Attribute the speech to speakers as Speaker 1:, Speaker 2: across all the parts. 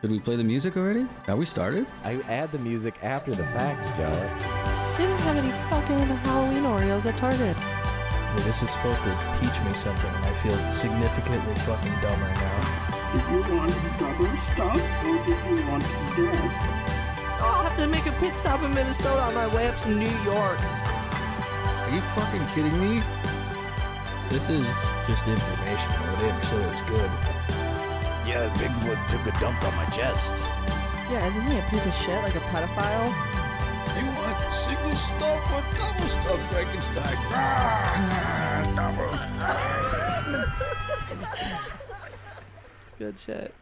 Speaker 1: Did we play the music already? Have we started?
Speaker 2: I add the music after the fact, John.
Speaker 3: They didn't have any fucking Halloween Oreos at Target.
Speaker 4: So this is supposed to teach me something, and I feel significantly fucking dumber now.
Speaker 5: Did you want double stuff or did you want death?
Speaker 3: Oh, I'll have to make a pit stop in Minnesota on my way up to New York.
Speaker 1: Are you fucking kidding me?
Speaker 4: This is just information. though. They ever said it was good.
Speaker 6: Yeah, Bigfoot took a dump on my chest.
Speaker 3: Yeah, isn't he a piece of shit, like a pedophile?
Speaker 6: You want single stuff or double stuff, Frankenstein? double
Speaker 3: It's good shit.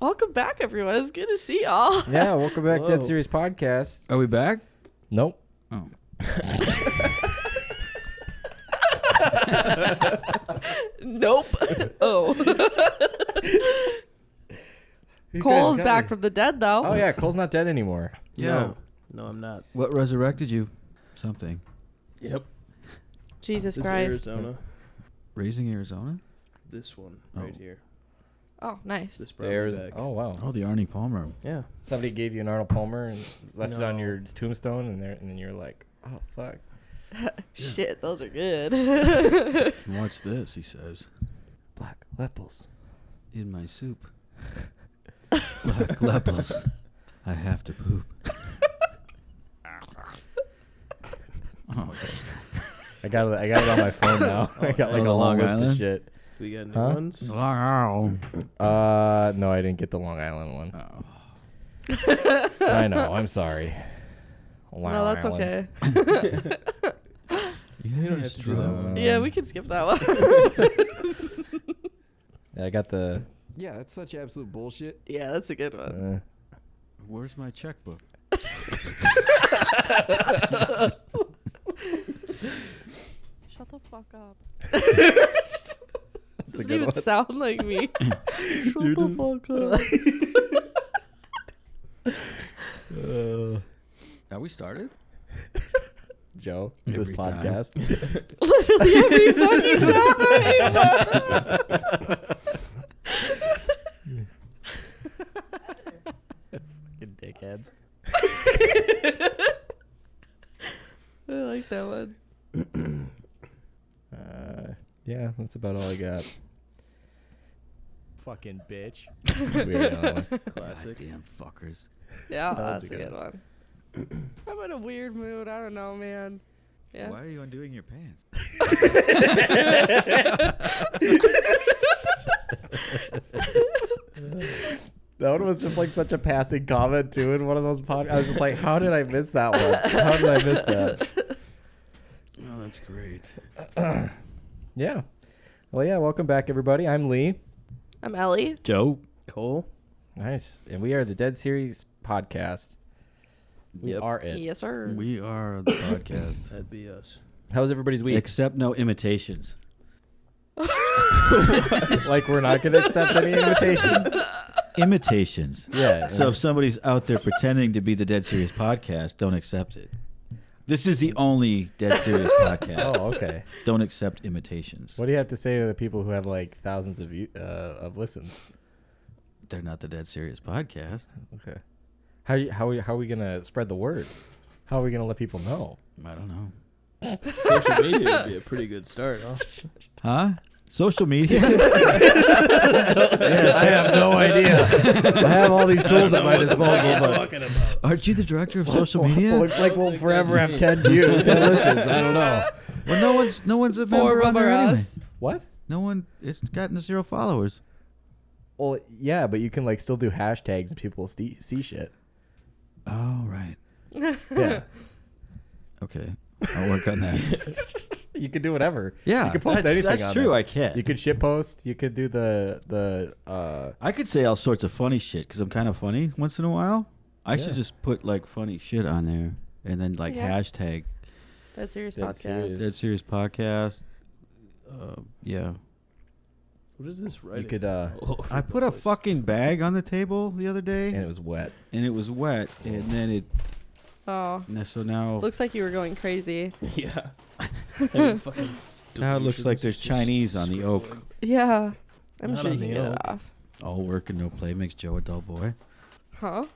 Speaker 3: Welcome back, everyone. It's good to see y'all.
Speaker 2: Yeah, welcome back to Dead Series Podcast.
Speaker 1: Are we back?
Speaker 2: Nope.
Speaker 3: Nope. oh. Cole's back from the dead, though.
Speaker 2: Oh yeah, Cole's not dead anymore.
Speaker 4: No.
Speaker 7: No, I'm not.
Speaker 1: What resurrected you? Something.
Speaker 7: Yep.
Speaker 3: Jesus
Speaker 7: This uh, is
Speaker 3: Christ.
Speaker 7: Arizona.
Speaker 1: Raising Arizona?
Speaker 7: This one
Speaker 1: Oh.
Speaker 7: right here.
Speaker 3: Oh, nice.
Speaker 7: This
Speaker 2: There's.
Speaker 7: brown bag.
Speaker 2: Oh wow.
Speaker 1: Oh, the Arnie Palmer.
Speaker 7: Yeah.
Speaker 2: Somebody gave you an Arnold Palmer and left it on
Speaker 7: No.
Speaker 2: your tombstone, and there, and then you're like, oh fuck.
Speaker 3: Shit, those are good.
Speaker 1: Watch this, he says.
Speaker 2: Black lepels.
Speaker 1: In my soup. Black lepers. I have to poop. oh,
Speaker 2: I got it. I got it on my phone now. I got like a
Speaker 1: Oh, Long
Speaker 2: long list of
Speaker 1: Island?
Speaker 2: shit.
Speaker 7: We got new
Speaker 2: Huh?
Speaker 7: ones.
Speaker 1: Long
Speaker 2: Uh, no, I didn't get the Long Island one.
Speaker 1: Oh.
Speaker 2: I know. I'm sorry. Long
Speaker 3: no, that's
Speaker 2: Island.
Speaker 3: okay.
Speaker 1: You
Speaker 7: don't have to do that
Speaker 2: Um,
Speaker 7: one.
Speaker 3: yeah, we can skip that one.
Speaker 2: Yeah, I got the.
Speaker 8: Yeah, that's such absolute bullshit.
Speaker 3: yeah, that's a good one.
Speaker 2: Uh,
Speaker 1: Where's my checkbook?
Speaker 3: Shut the fuck up.
Speaker 2: a
Speaker 3: Doesn't
Speaker 2: good
Speaker 3: even
Speaker 2: one.
Speaker 3: sound like me. Shut the fuck up.
Speaker 1: Have we started?
Speaker 2: Joe, this
Speaker 1: Every time.
Speaker 2: podcast.
Speaker 3: Literally every fucking time.
Speaker 2: Fucking dickheads.
Speaker 3: I like that one.
Speaker 2: Uh, yeah, that's about all I got. Fucking bitch.
Speaker 7: Classic.
Speaker 1: Damn fuckers.
Speaker 3: Yeah,
Speaker 2: That was
Speaker 3: that's
Speaker 2: a
Speaker 3: a
Speaker 2: good
Speaker 3: good one. I'm in a weird mood. I don't know, man. Yeah.
Speaker 1: Why are you undoing your pants?
Speaker 2: That one was just like such a passing comment too in one of those podcasts. I was just like, how did I miss that one? How did I miss that?
Speaker 1: Oh, that's great.
Speaker 2: Yeah. Well, yeah. Welcome back, everybody. I'm Lee.
Speaker 3: I'm Ellie.
Speaker 1: Joe.
Speaker 7: Cole.
Speaker 2: Nice. And we are the Dead Series podcast. We
Speaker 7: Yep.
Speaker 2: are it.
Speaker 3: Yes, sir.
Speaker 1: We are the podcast.
Speaker 7: That'd be us.
Speaker 2: How was everybody's
Speaker 1: we
Speaker 2: week?
Speaker 1: accept no imitations.
Speaker 2: like we're not gonna accept any invitations.
Speaker 1: Imitations.
Speaker 2: Yeah.
Speaker 1: So if somebody's out there pretending to be the Dead Serious podcast, don't accept it. This is the only Dead Serious podcast.
Speaker 2: oh, okay.
Speaker 1: Don't accept imitations.
Speaker 2: What do you have to say to the people who have like thousands of view, uh, of listens?
Speaker 1: They're not the Dead Serious podcast.
Speaker 2: Okay. How you, how we- how are we gonna spread the word? How are we gonna let people know?
Speaker 1: I don't know.
Speaker 7: Social media would be a pretty good start, huh?
Speaker 1: Huh? Social media?
Speaker 2: I have no idea. I have all these tools at my disposal, but
Speaker 1: Aren't you the director of social media?
Speaker 2: like we'll forever have ten views, ten listens. I don't know.
Speaker 1: Well, no one's no one's a
Speaker 3: Four
Speaker 1: member on
Speaker 3: rubber
Speaker 1: there anyway.
Speaker 3: us.
Speaker 2: What?
Speaker 1: No one. It's gotten zero followers.
Speaker 2: Well, yeah, but you can like still do hashtags and people will see, see shit.
Speaker 1: Oh right.
Speaker 2: Yeah,
Speaker 1: Okay. I'll work on Oh, that.
Speaker 2: you could do whatever.
Speaker 1: Yeah,
Speaker 2: you could post
Speaker 1: that's-
Speaker 2: anything.
Speaker 1: that's
Speaker 2: on
Speaker 1: true,
Speaker 2: there.
Speaker 1: I can.
Speaker 2: You could shit post. You could do the the. uh
Speaker 1: I could say all sorts of funny shit because I'm kind of funny once in a while. I
Speaker 2: Yeah.
Speaker 1: should just put like funny shit on there and then like
Speaker 3: Yeah.
Speaker 1: hashtag
Speaker 3: That's serious
Speaker 2: Dead
Speaker 3: podcast.
Speaker 2: serious.
Speaker 1: Dead Serious Podcast. Uh, yeah,
Speaker 7: What is this right?
Speaker 2: You could uh,
Speaker 1: I put a fucking bag on the table the other day
Speaker 2: and it was wet.
Speaker 1: and it was wet, and then it.
Speaker 3: Oh.
Speaker 1: and So now,
Speaker 3: Looks like you were going crazy.
Speaker 7: Yeah. Having fucking
Speaker 1: now it looks like
Speaker 7: delusions
Speaker 1: there's
Speaker 7: just
Speaker 1: Chinese on the oak.
Speaker 7: scrolling.
Speaker 3: Yeah. I'm
Speaker 7: Not
Speaker 3: sure
Speaker 7: on
Speaker 3: you can
Speaker 7: the
Speaker 3: get it
Speaker 7: elk.
Speaker 3: off.
Speaker 1: All work and no play makes Joe a dull boy.
Speaker 3: Huh?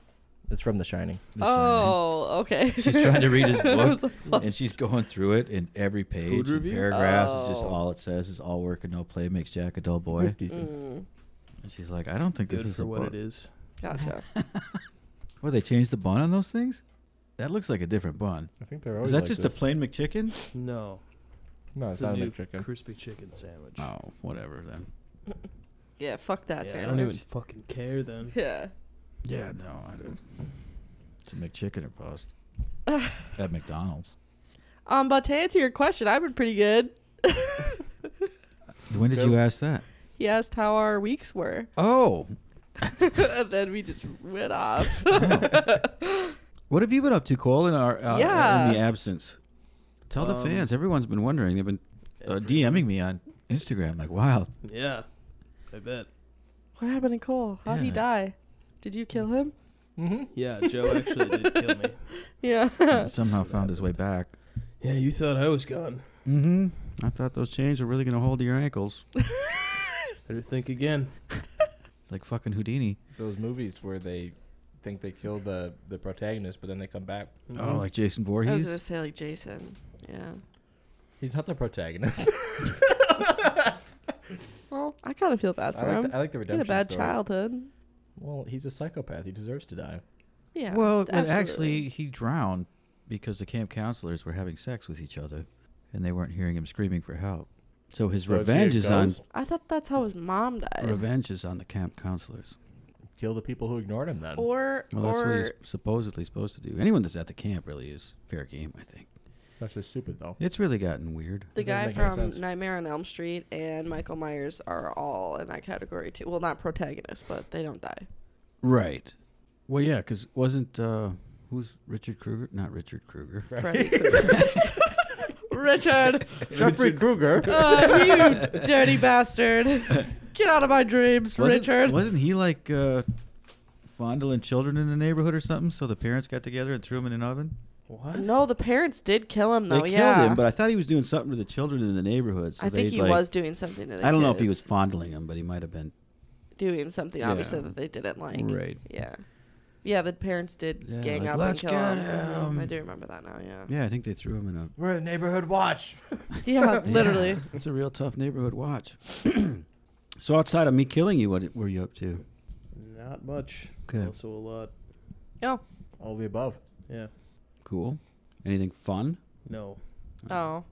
Speaker 2: It's from The Shining.
Speaker 1: The Shining.
Speaker 3: Oh, okay.
Speaker 1: She's trying to read his
Speaker 3: I
Speaker 1: book.
Speaker 3: was like, fuck.
Speaker 1: And she's going through it, and every page,
Speaker 7: Food
Speaker 1: and
Speaker 7: review?
Speaker 1: paragraphs, is just
Speaker 3: Oh.
Speaker 1: all it says is all work and no play makes Jack a dull boy.
Speaker 3: Mm,
Speaker 1: And she's like, I don't think
Speaker 7: Good
Speaker 1: this is
Speaker 7: for
Speaker 1: a
Speaker 7: what
Speaker 1: book.
Speaker 7: it is.
Speaker 3: gotcha.
Speaker 1: Well, they changed the bun on those things? That looks like a different bun.
Speaker 2: I think they're always
Speaker 1: Is that
Speaker 2: like
Speaker 1: just
Speaker 2: this.
Speaker 1: a plain McChicken?
Speaker 7: No,
Speaker 2: No, it's,
Speaker 7: it's a
Speaker 2: not a
Speaker 7: new
Speaker 2: McChicken.
Speaker 7: crispy chicken sandwich.
Speaker 1: Oh, whatever then.
Speaker 3: Yeah, fuck that
Speaker 7: yeah, I
Speaker 3: sandwich.
Speaker 7: don't even fucking care then.
Speaker 3: Yeah.
Speaker 1: Yeah, no, I don't. It's a McChicken or bust. At McDonald's.
Speaker 3: Um, but to answer your question, I've been pretty good.
Speaker 1: When did you ask that?
Speaker 3: He asked how our weeks were,
Speaker 1: Oh,
Speaker 3: and then we just went off.
Speaker 1: what have you been up to, Cole? In our uh,
Speaker 3: Yeah.
Speaker 1: in the absence, tell the
Speaker 7: Um,
Speaker 1: fans. Everyone's been wondering. They've been uh, DMing me on Instagram. Like, wow,
Speaker 7: Yeah, I bet.
Speaker 3: what happened to Cole? How'd he
Speaker 1: Yeah.
Speaker 3: die? Did you kill him?
Speaker 2: Mm-hmm.
Speaker 7: Yeah, Uh, Joe actually did kill me.
Speaker 3: Yeah.
Speaker 1: somehow
Speaker 7: what
Speaker 1: found his way back.
Speaker 7: Yeah, you thought I was gone.
Speaker 1: Mm-hmm. I thought those chains were really gonna hold to your ankles.
Speaker 7: Better think again.
Speaker 1: It's like fucking Houdini.
Speaker 2: Those movies where they think they kill the, the protagonist, but then they come back.
Speaker 1: Oh, like Jason
Speaker 3: I was
Speaker 1: Voorhees.
Speaker 3: gonna say like Jason. Yeah.
Speaker 2: He's not the protagonist.
Speaker 3: Well, I kind of feel bad for
Speaker 2: I, like
Speaker 3: him.
Speaker 2: the, I like the
Speaker 3: he had
Speaker 2: redemption
Speaker 3: a bad
Speaker 2: stories.
Speaker 3: childhood.
Speaker 2: Well, he's a psychopath. He deserves to die.
Speaker 3: Yeah.
Speaker 1: well, it-
Speaker 3: absolutely.
Speaker 1: actually, he drowned because the camp counselors were having sex with each other, and they weren't hearing him screaming for help. So his revenge is on
Speaker 3: I thought that's how his mom died.
Speaker 1: revenge is on the camp counselors.
Speaker 2: Kill the people who ignored him then.
Speaker 3: Or
Speaker 1: Well, that's what
Speaker 3: or
Speaker 1: you're supposedly supposed to do. Anyone that's at the camp really is fair game, I think.
Speaker 2: That's just stupid, though.
Speaker 1: It's really gotten weird.
Speaker 3: the
Speaker 2: That doesn't
Speaker 3: guy
Speaker 2: make any
Speaker 3: from
Speaker 2: sense.
Speaker 3: Nightmare on Elm Street and Michael Myers are all in that category too. Well, not protagonists, but they don't die.
Speaker 1: Right. Well, yeah, because wasn't uh, who's Richard Krueger? Not Richard Krueger.
Speaker 3: Freddy Krueger. Richard,
Speaker 2: Jeffrey Krueger.
Speaker 3: uh, you dirty bastard! Get out of my dreams,
Speaker 1: Wasn't-
Speaker 3: Richard.
Speaker 1: Wasn't he like uh, fondling children in the neighborhood or something? So the parents got together and threw him in an oven.
Speaker 7: What?
Speaker 3: No, the parents did kill him
Speaker 1: They
Speaker 3: though.
Speaker 1: killed
Speaker 3: yeah,
Speaker 1: him, but I thought he was doing something to the children in the neighborhood. So
Speaker 3: I think
Speaker 1: they,
Speaker 3: he
Speaker 1: like-
Speaker 3: was doing something to the
Speaker 1: I don't know if he was
Speaker 3: kids.
Speaker 1: fondling them, but he might have been.
Speaker 3: doing something obviously
Speaker 1: Yeah.
Speaker 3: that they didn't like.
Speaker 1: Right.
Speaker 3: Yeah. Yeah, the parents did
Speaker 1: Yeah,
Speaker 3: gang
Speaker 1: like,
Speaker 3: up
Speaker 1: "Let's
Speaker 3: and kill
Speaker 1: get
Speaker 3: him. Mhm, I
Speaker 1: him.
Speaker 3: do remember that now. Yeah.
Speaker 1: Yeah, I think they threw him in a.
Speaker 2: We're a neighborhood watch.
Speaker 3: Yeah, literally.
Speaker 1: It's a real tough neighborhood watch. so outside of me killing you, what were you up to?
Speaker 7: Not much.
Speaker 1: Okay.
Speaker 7: Also a lot.
Speaker 2: All the above.
Speaker 7: Yeah.
Speaker 1: Cool. Anything fun?
Speaker 7: No,
Speaker 3: Oh,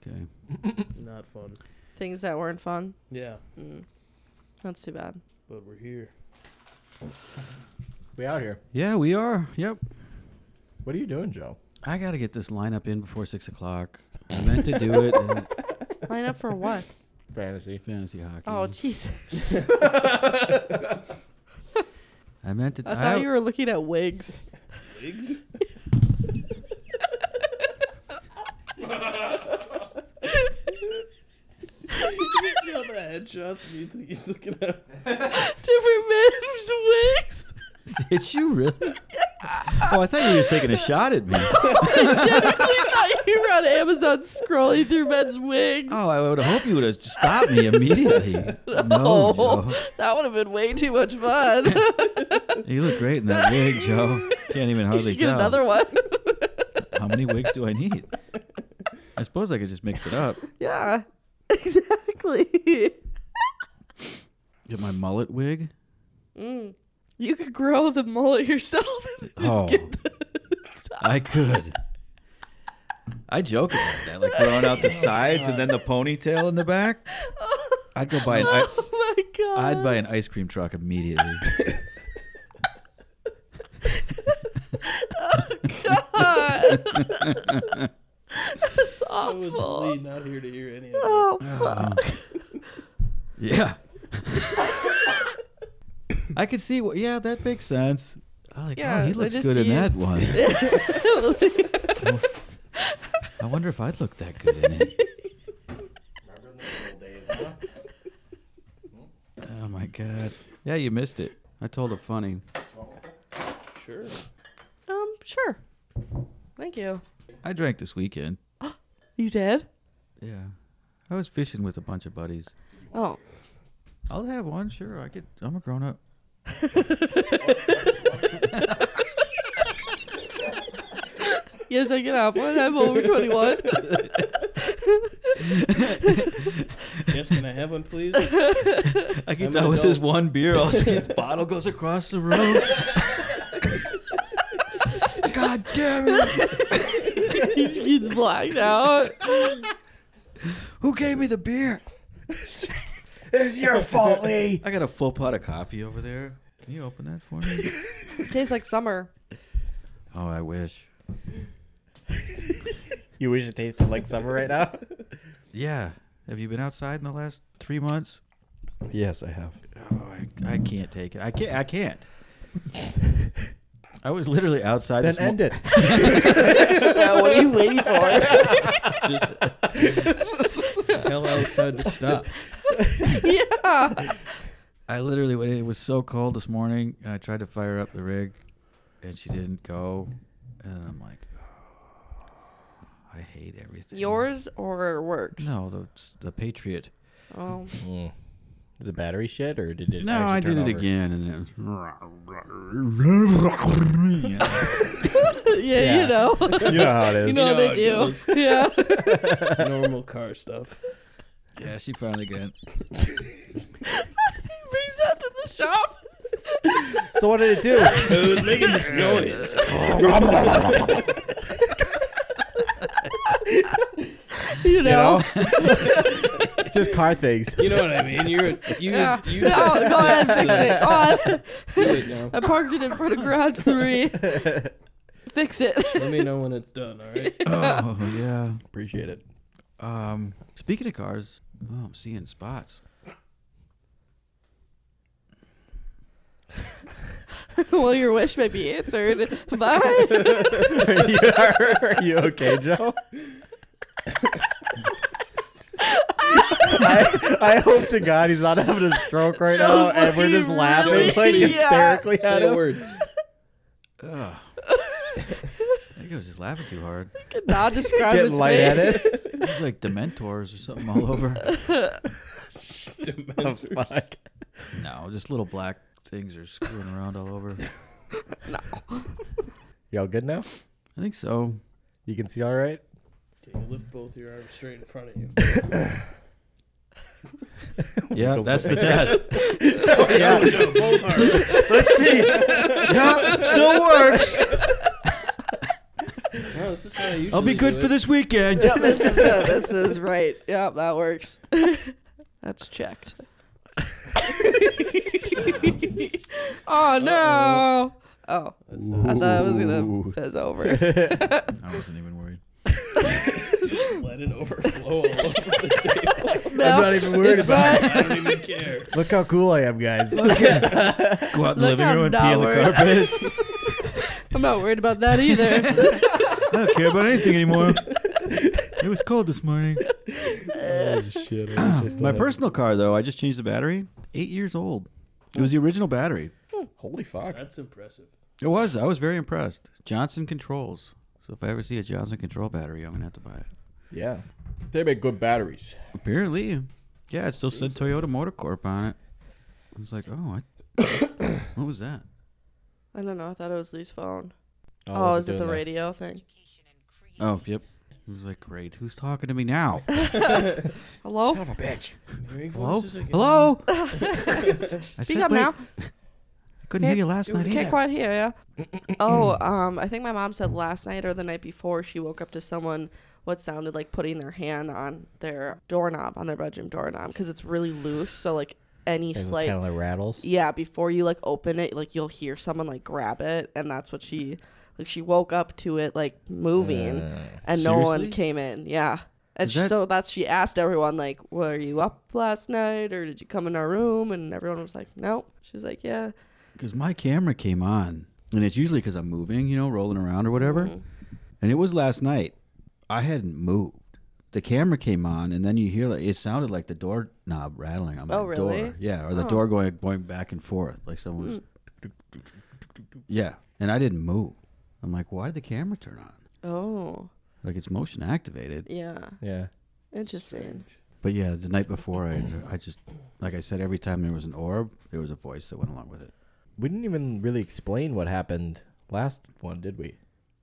Speaker 1: Okay.
Speaker 7: not fun.
Speaker 3: things that weren't fun.
Speaker 7: Yeah,
Speaker 3: Mm. That's too bad.
Speaker 7: but we're here.
Speaker 2: We out here.
Speaker 1: Yeah, we are. Yep.
Speaker 2: What are you doing, Joe?
Speaker 1: I gotta get this lineup in before six o'clock. I meant to do it in
Speaker 3: Line up for what?
Speaker 2: Fantasy.
Speaker 1: fantasy hockey.
Speaker 3: Oh, Jesus.
Speaker 1: I meant to.
Speaker 3: I thought you were looking at wigs.
Speaker 7: Wigs? you see all the headshots and you think he's looking at
Speaker 3: Superman's wigs.
Speaker 1: Did you really? Oh, I thought you were just taking a shot at me.
Speaker 3: I thought you were on Amazon scrolling through men's wigs.
Speaker 1: Oh, I would hope you would have stopped me immediately. No, Joe.
Speaker 3: that would have been way too much fun.
Speaker 1: You look great in that wig, Joe. Can't even
Speaker 3: you
Speaker 1: hardly
Speaker 3: should get
Speaker 1: tell.
Speaker 3: another one.
Speaker 1: How many wigs do I need? I suppose I could just mix it up.
Speaker 3: yeah, exactly.
Speaker 1: Get my mullet wig.
Speaker 3: Mm. You could grow the mullet yourself.
Speaker 1: oh, I could. I joke about that, like growing out the sides and then the ponytail in the back. I'd go buy an
Speaker 3: oh
Speaker 1: ice.
Speaker 3: my god!
Speaker 1: I'd buy an ice cream truck immediately.
Speaker 3: God. That's
Speaker 7: I was really
Speaker 3: awful.
Speaker 7: not here to hear any of that.
Speaker 3: Oh
Speaker 1: Ah.
Speaker 3: fuck!
Speaker 1: Yeah. I could see. wh- Yeah, that makes sense. I like,
Speaker 3: Yeah,
Speaker 1: oh, he
Speaker 3: I
Speaker 1: looks
Speaker 3: just
Speaker 1: good in
Speaker 3: see you-
Speaker 1: that one. I wonder if I'd look that good in it. Oh my god. Yeah, you missed it. I told a funny.
Speaker 7: Sure.
Speaker 3: um, sure. Thank you.
Speaker 1: I drank this weekend.
Speaker 3: You did?
Speaker 1: Yeah. I was fishing with a bunch of buddies.
Speaker 3: Oh,
Speaker 1: I'll have one. Sure, I could. I'm a grown up.
Speaker 3: Yes, I can have one. I'm over 21.
Speaker 7: Yes, can I have one, please?
Speaker 1: I get
Speaker 7: I'm
Speaker 1: done
Speaker 7: an
Speaker 1: with this
Speaker 7: adult.
Speaker 1: one beer. All his bottle goes across the room. God damn it!
Speaker 3: he just gets blacked out.
Speaker 1: Who gave me the beer?
Speaker 2: It's your fault, Lee.
Speaker 1: I got a full pot of coffee over there. Can you open that for me?
Speaker 3: tastes like summer.
Speaker 1: oh, I wish.
Speaker 2: You wish it tasted like summer right now.
Speaker 1: Yeah. Have you been outside in the last three months?
Speaker 2: Yes, I have.
Speaker 1: Oh, I, I can't take it. I can't. I can't. I was literally outside.
Speaker 2: Then
Speaker 1: this mo-
Speaker 2: end it.
Speaker 3: Yeah, what are you waiting for?
Speaker 7: Just tell outside to stop.
Speaker 3: yeah.
Speaker 1: I literally went in. It was so cold this morning. And I tried to fire up the rig, and she didn't go. And I'm like, "Oh, I hate everything.
Speaker 3: Yours or works?
Speaker 1: No, the the Patriot.
Speaker 3: Oh.
Speaker 2: Is it battery shit or did it?
Speaker 1: No,
Speaker 2: actually
Speaker 1: I
Speaker 2: turn
Speaker 1: did it
Speaker 2: over?
Speaker 1: again, and it was.
Speaker 3: Yeah,
Speaker 2: Yeah.
Speaker 3: you know.
Speaker 2: You know how it
Speaker 3: you
Speaker 2: is.
Speaker 3: know,
Speaker 7: know
Speaker 3: they
Speaker 7: how it
Speaker 3: do.
Speaker 7: goes.
Speaker 3: Yeah.
Speaker 7: Normal car stuff.
Speaker 1: yeah, she finally got it.
Speaker 3: Brings out to the shop.
Speaker 2: So what did it do?
Speaker 7: Who's making this noise?
Speaker 3: You know.
Speaker 2: You know? Just car things.
Speaker 7: You know what I mean? You're you
Speaker 3: Yeah.
Speaker 7: you
Speaker 3: no, go ahead, fix it. On.
Speaker 7: do it now.
Speaker 3: I parked it in front of garage three. fix it.
Speaker 7: Let me know when it's done. All right.
Speaker 1: Oh yeah.
Speaker 2: Appreciate it.
Speaker 1: Um, speaking of cars, oh, I'm seeing spots.
Speaker 3: well, your wish may be answered. Bye.
Speaker 2: Are you, are, you okay, Joe? I, I hope to God he's not having a stroke right now,
Speaker 3: Joe's
Speaker 2: and we're just
Speaker 3: looking
Speaker 2: laughing
Speaker 3: really-
Speaker 2: like
Speaker 3: Yeah.
Speaker 2: hysterically
Speaker 7: Say
Speaker 2: at
Speaker 7: the
Speaker 2: him.
Speaker 7: words.
Speaker 1: Ugh. I think I was just laughing too hard.
Speaker 3: Could not describe
Speaker 2: Getting
Speaker 3: his
Speaker 2: light at
Speaker 3: face.
Speaker 2: it.
Speaker 1: It was like Dementors or something all over.
Speaker 2: Oh,
Speaker 7: Dementors.
Speaker 2: fuck.
Speaker 1: No, just little black things are screwing around all over.
Speaker 2: Y'all good now?
Speaker 1: I think so.
Speaker 2: You can see all right.
Speaker 7: Okay, you lift both your arms straight in front of you.
Speaker 1: Yeah, that's the test. Oh,
Speaker 7: yeah. both arms.
Speaker 2: Let's see.
Speaker 1: yeah, still works.
Speaker 7: No, this is how I usually
Speaker 1: I'll be good
Speaker 7: do
Speaker 1: for
Speaker 7: it.
Speaker 1: this weekend.
Speaker 3: Yep, this is good. This is right. Yep, that works. That's checked. oh no! Oh,
Speaker 7: That's not
Speaker 3: I thought I was gonna fizz over.
Speaker 1: I wasn't even worried.
Speaker 7: let it overflow all over the table.
Speaker 2: I'm
Speaker 3: No,
Speaker 2: not even worried about it.
Speaker 7: I don't even care.
Speaker 2: Look how cool I am, guys.
Speaker 1: Go out in the
Speaker 3: Look
Speaker 1: living
Speaker 3: how
Speaker 1: room and pee on the
Speaker 3: dour.
Speaker 1: carpet.
Speaker 3: I'm not worried about that either.
Speaker 1: I don't care about anything anymore. It was cold this morning.
Speaker 2: Holy shit. I wish I still
Speaker 1: My
Speaker 2: had-
Speaker 1: personal car, though, I just changed the battery. Eight years old. It was the original battery.
Speaker 2: Holy fuck.
Speaker 7: That's impressive.
Speaker 1: It was. I was very impressed. Johnson Controls. So if I ever see a Johnson Control battery, I'm gonna have to buy it.
Speaker 2: Yeah. They make good batteries.
Speaker 1: Apparently, yeah. It still said Toyota Motor Corp on it. I was like, oh, I, what was that?
Speaker 3: I don't know. I thought it was Lee's phone. Oh, is it the radio thing?
Speaker 1: Oh, yep. I was like, great. Who's talking to me now?
Speaker 3: Hello?
Speaker 2: Son of a bitch.
Speaker 7: Mary
Speaker 1: Hello,
Speaker 7: voices again.
Speaker 1: hello. I
Speaker 3: Speak
Speaker 1: said,
Speaker 3: up
Speaker 1: wait,
Speaker 3: now.
Speaker 1: I couldn't hear you last night
Speaker 3: Can't
Speaker 1: either.
Speaker 3: quite hear yeah. oh, um, I think my mom said last night or the night before she woke up to someone what sounded like putting their hand on their doorknob on their bedroom doorknob because it's really loose. So like any slight
Speaker 2: kind of like rattles.
Speaker 3: yeah, before you like open it, like you'll hear someone like grab it, and that's what she like. She woke up to it like moving, and no
Speaker 1: Uh, seriously?
Speaker 3: one came in. Yeah. And
Speaker 1: Is
Speaker 3: she,
Speaker 1: that-
Speaker 3: so that's she asked everyone like, "Were you up last night, or did you come in our room?" And everyone was like, "No." She's like, "Yeah."
Speaker 1: Because my camera came on, and it's usually because I'm moving, you know, rolling around or whatever. And it was last night. I hadn't moved. The camera came on, and then you hear like it sounded like the doorknob rattling on my
Speaker 3: Oh, Mm. really?
Speaker 1: door. Yeah, or the door going going back and forth, like someone
Speaker 3: Mm-hmm.
Speaker 1: was. Yeah, and I didn't move. I'm like, why did the camera turn on?
Speaker 3: Oh,
Speaker 1: Like it's motion activated.
Speaker 3: yeah.
Speaker 2: Yeah.
Speaker 3: Interesting.
Speaker 1: But yeah, the night before, I, I just, like I said, every time there was an orb, there was a voice that went along with it.
Speaker 2: We didn't even really explain what happened last one, did we?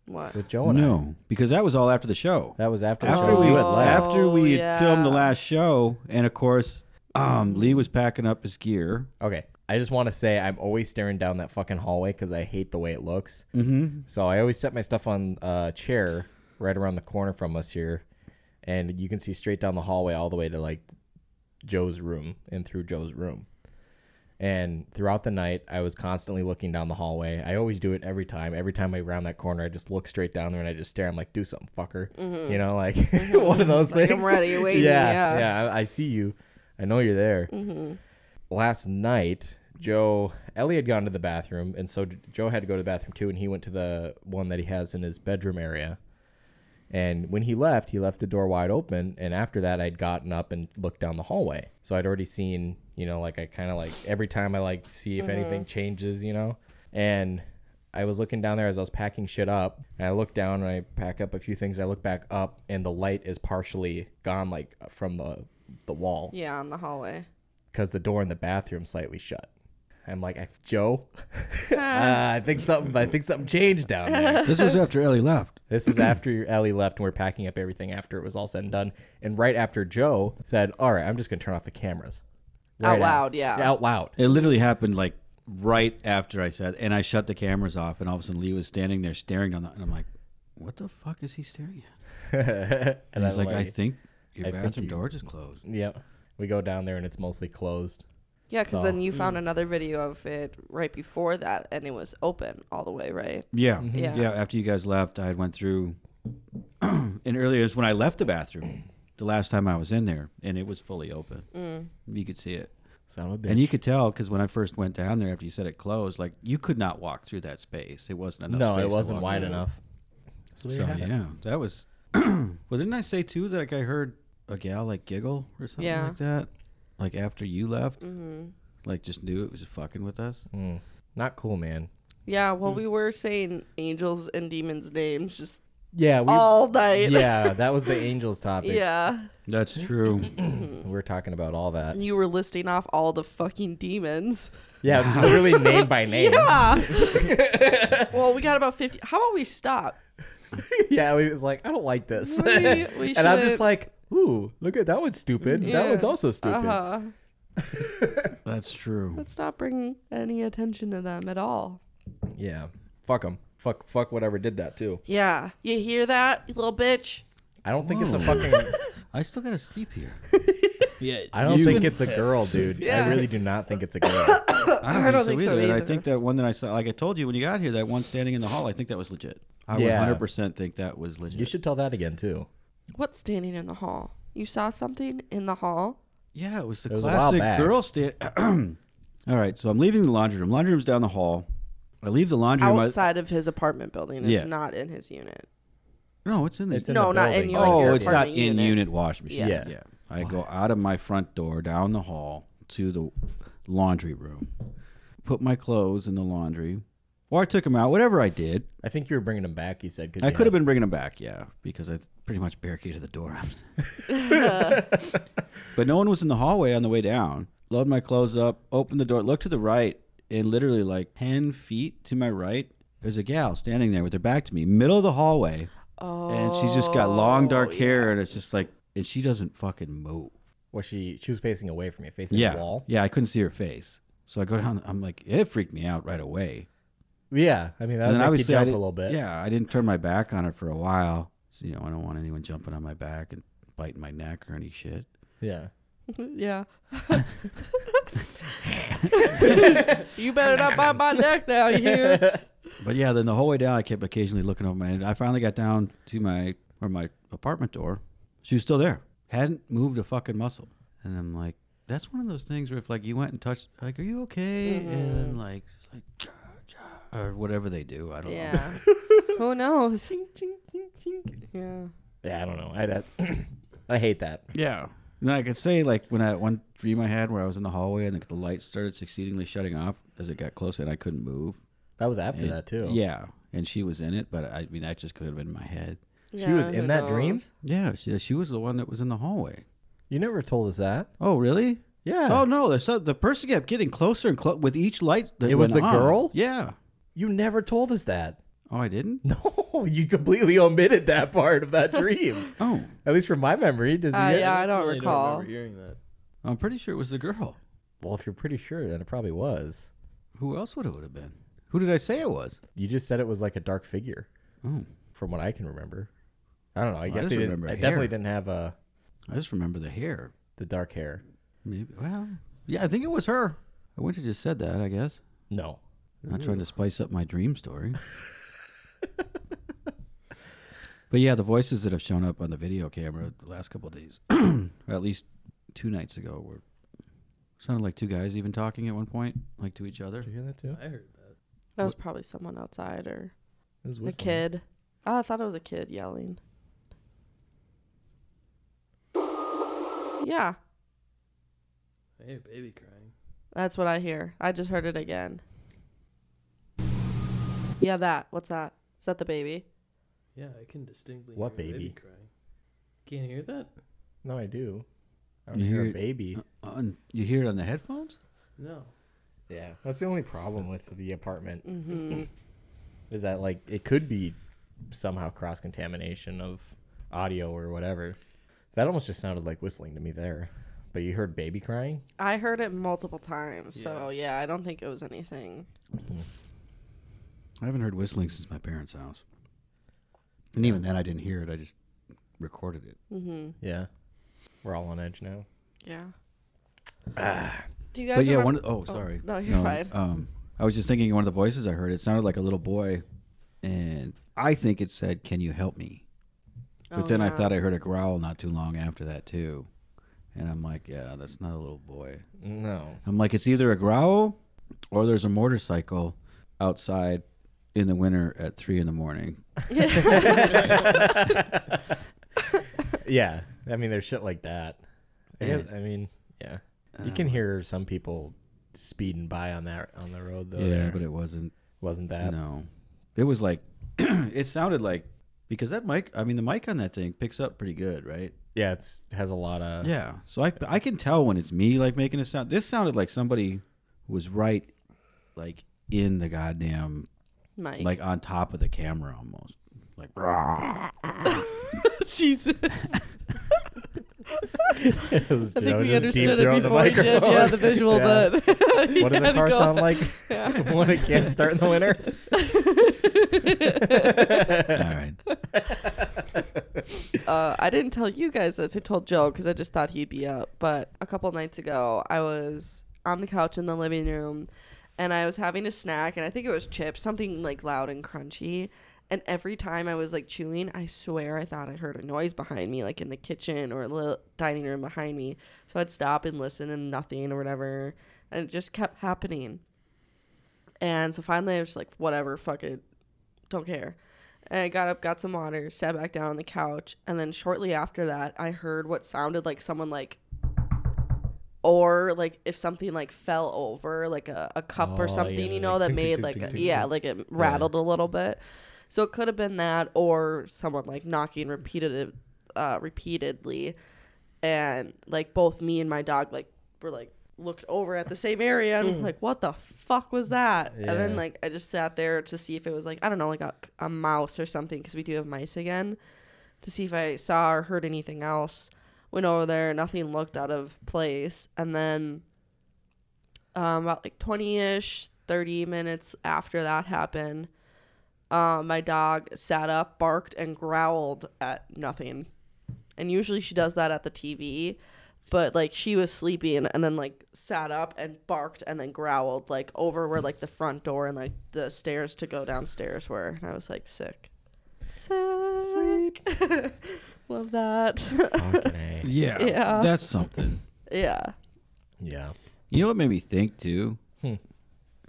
Speaker 3: What?
Speaker 2: With Joe and I.
Speaker 1: no, because that was all after the show. Oh,
Speaker 2: That was after,
Speaker 1: after
Speaker 2: the
Speaker 1: we
Speaker 2: show.
Speaker 3: had left.
Speaker 1: after we had filmed the
Speaker 3: yeah.
Speaker 1: last show, and of course, um, Lee was packing up his gear.
Speaker 2: Okay. I just want to say I'm always staring down that fucking hallway because I hate the way it looks.
Speaker 1: Mm-hmm.
Speaker 2: So I always set my stuff on a chair right around the corner from us here, and you can see straight down the hallway all the way to like Joe's room and through Joe's room. And throughout the night, I was constantly looking down the hallway. I always do it every time. Every time I round that corner, I just look straight down there and I just stare. I'm like, "Do something, fucker!" You know, like one of those
Speaker 3: Mm-hmm. Like,
Speaker 2: things.
Speaker 3: I'm ready, waiting,
Speaker 2: yeah,
Speaker 3: yeah. Mm-hmm.
Speaker 2: I, I see you. I know you're there last night, Joe Ellie had gone to the bathroom, and so Joe had to go to the bathroom too, and he went to the one that he has in his bedroom area. And when he left, he left the door wide open. And after that, I'd gotten up and looked down the hallway. So I'd already seen, you know, like I kind of like every time I like see if anything changes, you know. And I was looking down there as I was packing shit up. And I look down and I pack up a few things. I look back up, and the light is partially gone, like from the the wall
Speaker 3: Yeah, on the hallway.
Speaker 2: because the door in the bathroom slightly shut. I'm like, I, Joe, uh, I think something. I think something changed down there.
Speaker 1: This was after Ellie left.
Speaker 2: This is after Ellie left, and we are packing up everything after it was all said and done. And right after Joe said, "All right, I'm just gonna turn off the cameras."
Speaker 3: Out
Speaker 2: Right
Speaker 3: loud, yeah.
Speaker 2: Out loud.
Speaker 1: It literally happened like right after I said, and I shut the cameras off, and all of a sudden Lee was standing there staring down, the, and I'm like, "What the fuck is he staring at?" And,
Speaker 2: I'm
Speaker 1: he's like, "I think your
Speaker 2: I think
Speaker 1: bathroom
Speaker 2: you-
Speaker 1: door just closed."
Speaker 2: Yep. We go down there, and it's mostly closed.
Speaker 3: Yeah, because
Speaker 2: So- mm.
Speaker 3: then you found another video of it right before that, and it was open all the way, right?
Speaker 1: Yeah,
Speaker 3: Yeah.
Speaker 1: yeah, After you guys left, I had went through, and earlier is when I left the bathroom. The last time I was in there, and it was fully open. You could see it,
Speaker 2: Son of a bitch.
Speaker 1: and you could tell because when I first went down there after you said it closed, like you could not walk through that space. It wasn't enough.
Speaker 2: no,
Speaker 1: space
Speaker 2: it
Speaker 1: to
Speaker 2: wasn't
Speaker 1: walk
Speaker 2: wide
Speaker 1: through.
Speaker 2: enough. So,
Speaker 1: So yeah, that was. well, didn't I say too that like I heard a gal like giggle or something
Speaker 3: Yeah. Mm-hmm.
Speaker 1: like that, like after you left, like just knew it was fucking with us.
Speaker 2: Mm. Not cool, man.
Speaker 3: Yeah,
Speaker 2: Mm.
Speaker 3: well, we were saying angels and demons' names just
Speaker 2: Yeah. We,
Speaker 3: all night.
Speaker 2: yeah, that was the angels topic.
Speaker 3: yeah.
Speaker 1: That's
Speaker 2: Mm.
Speaker 1: true.
Speaker 2: We were talking about all that.
Speaker 3: And you were listing off all the fucking demons.
Speaker 2: Yeah, literally name by name.
Speaker 3: Yeah. well, we got about 50. How about we stop?
Speaker 2: yeah, he was like, I don't like this.
Speaker 3: We- we
Speaker 2: and I'm just
Speaker 3: shouldn't-
Speaker 2: like, ooh, look at that one's stupid.
Speaker 3: Yeah.
Speaker 2: That one's also stupid.
Speaker 3: Uh-huh.
Speaker 1: That's true.
Speaker 3: Let's not bring any attention to them at all.
Speaker 2: Yeah. Fuck them. Fuck, fuck whatever did that too.
Speaker 3: Yeah. You hear that, you little bitch?
Speaker 2: I don't think it's a
Speaker 1: Whoa.
Speaker 2: fucking.
Speaker 1: I still gotta sleep here.
Speaker 7: Yeah,
Speaker 2: I don't
Speaker 7: you
Speaker 2: think
Speaker 7: and-
Speaker 2: it's a girl, dude.
Speaker 3: Yeah.
Speaker 2: I really do not think it's a girl.
Speaker 1: I don't,
Speaker 3: I
Speaker 1: think,
Speaker 3: don't
Speaker 1: so
Speaker 3: think so
Speaker 1: either. And I
Speaker 3: either.
Speaker 1: think that one that I saw, like I told you when you got here, that one standing in the hall, I think that was legit. I
Speaker 2: Yeah.
Speaker 1: would 100% think that was legit.
Speaker 2: you should tell that again too.
Speaker 3: What's standing in the hall? You saw something in the hall?
Speaker 1: Yeah, it was the
Speaker 2: It was a while
Speaker 1: classic
Speaker 2: back.
Speaker 1: girl stand. All right, so I'm leaving the laundry room. Laundry room's down the hall. I leave the laundry room. I-
Speaker 3: Outside of his apartment building. It's
Speaker 1: Yeah.
Speaker 3: not in his unit.
Speaker 1: no, it's in the.
Speaker 2: It's in
Speaker 3: no,
Speaker 2: the
Speaker 3: not
Speaker 2: building.
Speaker 3: in your
Speaker 1: oh,
Speaker 3: like, your
Speaker 1: it's not
Speaker 3: apartment
Speaker 1: in unit wash machine.
Speaker 2: Yeah.
Speaker 1: Yeah. I go out of my front door, down the hall to the laundry room, put my clothes in the laundry, or I took them out, whatever I did.
Speaker 2: I think you were bringing him back. You said. 'cause
Speaker 1: I
Speaker 2: you
Speaker 1: could have
Speaker 2: had-
Speaker 1: been bringing them back, yeah, because I pretty much barricaded the door. after that. but no one was in the hallway on the way down. Load my clothes up, open the door, look to the right, and literally like 10 feet to my right, there's a gal standing there with her back to me, middle of the hallway.
Speaker 3: Oh.
Speaker 1: And she's just got long dark hair, and it's just like, and she doesn't fucking move.
Speaker 2: Was she? She was facing away from you, facing
Speaker 1: yeah.
Speaker 2: the wall.
Speaker 1: Yeah, I couldn't see her face. So I go down, I'm like, it freaked me out right away.
Speaker 2: Yeah. I mean, that
Speaker 1: and then
Speaker 2: would make you
Speaker 1: obviously I
Speaker 2: jump a
Speaker 1: didn't-
Speaker 2: little bit.
Speaker 1: Yeah, I didn't turn my back on it for a while. So, you know, I don't want anyone jumping on my back and biting my neck or any shit.
Speaker 2: Yeah.
Speaker 3: yeah. you better not bite my neck now, you hear?
Speaker 1: But yeah, then the whole way down, I kept occasionally looking over my head. I finally got down to my or my apartment door. She was still there, hadn't moved a fucking muscle. And I'm like, that's one of those things where if like you went and touched, like, are you okay? And like, it's like, "Ja, ja," or whatever they do, I don't know.
Speaker 3: Yeah. Who knows? Yeah.
Speaker 2: Yeah. I don't know. I that. I hate that.
Speaker 1: Yeah. And I could say like when I one dream I had where I was in the hallway and the lights started exceedingly shutting off as it got closer and I couldn't move.
Speaker 2: That was after
Speaker 1: And-
Speaker 2: that too.
Speaker 1: Yeah, and she was in it, but I mean that just could have been in my head.
Speaker 2: She was
Speaker 3: Yeah, who
Speaker 2: in that dream?
Speaker 3: knows?
Speaker 1: Yeah, she she was the one that was in the hallway.
Speaker 2: You never told us that.
Speaker 1: Oh, really?
Speaker 2: Yeah.
Speaker 1: Oh no, the su- the person kept getting closer and closer with each light. That
Speaker 2: It was
Speaker 1: went
Speaker 2: the
Speaker 1: on.
Speaker 2: girl?
Speaker 1: Yeah.
Speaker 2: You never told us that.
Speaker 1: Oh, I didn't.
Speaker 2: No, you completely omitted that part of that dream.
Speaker 1: Oh,
Speaker 2: At least from my memory. Does
Speaker 3: Uh,
Speaker 2: you-
Speaker 3: yeah, I don't
Speaker 7: really
Speaker 3: recall.
Speaker 7: remember hearing that.
Speaker 1: I'm pretty sure it was the girl.
Speaker 2: Well, if you're pretty sure, then it probably was.
Speaker 1: Who else would it would have been? Who did I say it was?
Speaker 2: You just said it was like a dark figure,
Speaker 1: Oh,
Speaker 2: from what I can remember. I don't know. I guess
Speaker 1: just
Speaker 2: they didn't,
Speaker 1: remember
Speaker 2: I
Speaker 1: hair.
Speaker 2: definitely didn't have uh,
Speaker 1: I just remember the hair.
Speaker 2: the dark hair.
Speaker 1: Maybe. Well, yeah, I think it was her. I wouldn't have just said that. I guess.
Speaker 2: No.
Speaker 1: Not trying to spice up my dream story. but yeah, the voices that have shown up on the video camera the last couple of days, or at least two nights ago, were sounded like two guys even talking at one point, like to each other.
Speaker 2: Did you hear that too?
Speaker 7: I heard that.
Speaker 3: That was probably someone outside or
Speaker 2: It was
Speaker 3: a kid. Oh, I thought it was a kid yelling. Yeah,
Speaker 7: I hear baby crying.
Speaker 3: that's what I hear. I just heard it again. Yeah, that. What's that? Is that the baby?
Speaker 7: Yeah, I can distinctly
Speaker 2: What
Speaker 7: hear a
Speaker 2: baby?
Speaker 7: crying. Can't hear that?
Speaker 2: No, I do. I
Speaker 1: You
Speaker 2: hear
Speaker 1: hear
Speaker 2: a
Speaker 1: it-
Speaker 2: baby.
Speaker 1: On, you hear it on the headphones?
Speaker 7: No.
Speaker 2: Yeah, that's the only problem with the apartment
Speaker 3: Mm-hmm.
Speaker 2: is that like it could be somehow cross contamination of audio or whatever. That almost just sounded like whistling to me there. But you heard baby crying?
Speaker 3: I heard it multiple times, so yeah, I don't think it was anything.
Speaker 1: I haven't heard whistling since my parents' house, and even then, I didn't hear it. I just recorded it.
Speaker 3: Mm-hmm.
Speaker 2: Yeah. We're all on edge now.
Speaker 3: Yeah. Do you
Speaker 1: Ah.
Speaker 3: guys?
Speaker 1: But yeah,
Speaker 3: remember-
Speaker 1: one. Of, oh, sorry.
Speaker 3: no, you're fine.
Speaker 1: Um, I was just thinking one of the voices I heard. It sounded like a little boy, and I think it said, "Can you help me?" But
Speaker 3: Oh,
Speaker 1: then I
Speaker 3: yeah.
Speaker 1: thought I heard a growl not too long after that too, and I'm like, "Yeah, that's not a little boy."
Speaker 2: No.
Speaker 1: I'm like, "It's either a growl, or there's a motorcycle outside in the winter at three in the morning."
Speaker 2: Yeah. I mean there's shit like that. I,
Speaker 1: Yeah.
Speaker 2: guess, I mean, yeah. You can hear some people speeding by on that on the road though.
Speaker 1: yeah,
Speaker 2: there.
Speaker 1: but it wasn't.
Speaker 2: wasn't that.
Speaker 1: No, it was like, it sounded like because that mic. I mean, the mic on that thing picks up pretty good, right?
Speaker 2: Yeah, it's has a lot of
Speaker 1: Yeah. So I I can tell when it's me like making a sound. This sounded like somebody was right like in the goddamn
Speaker 3: Mike.
Speaker 1: like on top of the camera almost. Like "Rah."
Speaker 3: Jesus.
Speaker 2: It was
Speaker 3: I think
Speaker 2: Joe
Speaker 3: we
Speaker 2: just deep
Speaker 3: understood it
Speaker 2: throwing the
Speaker 3: before he did. Yeah,
Speaker 2: microphone.
Speaker 3: the visual,
Speaker 2: Yeah.
Speaker 3: but
Speaker 2: what does a car sound like
Speaker 3: Yeah.
Speaker 2: when it can't start in the winter?
Speaker 1: All right.
Speaker 3: Uh, I didn't tell you guys this. I told Joe because I just thought he'd be up. But a couple nights ago, I was on the couch in the living room, and I was having a snack, and I think it was chips, something like loud and crunchy. And every time I was like chewing, I swear I thought I heard a noise behind me, like in the kitchen or the dining room behind me. So I'd stop and listen, and nothing or whatever, and it just kept happening. And so finally, I was like, whatever, fuck it, don't care. And I got up, got some water, sat back down on the couch, and then shortly after that, I heard what sounded like someone like, or like if something like fell over, like a, a cup
Speaker 2: Oh,
Speaker 3: or
Speaker 2: yeah,
Speaker 3: something, you
Speaker 2: like
Speaker 3: know, that
Speaker 2: tink, tink,
Speaker 3: made
Speaker 2: tink,
Speaker 3: like,
Speaker 2: tink,
Speaker 3: a,
Speaker 2: tink,
Speaker 3: yeah,
Speaker 2: tink.
Speaker 3: like it rattled a little bit. So it could have been that, or someone like knocking repeated, uh, repeatedly, and like both me and my dog like were like looked over at the same area and like what the fuck was that? And then
Speaker 2: Yeah.
Speaker 3: like I just sat there to see if it was like I don't know like a, a mouse or something because we do have mice again to see if I saw or heard anything else. Went over there, nothing looked out of place, and then um, about like 20 ish, 30 minutes after that happened, uh, my dog sat up, barked, and growled at nothing. And usually she does that at the TV, but like she was sleeping and then like sat up and barked and then growled like over where like the front door and like the stairs to go downstairs were. And I was like, sick. Sick. Love that.
Speaker 2: Fucking A.
Speaker 1: Yeah.
Speaker 3: Yeah.
Speaker 1: That's something.
Speaker 3: yeah.
Speaker 2: Yeah.
Speaker 1: You know what made me think too?
Speaker 2: Hmm.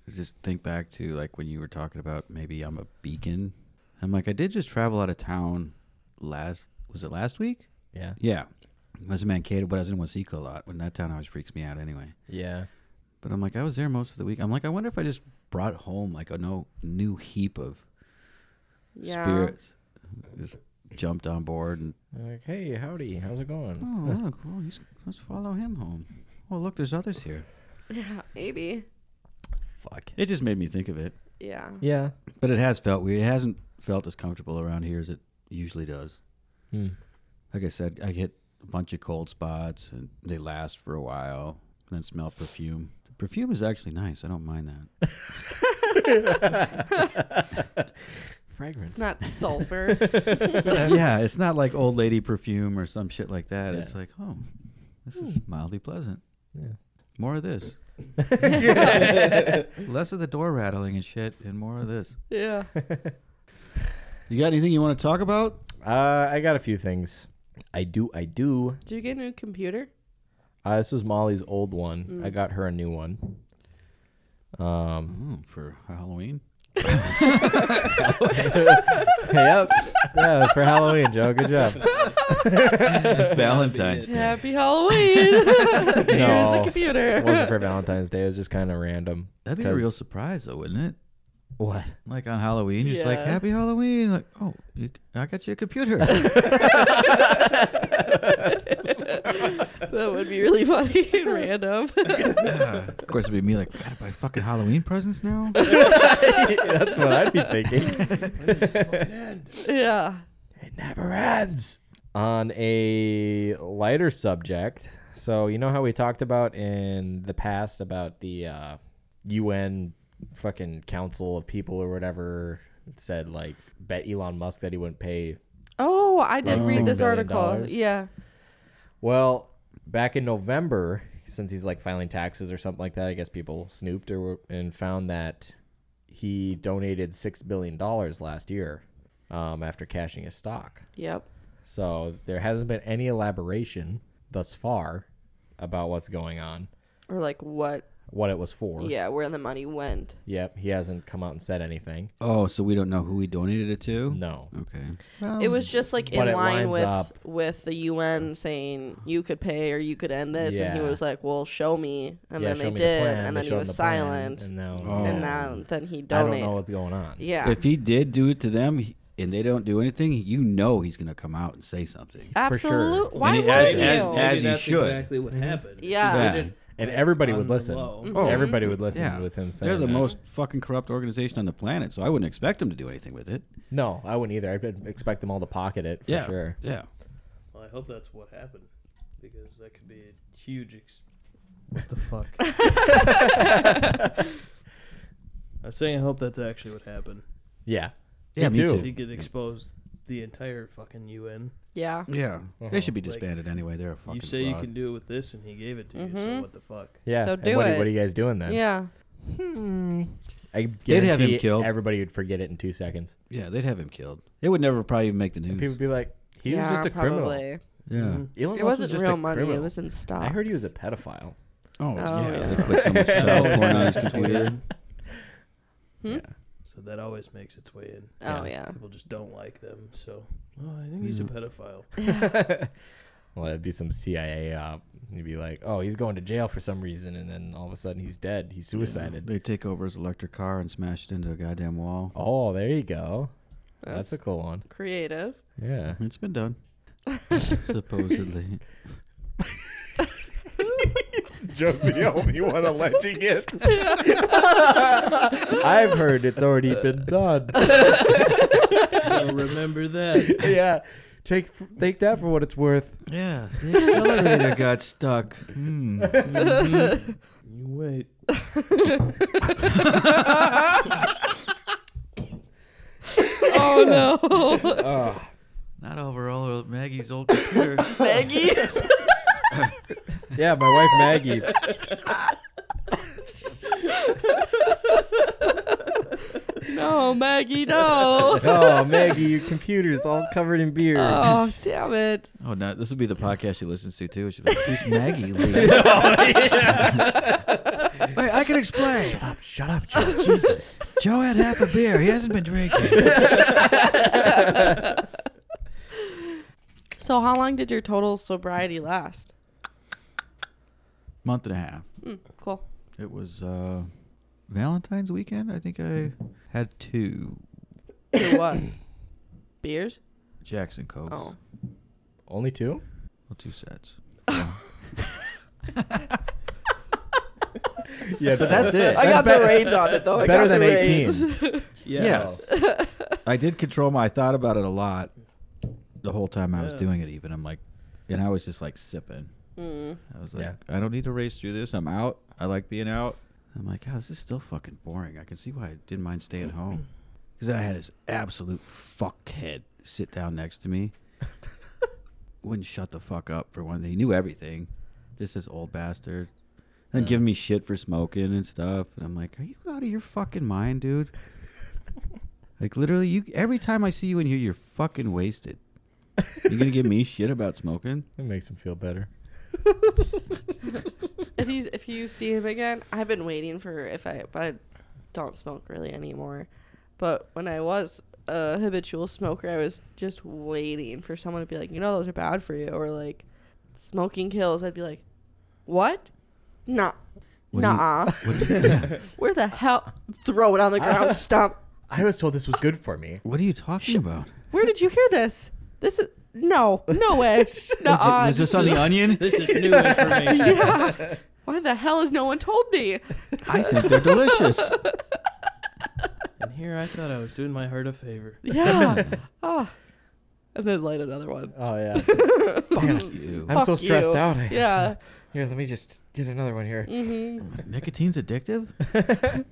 Speaker 1: Is just think back to like when you were talking about maybe I'm a beacon. I'm like I did just travel out of town last was it last week?
Speaker 2: Yeah.
Speaker 1: Yeah. I was in Mankato, but I was in Waseca a lot. When that town always freaks me out anyway.
Speaker 2: Yeah.
Speaker 1: But I'm like, I was there most of the week. I'm like, I wonder if I just brought home like a no new heap of
Speaker 3: Yeah.
Speaker 1: spirits. Just jumped on board and
Speaker 2: Like, hey, howdy, how's it going?
Speaker 1: oh look, well, he's, let's follow him home. Oh look, there's others here.
Speaker 3: Yeah, maybe.
Speaker 2: Fuck.
Speaker 1: It just made me think of it,
Speaker 3: Yeah.
Speaker 2: Yeah.
Speaker 1: but it has felt weird. It hasn't felt as comfortable around here as it usually does.
Speaker 2: Hmm.
Speaker 1: Like I said, I get a bunch of cold spots and they last for a while, and then smell perfume. The perfume is actually nice. I don't mind that.
Speaker 2: Fragrance.
Speaker 3: It's not sulfur.
Speaker 1: yeah, it's not like old lady perfume or some shit like that.
Speaker 2: Yeah.
Speaker 1: It's like, oh, this is mildly pleasant.
Speaker 2: Yeah.
Speaker 1: More of this. Less of the door rattling and shit, and more of this.
Speaker 3: yeah.
Speaker 1: You got anything you want to talk about?
Speaker 2: Uh, I got a few things. I do. I do.
Speaker 3: Did you get a new computer?
Speaker 2: Uh, this was Molly's old one. I got her a new one. Um.
Speaker 1: Mm, for Halloween?
Speaker 2: yep. Yeah, it's for Halloween, Joe. Good job.
Speaker 1: It's Valentine's Day.
Speaker 3: Happy Halloween. Here's the
Speaker 2: No.
Speaker 3: computer.
Speaker 2: It wasn't for Valentine's Day. It was just kind of random.
Speaker 1: That'd be a real
Speaker 2: 'Cause-
Speaker 1: surprise, though, wouldn't it?
Speaker 2: What?
Speaker 1: Like on Halloween, you're just like,
Speaker 3: Yeah.
Speaker 1: Happy Halloween. Like, oh, you, I got you a computer.
Speaker 3: that would be really funny and random.
Speaker 1: Yeah. Of course, it'd be me like, gotta buy fucking Halloween presents now?
Speaker 2: That's what I'd be thinking.
Speaker 3: yeah.
Speaker 2: It never ends. On a lighter subject, so you know how we talked about in the past about the uh, UN fucking Council of People or whatever said like bet Elon Musk that he wouldn't pay
Speaker 3: Oh, I did
Speaker 1: Like
Speaker 3: read
Speaker 1: six
Speaker 3: this
Speaker 2: billion
Speaker 3: article.
Speaker 2: dollars?
Speaker 3: Yeah.
Speaker 2: Well, back in November, since he's like filing taxes or something like that, I guess people snooped or and found that he donated six billion dollars last year um, after cashing his stock.
Speaker 3: Yep.
Speaker 2: So there hasn't been any elaboration thus far about what's going on,
Speaker 3: Or like what?
Speaker 2: what it was for.
Speaker 3: Yeah, where the money went.
Speaker 2: Yep. He hasn't come out and said anything.
Speaker 1: oh, so we don't know who we donated it to?
Speaker 2: No.
Speaker 1: Okay.
Speaker 3: It was just like
Speaker 2: Oh. But
Speaker 3: in
Speaker 2: it
Speaker 3: line
Speaker 2: lines
Speaker 3: with
Speaker 2: up.
Speaker 3: with the UN saying you could pay or you could end this, and he
Speaker 2: Yeah.
Speaker 3: was like, "Well, show me," and
Speaker 2: Yeah,
Speaker 3: then
Speaker 2: show
Speaker 3: they
Speaker 2: me the
Speaker 3: did,
Speaker 2: plan.
Speaker 3: and
Speaker 2: They
Speaker 3: then he
Speaker 2: showed
Speaker 3: was
Speaker 2: the plan,
Speaker 3: silent,
Speaker 2: And
Speaker 3: and,
Speaker 2: now
Speaker 1: Oh.
Speaker 3: now then he
Speaker 2: I don't
Speaker 3: donated.
Speaker 2: know what's going on.
Speaker 3: Yeah,
Speaker 1: If he did do it to them he- and they don't do anything, you know he's going to come out and say something.
Speaker 2: sure.
Speaker 3: absolutely.
Speaker 2: And
Speaker 3: Why
Speaker 1: he-
Speaker 3: would
Speaker 1: as-
Speaker 3: you?
Speaker 1: as-
Speaker 7: Maybe
Speaker 1: as he
Speaker 7: that's
Speaker 1: should.
Speaker 7: exactly what happened. She
Speaker 3: Mm-hmm. Yeah.
Speaker 7: did it
Speaker 2: And everybody
Speaker 7: on
Speaker 2: would
Speaker 7: the
Speaker 2: listen.
Speaker 7: low.
Speaker 3: Mm-hmm.
Speaker 1: Oh.
Speaker 2: Everybody would listen with him saying
Speaker 1: They're the
Speaker 2: that.
Speaker 1: most fucking corrupt organization on the planet, so I wouldn't expect them to do anything with it.
Speaker 2: No, I wouldn't either. I'd expect them all to pocket it for sure.
Speaker 1: Yeah.
Speaker 7: Well, I hope that's what happened because that could be a huge. Ex-
Speaker 4: What the fuck?
Speaker 7: I was saying I hope that's actually what happened.
Speaker 2: Yeah.
Speaker 1: Yeah, me
Speaker 7: So
Speaker 1: too.
Speaker 7: you could expose the entire fucking UN.
Speaker 3: Yeah,
Speaker 1: Yeah. They should be
Speaker 7: Uh-huh. Like,
Speaker 1: disbanded anyway. They're a fucking
Speaker 7: you say you
Speaker 1: fraud.
Speaker 7: can do it with this, and he gave it to you.
Speaker 3: Mm-hmm.
Speaker 7: So what the fuck?
Speaker 2: Yeah.
Speaker 3: So
Speaker 2: And
Speaker 3: do
Speaker 2: what,
Speaker 3: it.
Speaker 2: What are you guys doing then?
Speaker 3: yeah.
Speaker 2: I
Speaker 1: They'd have him
Speaker 2: guarantee
Speaker 1: killed.
Speaker 2: Everybody would forget it in two seconds.
Speaker 1: Yeah, they'd have him killed. It would never probably even make the
Speaker 2: And people
Speaker 1: news.
Speaker 2: would be like, he
Speaker 3: yeah,
Speaker 2: was just a criminal.
Speaker 3: probably.
Speaker 1: Yeah.
Speaker 7: Mm-hmm.
Speaker 2: Elon
Speaker 3: It
Speaker 2: Musk
Speaker 3: wasn't
Speaker 2: was just
Speaker 3: real
Speaker 2: a
Speaker 3: money.
Speaker 2: criminal.
Speaker 3: It was in stock.
Speaker 2: I heard he was a pedophile.
Speaker 1: Oh, yeah.
Speaker 3: yeah.
Speaker 1: They put so much child porn on his computer.
Speaker 7: So that always makes its way in.
Speaker 3: Oh
Speaker 2: Yeah.
Speaker 3: yeah.
Speaker 7: People just don't like them. So oh, I think
Speaker 1: Hmm.
Speaker 7: he's a pedophile.
Speaker 2: Well, it'd be some CIA op. You'd be like, oh, he's going to jail for some reason, and then all of a sudden he's dead. He's suicided.
Speaker 1: They take over his electric car and smash it into a goddamn wall.
Speaker 2: Oh, there you go. That's,
Speaker 3: That's
Speaker 2: a cool one.
Speaker 3: Creative.
Speaker 2: Yeah.
Speaker 1: It's been done. Supposedly.
Speaker 2: Joe's the only one alleging it.
Speaker 3: Oh,
Speaker 2: I've heard it's already been done.
Speaker 7: so remember that.
Speaker 2: yeah. Take take that for what it's worth.
Speaker 1: Yeah, the accelerator got stuck. Hmm.
Speaker 7: You wait.
Speaker 3: Oh no,
Speaker 1: Not over all of Maggie's old computer.
Speaker 3: Maggie.
Speaker 2: Yeah, my wife Maggie.
Speaker 3: no, Maggie. No.
Speaker 2: Oh, Maggie, your computer's all covered in beer.
Speaker 3: Oh damn it.
Speaker 1: oh, no, this would be the podcast she listens to too. She's like, "Who's Maggie?" Lee? Wait, I can explain.
Speaker 2: Shut up, Joe. Jesus.
Speaker 1: Joe had half a beer. He hasn't been drinking.
Speaker 3: So how long did your total sobriety last? Hmm,
Speaker 1: Month and a half.
Speaker 3: Cool.
Speaker 1: It was uh, Valentine's weekend. I think I had two.
Speaker 3: Do what? Beers?
Speaker 1: Jackson Cokes.
Speaker 3: Oh.
Speaker 2: Only two?
Speaker 1: Well, two sets.
Speaker 2: Yeah,
Speaker 1: But that's it.
Speaker 3: I got
Speaker 2: That's
Speaker 3: the
Speaker 2: bet-
Speaker 3: raids on it though. I
Speaker 2: better
Speaker 3: got
Speaker 2: than
Speaker 3: the
Speaker 2: 18.
Speaker 3: raids.
Speaker 1: Yes. I did control my. I thought about it a lot the whole time I was
Speaker 7: Yeah.
Speaker 1: doing it. Even I'm like, and I was just like sipping. I was like,
Speaker 2: Yeah.
Speaker 1: I don't need to race through this. I'm out. I like being out. I'm like, God, this is still fucking boring. I can see why I didn't mind staying home. Because then I had this absolute fuckhead sit down next to me. Wouldn't shut the fuck up for one thing. He knew everything. This is old bastard. And giving me shit for smoking and stuff. And I'm like, are you out of your fucking mind, dude? like literally, you. Every time I see you in here, you're fucking wasted. You're gonna give me shit about smoking?
Speaker 2: It makes him feel better.
Speaker 3: if he's if you see him again, I've been waiting for if I but I don't smoke really anymore. But when I was a habitual smoker, I was just waiting for someone to be like, you know, those are bad for you, or like, smoking kills. I'd be like, what? Nah,
Speaker 1: What do you-
Speaker 3: nah. Where the hell? Throw it on the ground. Stomp.
Speaker 2: I was told this was good for me.
Speaker 1: What are you talking about?
Speaker 3: Where did you hear this? This is no, no way. Nuh-uh.
Speaker 1: is uh, this on the onion?
Speaker 7: This is new information.
Speaker 3: yeah. Why the hell has no one told me?
Speaker 1: I think they're delicious.
Speaker 7: and here I thought I was doing my heart a favor.
Speaker 3: Yeah. oh. And then light another one.
Speaker 2: Oh yeah.
Speaker 1: Fuck you.
Speaker 2: I'm so
Speaker 3: Fuck
Speaker 2: stressed
Speaker 3: you.
Speaker 2: out. I,
Speaker 3: Yeah.
Speaker 2: Here, let me just get another one here.
Speaker 3: hmm
Speaker 1: Nicotine's addictive?
Speaker 7: I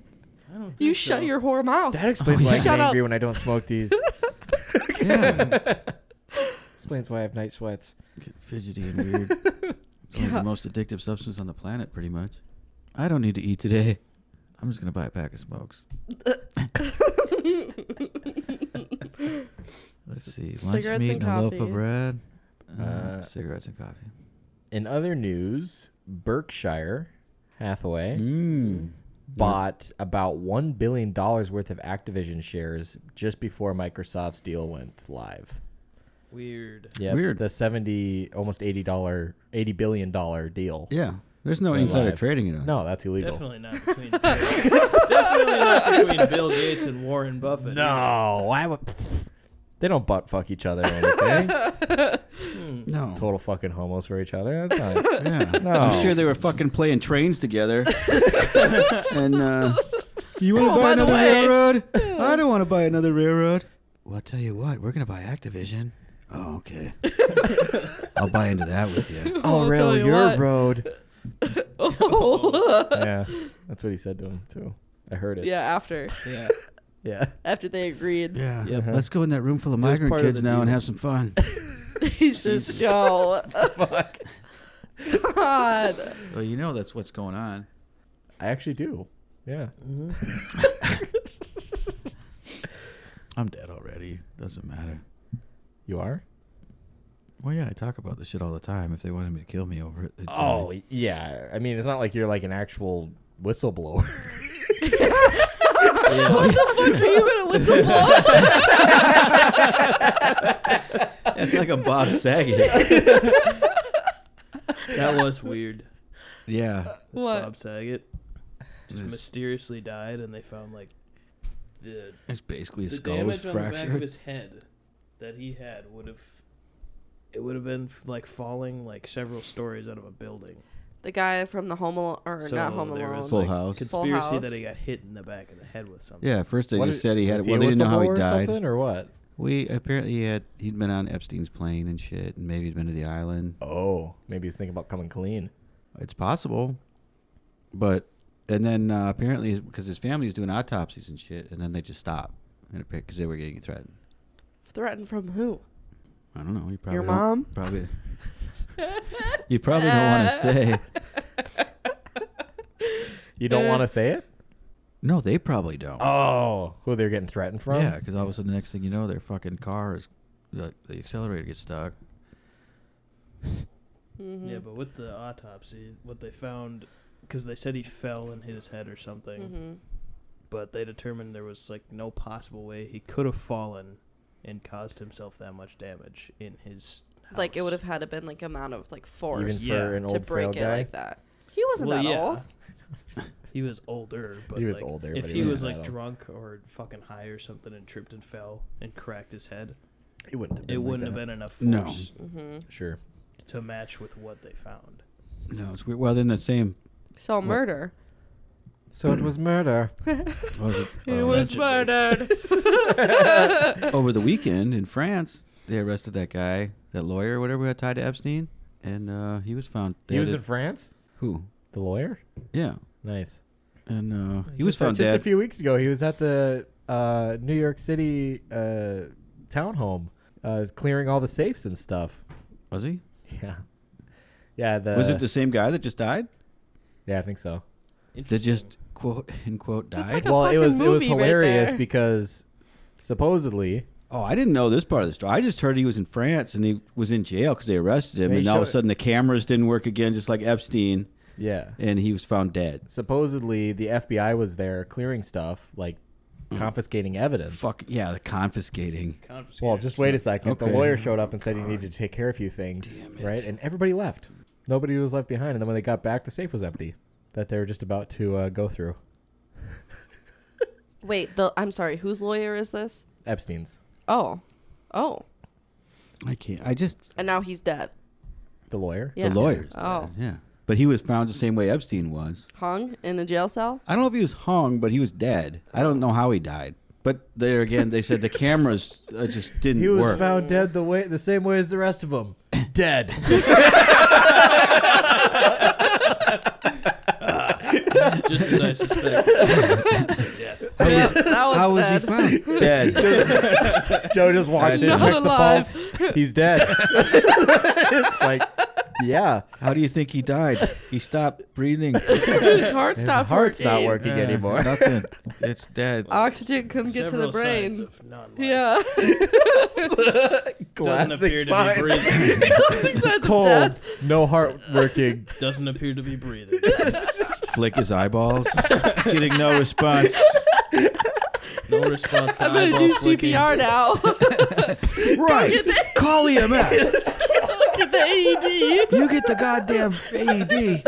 Speaker 7: don't think
Speaker 3: You
Speaker 7: so.
Speaker 3: shut your whore mouth.
Speaker 2: That explains
Speaker 1: Oh,
Speaker 2: why
Speaker 1: yeah.
Speaker 2: I
Speaker 3: Shut
Speaker 2: get
Speaker 3: up.
Speaker 2: angry when I don't smoke these.
Speaker 1: Yeah.
Speaker 2: explains why I have night sweats.
Speaker 1: Get fidgety and weird. It's only the most addictive substance on the planet, pretty much. I don't need to eat today. I'm just going to buy a pack of smokes. Let's see. Lunch
Speaker 3: Cigarettes
Speaker 1: meat and,
Speaker 3: and
Speaker 1: a loaf
Speaker 3: coffee.
Speaker 1: of bread. Uh,
Speaker 2: Uh,
Speaker 1: cigarettes and coffee.
Speaker 2: In other news, Berkshire Hathaway
Speaker 1: Mm.
Speaker 2: Mm-hmm. bought about one billion dollars worth of Activision shares just before Microsoft's deal went live.
Speaker 7: Weird.
Speaker 2: Yeah,
Speaker 1: Weird.
Speaker 2: The seventy, almost eighty dollar, eighty billion dollar deal.
Speaker 1: Yeah. There's no
Speaker 2: They're
Speaker 1: insider
Speaker 2: live.
Speaker 1: trading it on.
Speaker 2: No, that's illegal.
Speaker 7: Definitely not between. Bill Gates. definitely not between Bill Gates and Warren Buffett.
Speaker 2: No, why would? They don't butt fuck each other or anything.
Speaker 1: No.
Speaker 2: Total fucking homos for each other. That's not.
Speaker 1: Yeah.
Speaker 2: No.
Speaker 1: I'm sure they were fucking playing trains together. and uh, you want to buy
Speaker 3: by the
Speaker 1: another
Speaker 3: way.
Speaker 1: railroad? I don't want to buy another railroad. Well, I'll tell you what, we're gonna buy Activision. Oh, okay. I'll buy into that with you.
Speaker 2: I'll
Speaker 3: I'll tell
Speaker 2: rail
Speaker 3: you
Speaker 2: your
Speaker 3: what.
Speaker 2: road.
Speaker 3: Oh.
Speaker 2: yeah, that's what he said to him too. I heard it.
Speaker 3: yeah, after.
Speaker 7: Yeah.
Speaker 2: yeah.
Speaker 3: After they agreed.
Speaker 1: Yeah.
Speaker 7: Yep.
Speaker 1: Let's go in that room full Uh-huh. of
Speaker 7: was
Speaker 1: migrant
Speaker 7: part of
Speaker 1: kids
Speaker 7: the
Speaker 1: now and
Speaker 7: deal.
Speaker 1: have some fun.
Speaker 3: He's just Joe. God.
Speaker 1: well, you know that's what's going on.
Speaker 2: I actually do. Yeah.
Speaker 1: I'm dead already. Doesn't matter.
Speaker 2: You are.
Speaker 1: Well, yeah, I talk about this shit all the time. If they wanted me to kill me over it, they'd
Speaker 2: Oh yeah. I mean, it's not like you're like an actual whistleblower.
Speaker 3: What the fuck are you in a whistleblower?
Speaker 1: it's like a Bob Saget.
Speaker 7: That was weird.
Speaker 1: yeah,
Speaker 3: what?
Speaker 7: Bob Saget just
Speaker 1: His-
Speaker 7: mysteriously died, and they found like the
Speaker 1: it's basically a
Speaker 7: the
Speaker 1: skull was
Speaker 7: damage on the back of
Speaker 1: fractured.
Speaker 7: his head that he had would have it would have been f- like falling like several stories out of a building.
Speaker 3: The guy from the Home Alone, or
Speaker 7: So
Speaker 3: not Home
Speaker 7: there
Speaker 3: Alone.
Speaker 7: was
Speaker 1: Full
Speaker 7: like
Speaker 1: House.
Speaker 3: Full
Speaker 7: conspiracy that
Speaker 3: House.
Speaker 7: he got hit in the back of the head with something.
Speaker 1: Yeah, first they
Speaker 2: What
Speaker 1: just
Speaker 2: i-
Speaker 1: said he had
Speaker 2: is
Speaker 1: it. Well, they didn't know how
Speaker 2: whistleblower
Speaker 1: he
Speaker 2: or
Speaker 1: died.
Speaker 2: something, or what?
Speaker 1: We apparently he had he'd been on Epstein's plane and shit, and maybe he'd been to the island.
Speaker 2: Oh, maybe he's thinking about coming clean.
Speaker 1: It's possible, but and then uh, apparently because his family was doing autopsies and shit, and then they just stopped, and because they were getting threatened.
Speaker 3: Threatened from who?
Speaker 1: I don't know. You probably
Speaker 3: Your
Speaker 1: don't-
Speaker 3: mom?
Speaker 1: probably. you probably don't want to say.
Speaker 2: You don't
Speaker 7: Eh.
Speaker 2: want to say it?
Speaker 1: No, they probably don't.
Speaker 2: Oh, who they're getting threatened from?
Speaker 1: Yeah, because all of a sudden the next thing you know, their fucking car is the, the accelerator gets stuck.
Speaker 3: Mm-hmm.
Speaker 7: Mm-hmm. Yeah, but with the autopsy, what they found because they said he fell and hit his head or something,
Speaker 3: Mm-hmm.
Speaker 7: but they determined there was like no possible way he could have fallen and caused himself that much damage in his. House.
Speaker 3: Like it would have had to been like amount of like force
Speaker 2: Even
Speaker 7: Yeah.
Speaker 2: for an
Speaker 3: to
Speaker 2: old frail
Speaker 3: break it
Speaker 2: guy.
Speaker 3: like that. He wasn't
Speaker 7: Well,
Speaker 3: that
Speaker 7: yeah.
Speaker 3: old.
Speaker 7: He was older, but
Speaker 2: He was
Speaker 7: like,
Speaker 2: older,
Speaker 7: If
Speaker 2: but
Speaker 7: he,
Speaker 2: he
Speaker 7: was,
Speaker 2: wasn't
Speaker 7: like
Speaker 2: that
Speaker 7: drunk or fucking high or something and tripped and fell and cracked his head,
Speaker 2: It wouldn't have been
Speaker 7: It
Speaker 2: like
Speaker 7: wouldn't have
Speaker 2: that.
Speaker 7: been enough
Speaker 1: No.
Speaker 7: force
Speaker 2: Sure.
Speaker 7: to match with what they found.
Speaker 1: No, it's weird. Well, then the same.
Speaker 3: So murder.
Speaker 2: So it was murder.
Speaker 1: what was it?
Speaker 3: He
Speaker 2: Oh,
Speaker 1: Uh,
Speaker 3: was murdered.
Speaker 1: over the weekend in France, they arrested that guy, that lawyer, or whatever, who had tied to Epstein, and uh, he was found. Dead
Speaker 2: He was
Speaker 1: at-
Speaker 2: in France.
Speaker 1: who?
Speaker 2: The lawyer.
Speaker 1: Yeah,
Speaker 2: Nice.
Speaker 1: and uh, he was
Speaker 2: just, uh,
Speaker 1: found
Speaker 2: just a
Speaker 1: dead.
Speaker 2: few weeks ago. He was at the uh, New York City uh, townhome, uh, clearing all the safes and stuff.
Speaker 1: Was he?
Speaker 2: Yeah. Yeah. The,
Speaker 1: was it the same guy that just died?
Speaker 2: Yeah, I think so.
Speaker 1: That just quote unquote
Speaker 3: That's
Speaker 1: died.
Speaker 3: like a
Speaker 2: well, it
Speaker 3: fucking
Speaker 2: was it was
Speaker 3: movie right
Speaker 2: hilarious
Speaker 3: there.
Speaker 2: because supposedly
Speaker 1: Oh, I didn't know this part of the story. I just heard he was in France and he was in jail because they arrested him,
Speaker 2: They
Speaker 1: and all of a
Speaker 2: showed-
Speaker 1: sudden the cameras didn't work again, just like Epstein,
Speaker 2: yeah
Speaker 1: and he was found dead.
Speaker 2: supposedly the FBI was there clearing stuff like confiscating evidence.
Speaker 1: Fuck yeah, the confiscating.
Speaker 2: Well, just wait a second.
Speaker 1: Okay.
Speaker 2: The lawyer showed up and said he needed to take care of a few things, right? And everybody left. Nobody was left behind. And then when they got back, the safe was empty that they were just about to uh, go through.
Speaker 3: Wait, the I'm sorry. Whose lawyer is this?
Speaker 2: Epstein's,
Speaker 3: Oh, oh,
Speaker 1: I can't. I just
Speaker 3: and now he's dead.
Speaker 2: the lawyer.
Speaker 3: Yeah.
Speaker 1: the lawyers.
Speaker 3: Oh.
Speaker 1: dead, yeah. But he was found the same way Epstein was.
Speaker 3: Hung in the jail cell.
Speaker 1: I don't know if he was hung, but he was dead. I don't know how he died. But there again, they said the cameras uh, just didn't
Speaker 2: He was
Speaker 1: work.
Speaker 2: found dead the way the same way as the rest of them. Dead.
Speaker 7: Just as I suspect.
Speaker 1: How was,
Speaker 3: that was
Speaker 1: how was
Speaker 3: sad.
Speaker 1: he found? Dead.
Speaker 2: Joe just walks in,
Speaker 1: Not
Speaker 2: checks the
Speaker 3: alive.
Speaker 2: pulse. He's dead. it's like, yeah,
Speaker 1: How do you think he died? He stopped breathing.
Speaker 3: His heart
Speaker 2: his
Speaker 3: stopped
Speaker 2: heart's
Speaker 3: working.
Speaker 2: not working
Speaker 1: Yeah,
Speaker 2: anymore.
Speaker 1: Nothing. It's dead.
Speaker 3: Oxygen couldn't get to the
Speaker 7: Several signs
Speaker 3: brain.
Speaker 7: of non-life.
Speaker 3: Yeah,
Speaker 7: Doesn't appear to
Speaker 2: sign.
Speaker 7: be breathing.
Speaker 3: Signs of
Speaker 2: Cold,
Speaker 3: death.
Speaker 2: no heart working.
Speaker 7: Doesn't appear to be breathing.
Speaker 1: Flick his eyeballs. Getting no response.
Speaker 7: No response to
Speaker 3: I'm gonna
Speaker 7: eyeball
Speaker 3: do
Speaker 7: flicking.
Speaker 3: CPR now.
Speaker 1: Right. Call EMS.
Speaker 3: Get the E AED.
Speaker 1: You get the goddamn AED.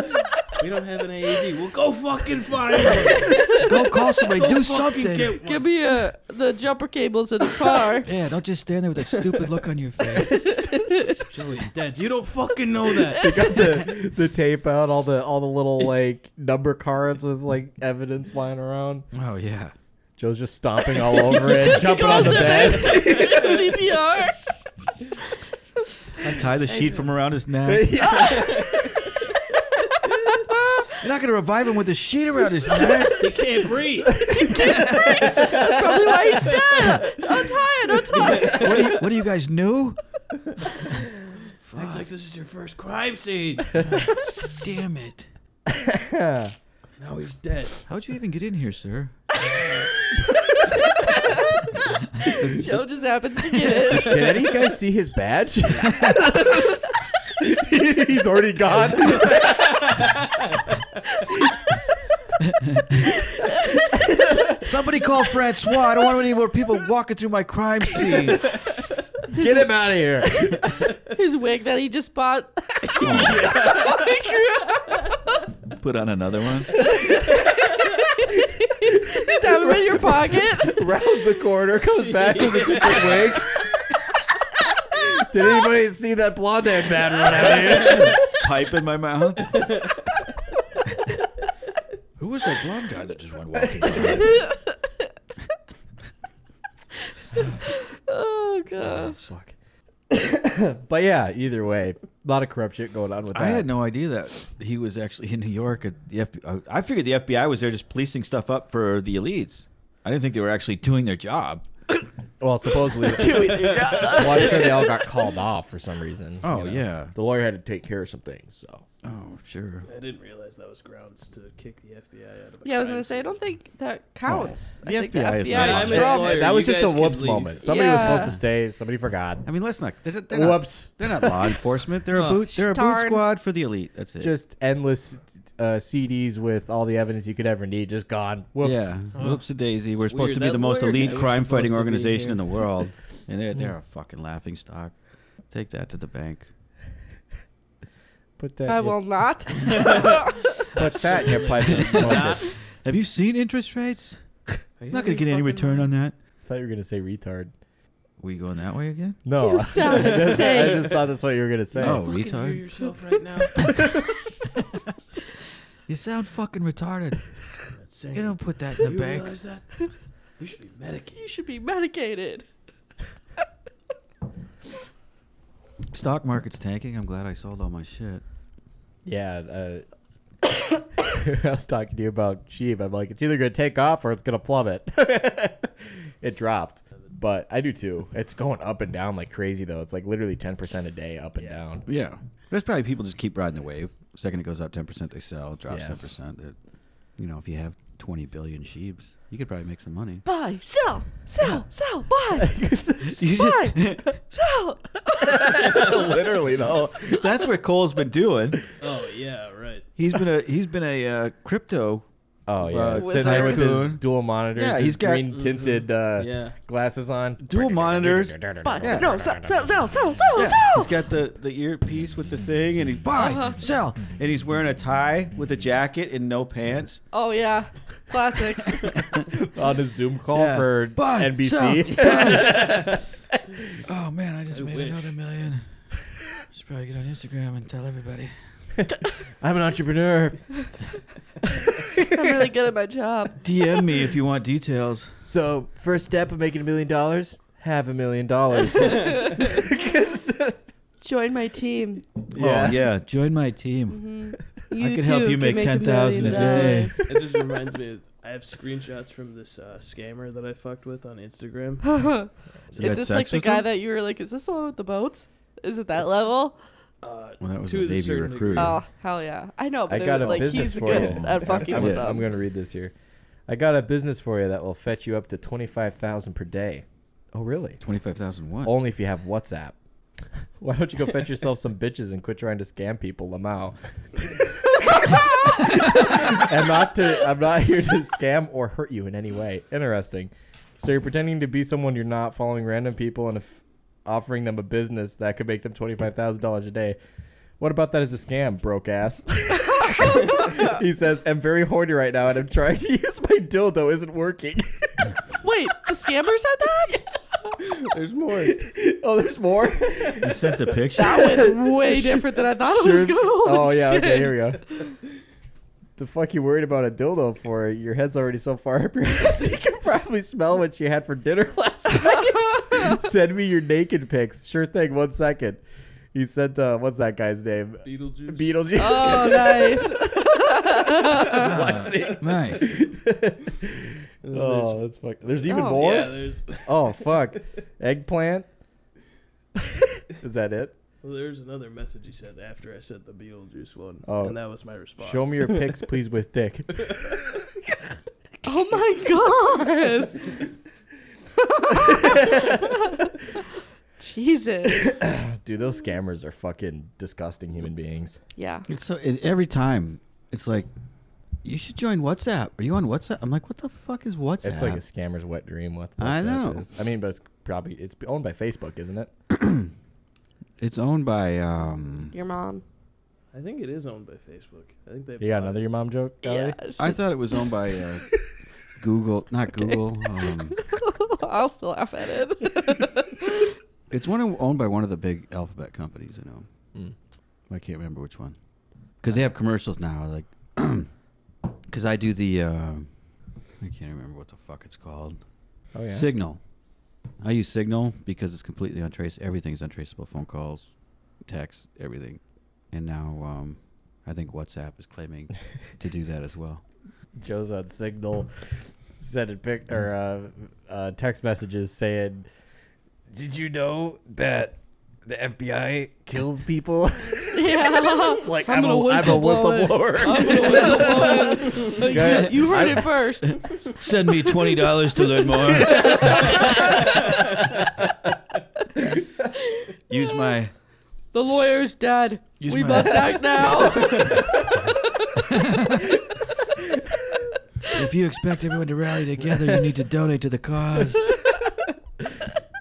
Speaker 7: We don't have an AED. Well, go fucking find it.
Speaker 1: Go call somebody.
Speaker 7: Go
Speaker 1: do
Speaker 7: fucking
Speaker 1: something.
Speaker 7: Get one.
Speaker 3: Give me uh, the jumper cables in the car.
Speaker 1: yeah, don't just stand there with that stupid look on your face.
Speaker 7: Joey's dead. You don't fucking know that.
Speaker 2: got the, the tape out, all the all the little like number cards with like evidence lying around.
Speaker 1: Oh yeah.
Speaker 2: Joe's just stomping all over it, jumping on the
Speaker 3: Goes in
Speaker 2: bed.
Speaker 3: CPR.
Speaker 1: Untie the sheet from around his neck. You're not gonna revive him with a sheet around his neck.
Speaker 7: He can't breathe.
Speaker 3: That's probably why he's dead. Untie it. Untie it.
Speaker 1: What do you, what do you guys new?
Speaker 7: Act like this is your first crime scene.
Speaker 1: Damn it!
Speaker 7: Now he's dead.
Speaker 1: How'd you even get in here, sir?
Speaker 3: Joe just happens to get it.
Speaker 2: Did any of you guys see his badge? He's already gone.
Speaker 1: Somebody call Francois. I don't want any more people walking through my crime scene.
Speaker 2: Get him out of here.
Speaker 3: His wig that he just bought.
Speaker 1: Put on another one.
Speaker 3: Just have him in your pocket.
Speaker 2: Rounds a corner, comes back with a different wig. Did anybody see that blonde haired man run out of here?
Speaker 1: Pipe in my mouth. Who was that blonde guy that just went walking? around?
Speaker 3: Oh god.
Speaker 2: Fuck. but yeah, either way, a lot of corrupt shit going on with that.
Speaker 1: I had no idea that he was actually in New York. At the FBI. I figured the FBI was there just policing stuff up for the elites. I didn't think they were actually doing their job.
Speaker 2: Well, supposedly, well, I'm sure they all got called off for some reason.
Speaker 1: Oh
Speaker 2: you know.
Speaker 1: yeah.
Speaker 2: the lawyer had to take care of some things. So
Speaker 1: Oh sure.
Speaker 7: I didn't realize that was grounds to kick the FBI out of. A
Speaker 3: Yeah, I was
Speaker 7: crime
Speaker 3: gonna say I
Speaker 7: scene.
Speaker 3: don't think that counts.
Speaker 1: The
Speaker 3: I think
Speaker 1: FBI is
Speaker 3: the
Speaker 1: not
Speaker 3: FBI
Speaker 1: allowed.
Speaker 3: is
Speaker 7: I'm a
Speaker 3: wrong.
Speaker 7: lawyer.
Speaker 2: that was
Speaker 7: You
Speaker 2: just a
Speaker 7: guys can
Speaker 2: whoops
Speaker 7: leave.
Speaker 2: moment. Somebody was
Speaker 3: Yeah.
Speaker 2: supposed to stay. Somebody forgot.
Speaker 1: I mean, let's not. They're, they're
Speaker 2: Whoops.
Speaker 1: Not, they're not law enforcement. They're a boot. They're a boot
Speaker 3: Darn.
Speaker 1: squad for the elite. That's it.
Speaker 2: Just endless uh, CDs with all the evidence you could ever need. Just gone. Whoops.
Speaker 1: Yeah. Whoops a daisy. We're supposed
Speaker 7: weird.
Speaker 1: to be
Speaker 7: That
Speaker 1: the most
Speaker 7: lawyer guy
Speaker 1: elite
Speaker 7: was
Speaker 1: crime
Speaker 7: supposed
Speaker 1: fighting
Speaker 7: to be
Speaker 1: organization in
Speaker 7: here.
Speaker 1: the world, and they're they're a fucking laughing stock. Take that to the bank.
Speaker 2: Put that.
Speaker 3: I
Speaker 2: in your,
Speaker 3: will not.
Speaker 2: put that in your pipe and smoke it.
Speaker 1: Have you seen interest rates?
Speaker 7: Are you
Speaker 1: not gonna
Speaker 7: really
Speaker 1: get any
Speaker 7: fucking
Speaker 1: return
Speaker 7: lying?
Speaker 1: on that.
Speaker 2: I thought you were gonna say retard.
Speaker 1: we going that way again?
Speaker 2: No,
Speaker 3: You sound
Speaker 2: I, just, I
Speaker 3: insane.
Speaker 2: just thought that's what you were gonna say.
Speaker 1: Oh,
Speaker 7: fucking hear
Speaker 1: retard.
Speaker 7: yourself right now.
Speaker 1: You sound fucking retarded.
Speaker 7: That's saying,
Speaker 1: You don't put that in the
Speaker 7: you
Speaker 1: bank.
Speaker 7: realize that? You should be medicated.
Speaker 3: You should be medicated.
Speaker 1: Stock market's tanking. I'm glad I sold all my shit.
Speaker 2: Yeah, uh, I was talking to you about sheep. I'm like, it's either gonna take off or it's gonna plummet. it dropped, but I do too. It's going up and down like crazy though. It's like literally ten percent a day up and down.
Speaker 1: Yeah. There's probably people just keep riding the wave. Second it goes up 10%, they sell. It drops
Speaker 2: Yeah.
Speaker 1: 10%. It, you know, if you have 20 billion sheeps, you could probably make some money.
Speaker 3: Buy, sell, sell, sell, buy,
Speaker 1: You
Speaker 3: buy,
Speaker 1: should-
Speaker 3: sell.
Speaker 2: literally though.
Speaker 1: that's what Cole's been doing.
Speaker 7: Oh yeah, right.
Speaker 1: He's been a he's been a uh, crypto.
Speaker 2: Oh yeah,
Speaker 1: Uh,
Speaker 2: sitting there with his
Speaker 1: tycoon.
Speaker 2: dual monitors,
Speaker 1: Yeah,
Speaker 2: yeah,
Speaker 1: he's
Speaker 2: his
Speaker 1: got-
Speaker 2: green tinted uh,
Speaker 7: Yeah.
Speaker 2: glasses on.
Speaker 1: Dual monitors.
Speaker 3: Buy.
Speaker 1: Yeah.
Speaker 3: No, sell, sell, sell, sell, Oh, sell,
Speaker 1: he's
Speaker 3: sell.
Speaker 1: got the, the earpiece with the thing, and he's buy sell, and he's wearing a tie with a jacket and no pants.
Speaker 3: Oh yeah, classic.
Speaker 2: on a Zoom call
Speaker 1: Yeah.
Speaker 2: for
Speaker 1: Buy,
Speaker 2: NBC.
Speaker 1: Oh man, I just
Speaker 7: I
Speaker 1: made
Speaker 7: wish.
Speaker 1: another million. Should probably get on Instagram and tell everybody.
Speaker 2: I'm an entrepreneur.
Speaker 3: I'm really good at my job.
Speaker 1: DM me if you want details.
Speaker 2: So first step of making a million dollars, have a million dollars.
Speaker 3: Join my team.
Speaker 2: Yeah.
Speaker 1: Oh yeah, join my team.
Speaker 3: Mhm.
Speaker 1: I could help
Speaker 3: too
Speaker 1: you make
Speaker 3: a
Speaker 1: 10,000 a
Speaker 3: million
Speaker 1: day.
Speaker 3: dollars.
Speaker 7: It just reminds me. Of, I have screenshots from this uh, scammer that I fucked with on Instagram.
Speaker 1: You
Speaker 3: is
Speaker 1: had
Speaker 3: this
Speaker 1: sex
Speaker 3: like the
Speaker 1: with
Speaker 3: guy
Speaker 1: him?
Speaker 3: that you were like? Is this the one with the boats? Is it that
Speaker 7: It's-
Speaker 3: level?
Speaker 7: Uh,
Speaker 1: Well, that was
Speaker 7: To
Speaker 1: a
Speaker 7: the
Speaker 1: baby
Speaker 7: certain
Speaker 1: recruit.
Speaker 7: degree.
Speaker 3: Oh hell yeah! I know,
Speaker 2: I
Speaker 3: but it
Speaker 2: got a
Speaker 3: was, like
Speaker 2: business
Speaker 3: he's
Speaker 2: for
Speaker 3: good
Speaker 2: you.
Speaker 3: at- at fucking
Speaker 2: I'm,
Speaker 3: with
Speaker 1: Yeah.
Speaker 2: I'm
Speaker 3: them.
Speaker 2: gonna read this here. I got a business for you that will fetch you up to twenty five thousand per day. Oh really?
Speaker 1: Twenty-five thousand what?
Speaker 2: Only if you have WhatsApp. Why don't you go fetch yourself some bitches and quit trying to scam people, Lamau? and not to, I'm not here to scam or hurt you in any way. Interesting. So you're pretending to be someone you're not, following random people and if offering them a business that could make them twenty five thousand dollars a day. What about that as a scam, broke ass? he says, "I'm very horny right now, and I'm trying to use my dildo. Isn't working."
Speaker 3: Wait, the scammer said that?
Speaker 7: there's more.
Speaker 2: oh, there's more.
Speaker 1: You sent a picture.
Speaker 3: That was way different than I thought it
Speaker 2: Sure.
Speaker 3: was going.
Speaker 2: Oh yeah,
Speaker 3: Shit.
Speaker 2: okay, here we go. The fuck you worried about a dildo for? Your head's already so far up your ass. You can probably smell what you had for dinner last night. Send me your naked pics. Sure thing. One second. He sent uh, what's that guy's name?
Speaker 7: Beetlejuice.
Speaker 2: Beetlejuice.
Speaker 3: Oh nice.
Speaker 1: Ah, nice.
Speaker 2: oh, that's fuck. There's even
Speaker 3: Oh.
Speaker 2: more.
Speaker 7: Yeah, there's
Speaker 2: Oh fuck. Eggplant. Is that it?
Speaker 7: well, there's another message he sent after I sent the Beetlejuice one,
Speaker 2: Oh.
Speaker 7: and that was my response.
Speaker 2: Show me your pics, please, with dick.
Speaker 3: Oh my gosh. Jesus.
Speaker 2: Dude, those scammers are fucking disgusting human beings.
Speaker 3: Yeah.
Speaker 1: It's so it, every time it's like, you should join WhatsApp. Are you on WhatsApp? I'm like, what the fuck is WhatsApp?
Speaker 2: It's like a scammer's wet dream. What
Speaker 1: I
Speaker 2: WhatsApp
Speaker 1: know.
Speaker 2: Is. I mean, but it's probably it's owned by Facebook, isn't it?
Speaker 1: It's owned by um.
Speaker 3: Your mom.
Speaker 7: I think it is owned by Facebook. I think they.
Speaker 2: You got
Speaker 7: bought
Speaker 2: another
Speaker 7: it.
Speaker 2: your mom joke, Ellie?
Speaker 3: Yeah.
Speaker 1: I thought it was owned by uh, Google, not Google. Um,
Speaker 3: I'll still laugh at it.
Speaker 1: it's one of- owned by one of the big alphabet companies. I know.
Speaker 2: Mm.
Speaker 1: I can't remember which one. Because they have commercials now. Like, because I do the. Uh, I can't remember what the fuck it's called.
Speaker 2: Oh yeah.
Speaker 1: Signal. I use Signal because it's completely untrace. Everything's untraceable. Phone calls, text, everything. And now um, I think WhatsApp is claiming to do that as well.
Speaker 2: Joe's on Signal, sending pic or uh, uh, text messages saying, "Did you know that the FBI killed people?"
Speaker 3: yeah.
Speaker 2: like
Speaker 3: I'm
Speaker 2: I'm, a,
Speaker 3: gonna
Speaker 2: I'm a
Speaker 3: whistleblower.
Speaker 2: whistleblower.
Speaker 3: I'm gonna whistle blow it.
Speaker 2: Yeah.
Speaker 3: Like, You heard it first.
Speaker 1: Send me twenty dollars to learn more. use my
Speaker 3: The lawyer's dead.
Speaker 1: use
Speaker 3: we
Speaker 1: my
Speaker 3: must act now.
Speaker 1: if you expect everyone to rally together, you need to donate to the cause.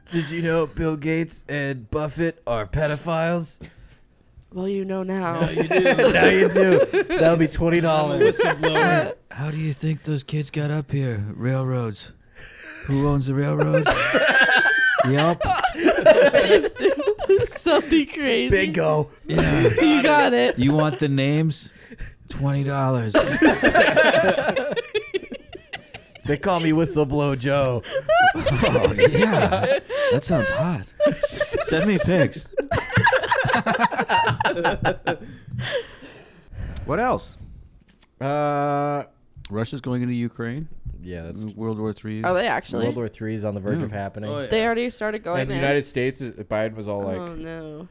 Speaker 2: Did you know Bill Gates and Buffett are pedophiles?
Speaker 3: well, you know now.
Speaker 7: No, you do.
Speaker 2: now you do. That'll be twenty
Speaker 7: 'Cause I'm a
Speaker 2: dollars.
Speaker 7: whistleblower.
Speaker 1: How do you think those kids got up here? Railroads. Who owns the railroads? yep.
Speaker 3: Something crazy.
Speaker 2: Bingo.
Speaker 3: You got it.
Speaker 1: You want the names? Twenty dollars.
Speaker 2: They call me Whistleblow Joe.
Speaker 1: Oh yeah, that sounds hot. Send me pics. what else?
Speaker 2: Uh,
Speaker 1: Russia's going into Ukraine. Mm,
Speaker 2: yeah, that's
Speaker 1: World War Three.
Speaker 3: Are they actually?
Speaker 2: World War Three is on the verge of
Speaker 1: Yeah.
Speaker 2: happening.
Speaker 7: Oh, yeah.
Speaker 3: They already started going
Speaker 2: and the
Speaker 3: in.
Speaker 2: United States, uh, Hmm. Biden was all like,
Speaker 3: oh no.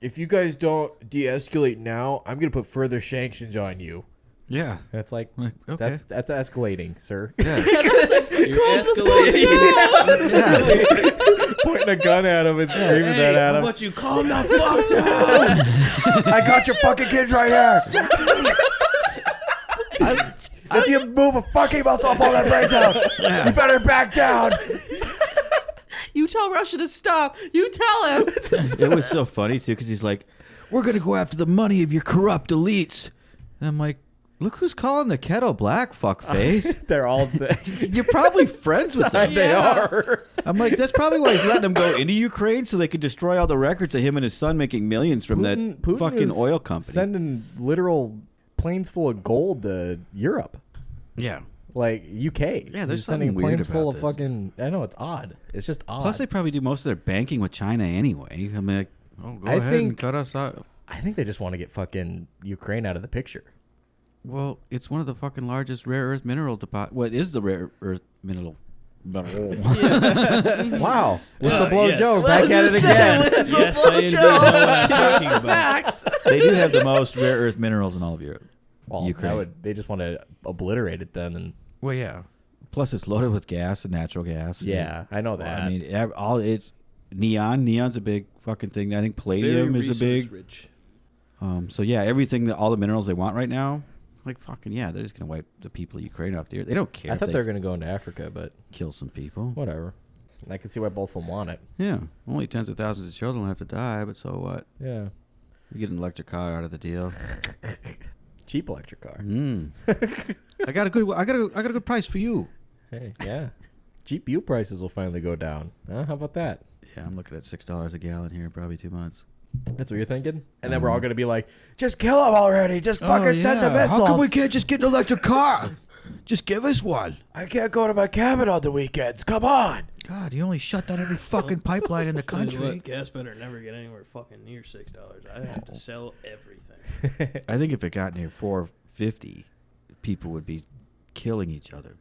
Speaker 2: "If you guys don't de-escalate now, I'm gonna put further sanctions on you."
Speaker 1: Yeah.
Speaker 2: And it's like,
Speaker 1: Like, okay.
Speaker 2: that's that's escalating, sir.
Speaker 7: You're escalating.
Speaker 1: yeah.
Speaker 2: Pointing a gun at him and screaming that at him.
Speaker 7: you calm the fuck down?
Speaker 2: I got your fucking kids right here. if you move a fucking muscle, I'll blow that brains out. You better back down.
Speaker 3: You tell Russia to stop. You tell him.
Speaker 1: it was so funny too because he's like, "We're gonna go after the money of your corrupt elites," and I'm like, "Look who's calling the kettle black, fuckface.
Speaker 2: They're all. They,
Speaker 1: You're probably friends with them.
Speaker 2: they are.
Speaker 1: I'm like, that's probably why he's letting him go into Ukraine so they could destroy all the records of him and his son making millions from that fucking
Speaker 2: is
Speaker 1: oil company.
Speaker 2: Sending literal planes full of gold to Europe,
Speaker 1: yeah.
Speaker 2: like UK.
Speaker 1: Yeah, there's
Speaker 2: They're
Speaker 1: something
Speaker 2: sending
Speaker 1: weird
Speaker 2: planes
Speaker 1: about
Speaker 2: full of
Speaker 1: this.
Speaker 2: fucking. I know it's odd. It's just odd.
Speaker 1: Plus, they probably do most of their banking with China anyway. I mean, like, oh, go
Speaker 2: I
Speaker 1: ahead and
Speaker 2: think-
Speaker 1: cut us out.
Speaker 2: I think they just want to get fucking Ukraine out of the picture.
Speaker 1: Well, it's one of the fucking largest rare earth mineral deposit. What is the rare earth mineral? Mm-hmm.
Speaker 2: wow, what's
Speaker 7: Uh,
Speaker 2: a blow,
Speaker 7: yes.
Speaker 2: Joe?
Speaker 7: Well,
Speaker 2: Back at it again.
Speaker 7: yes, I indeed know what I'm talking about.
Speaker 3: Facts.
Speaker 1: they do have the most rare earth minerals in all of Europe.
Speaker 2: Well,
Speaker 1: Ukraine.
Speaker 2: I would. They just want to obliterate it then, and
Speaker 1: Well, yeah. Plus, it's loaded with gas and natural gas.
Speaker 2: yeah, I know
Speaker 1: Well,
Speaker 2: that.
Speaker 1: I mean, ev- all it's neon. Neon's a big fucking thing. I think palladium is a big.
Speaker 7: Rich.
Speaker 1: Um, so yeah, everything that all the minerals they want right now, like fucking yeah, they're just gonna wipe the people of Ukraine off the earth. They don't care.
Speaker 2: I
Speaker 1: if
Speaker 2: thought
Speaker 1: they
Speaker 2: they were gonna go into Africa, but
Speaker 1: kill some people.
Speaker 2: whatever. I can see why both of them want it.
Speaker 1: Yeah, only tens of thousands of children have to die, but so what?
Speaker 2: Yeah,
Speaker 1: You get an electric car out of the deal.
Speaker 2: cheap electric car.
Speaker 1: Mm. I got a good. I got a. I got a good price for you.
Speaker 2: Hey, yeah. GPU prices will finally go down. Huh? How about that?
Speaker 1: Yeah, I'm looking at six dollars a gallon here, in probably two months.
Speaker 2: That's what you're thinking? And
Speaker 1: Um,
Speaker 2: then we're all going to be like, just kill him already. Just fucking send the missiles.
Speaker 1: oh, How come we can't just get an electric car? Just give us one.
Speaker 2: I can't go to my cabin on the weekends. Come on.
Speaker 1: God, you only shut down every fucking pipeline in the
Speaker 7: Tell you
Speaker 1: country.
Speaker 7: what, gas better never get anywhere fucking near six dollars. I have to sell everything.
Speaker 1: I think if it got near 450, people would be killing each other.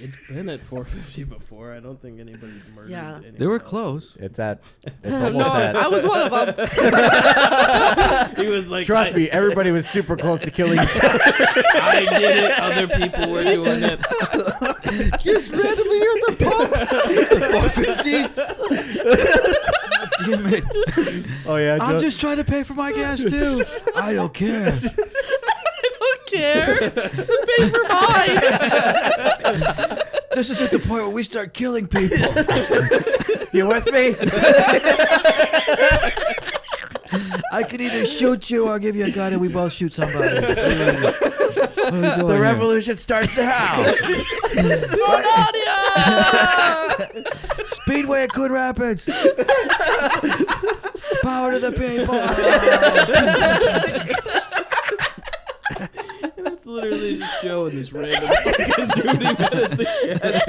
Speaker 7: It's been at four fifty before. I don't think anybody murdered.
Speaker 3: Yeah.
Speaker 7: anyone
Speaker 1: They were
Speaker 7: else.
Speaker 1: close.
Speaker 2: It's at, it's
Speaker 3: No,
Speaker 2: almost at.
Speaker 3: I was one of them.
Speaker 7: He was like,
Speaker 2: Trust
Speaker 7: I,
Speaker 2: me, everybody was super close to killing each other.
Speaker 7: I did it. Other people were doing it.
Speaker 1: Just randomly you're at the pump. 450.
Speaker 2: Oh, yeah.
Speaker 1: I'm just trying to pay for my gas too. I don't care.
Speaker 3: I don't care. Pay for mine.
Speaker 1: This is at the point where we start killing people.
Speaker 2: You with me?
Speaker 1: I could either shoot you or give you a gun and we both shoot somebody. the
Speaker 2: starts now.
Speaker 3: Claudia!
Speaker 1: Speedway at Coon Rapids. Power to the people.
Speaker 7: That's literally just Joe and this random fucking dude he met at the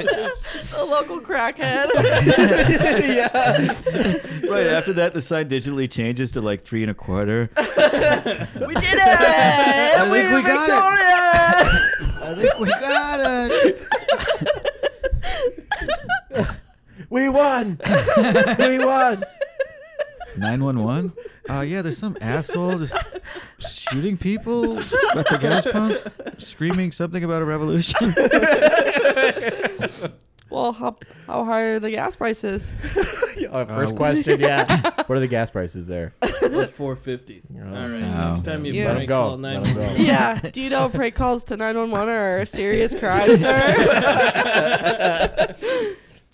Speaker 7: gas station.
Speaker 3: A local crackhead.
Speaker 1: Right after that, the sign digitally changes to like three and a quarter.
Speaker 3: We did it!
Speaker 1: I think we got it.
Speaker 3: Victoria!
Speaker 1: I think we got it.
Speaker 2: we won. we won.
Speaker 1: Nine one one. Uh, yeah, there's some asshole just shooting people at the gas pumps, screaming something about a revolution.
Speaker 3: Well, how, how high are the gas prices?
Speaker 2: Uh, first question, yeah. What are the gas prices there?
Speaker 7: Or 450. All right.
Speaker 1: No.
Speaker 7: Next time you
Speaker 3: Yeah.
Speaker 7: buy
Speaker 3: Let
Speaker 2: him go.
Speaker 7: call
Speaker 2: Let him go.
Speaker 7: 911.
Speaker 3: Yeah. Do you know prank calls to 911 are serious crimes, sir?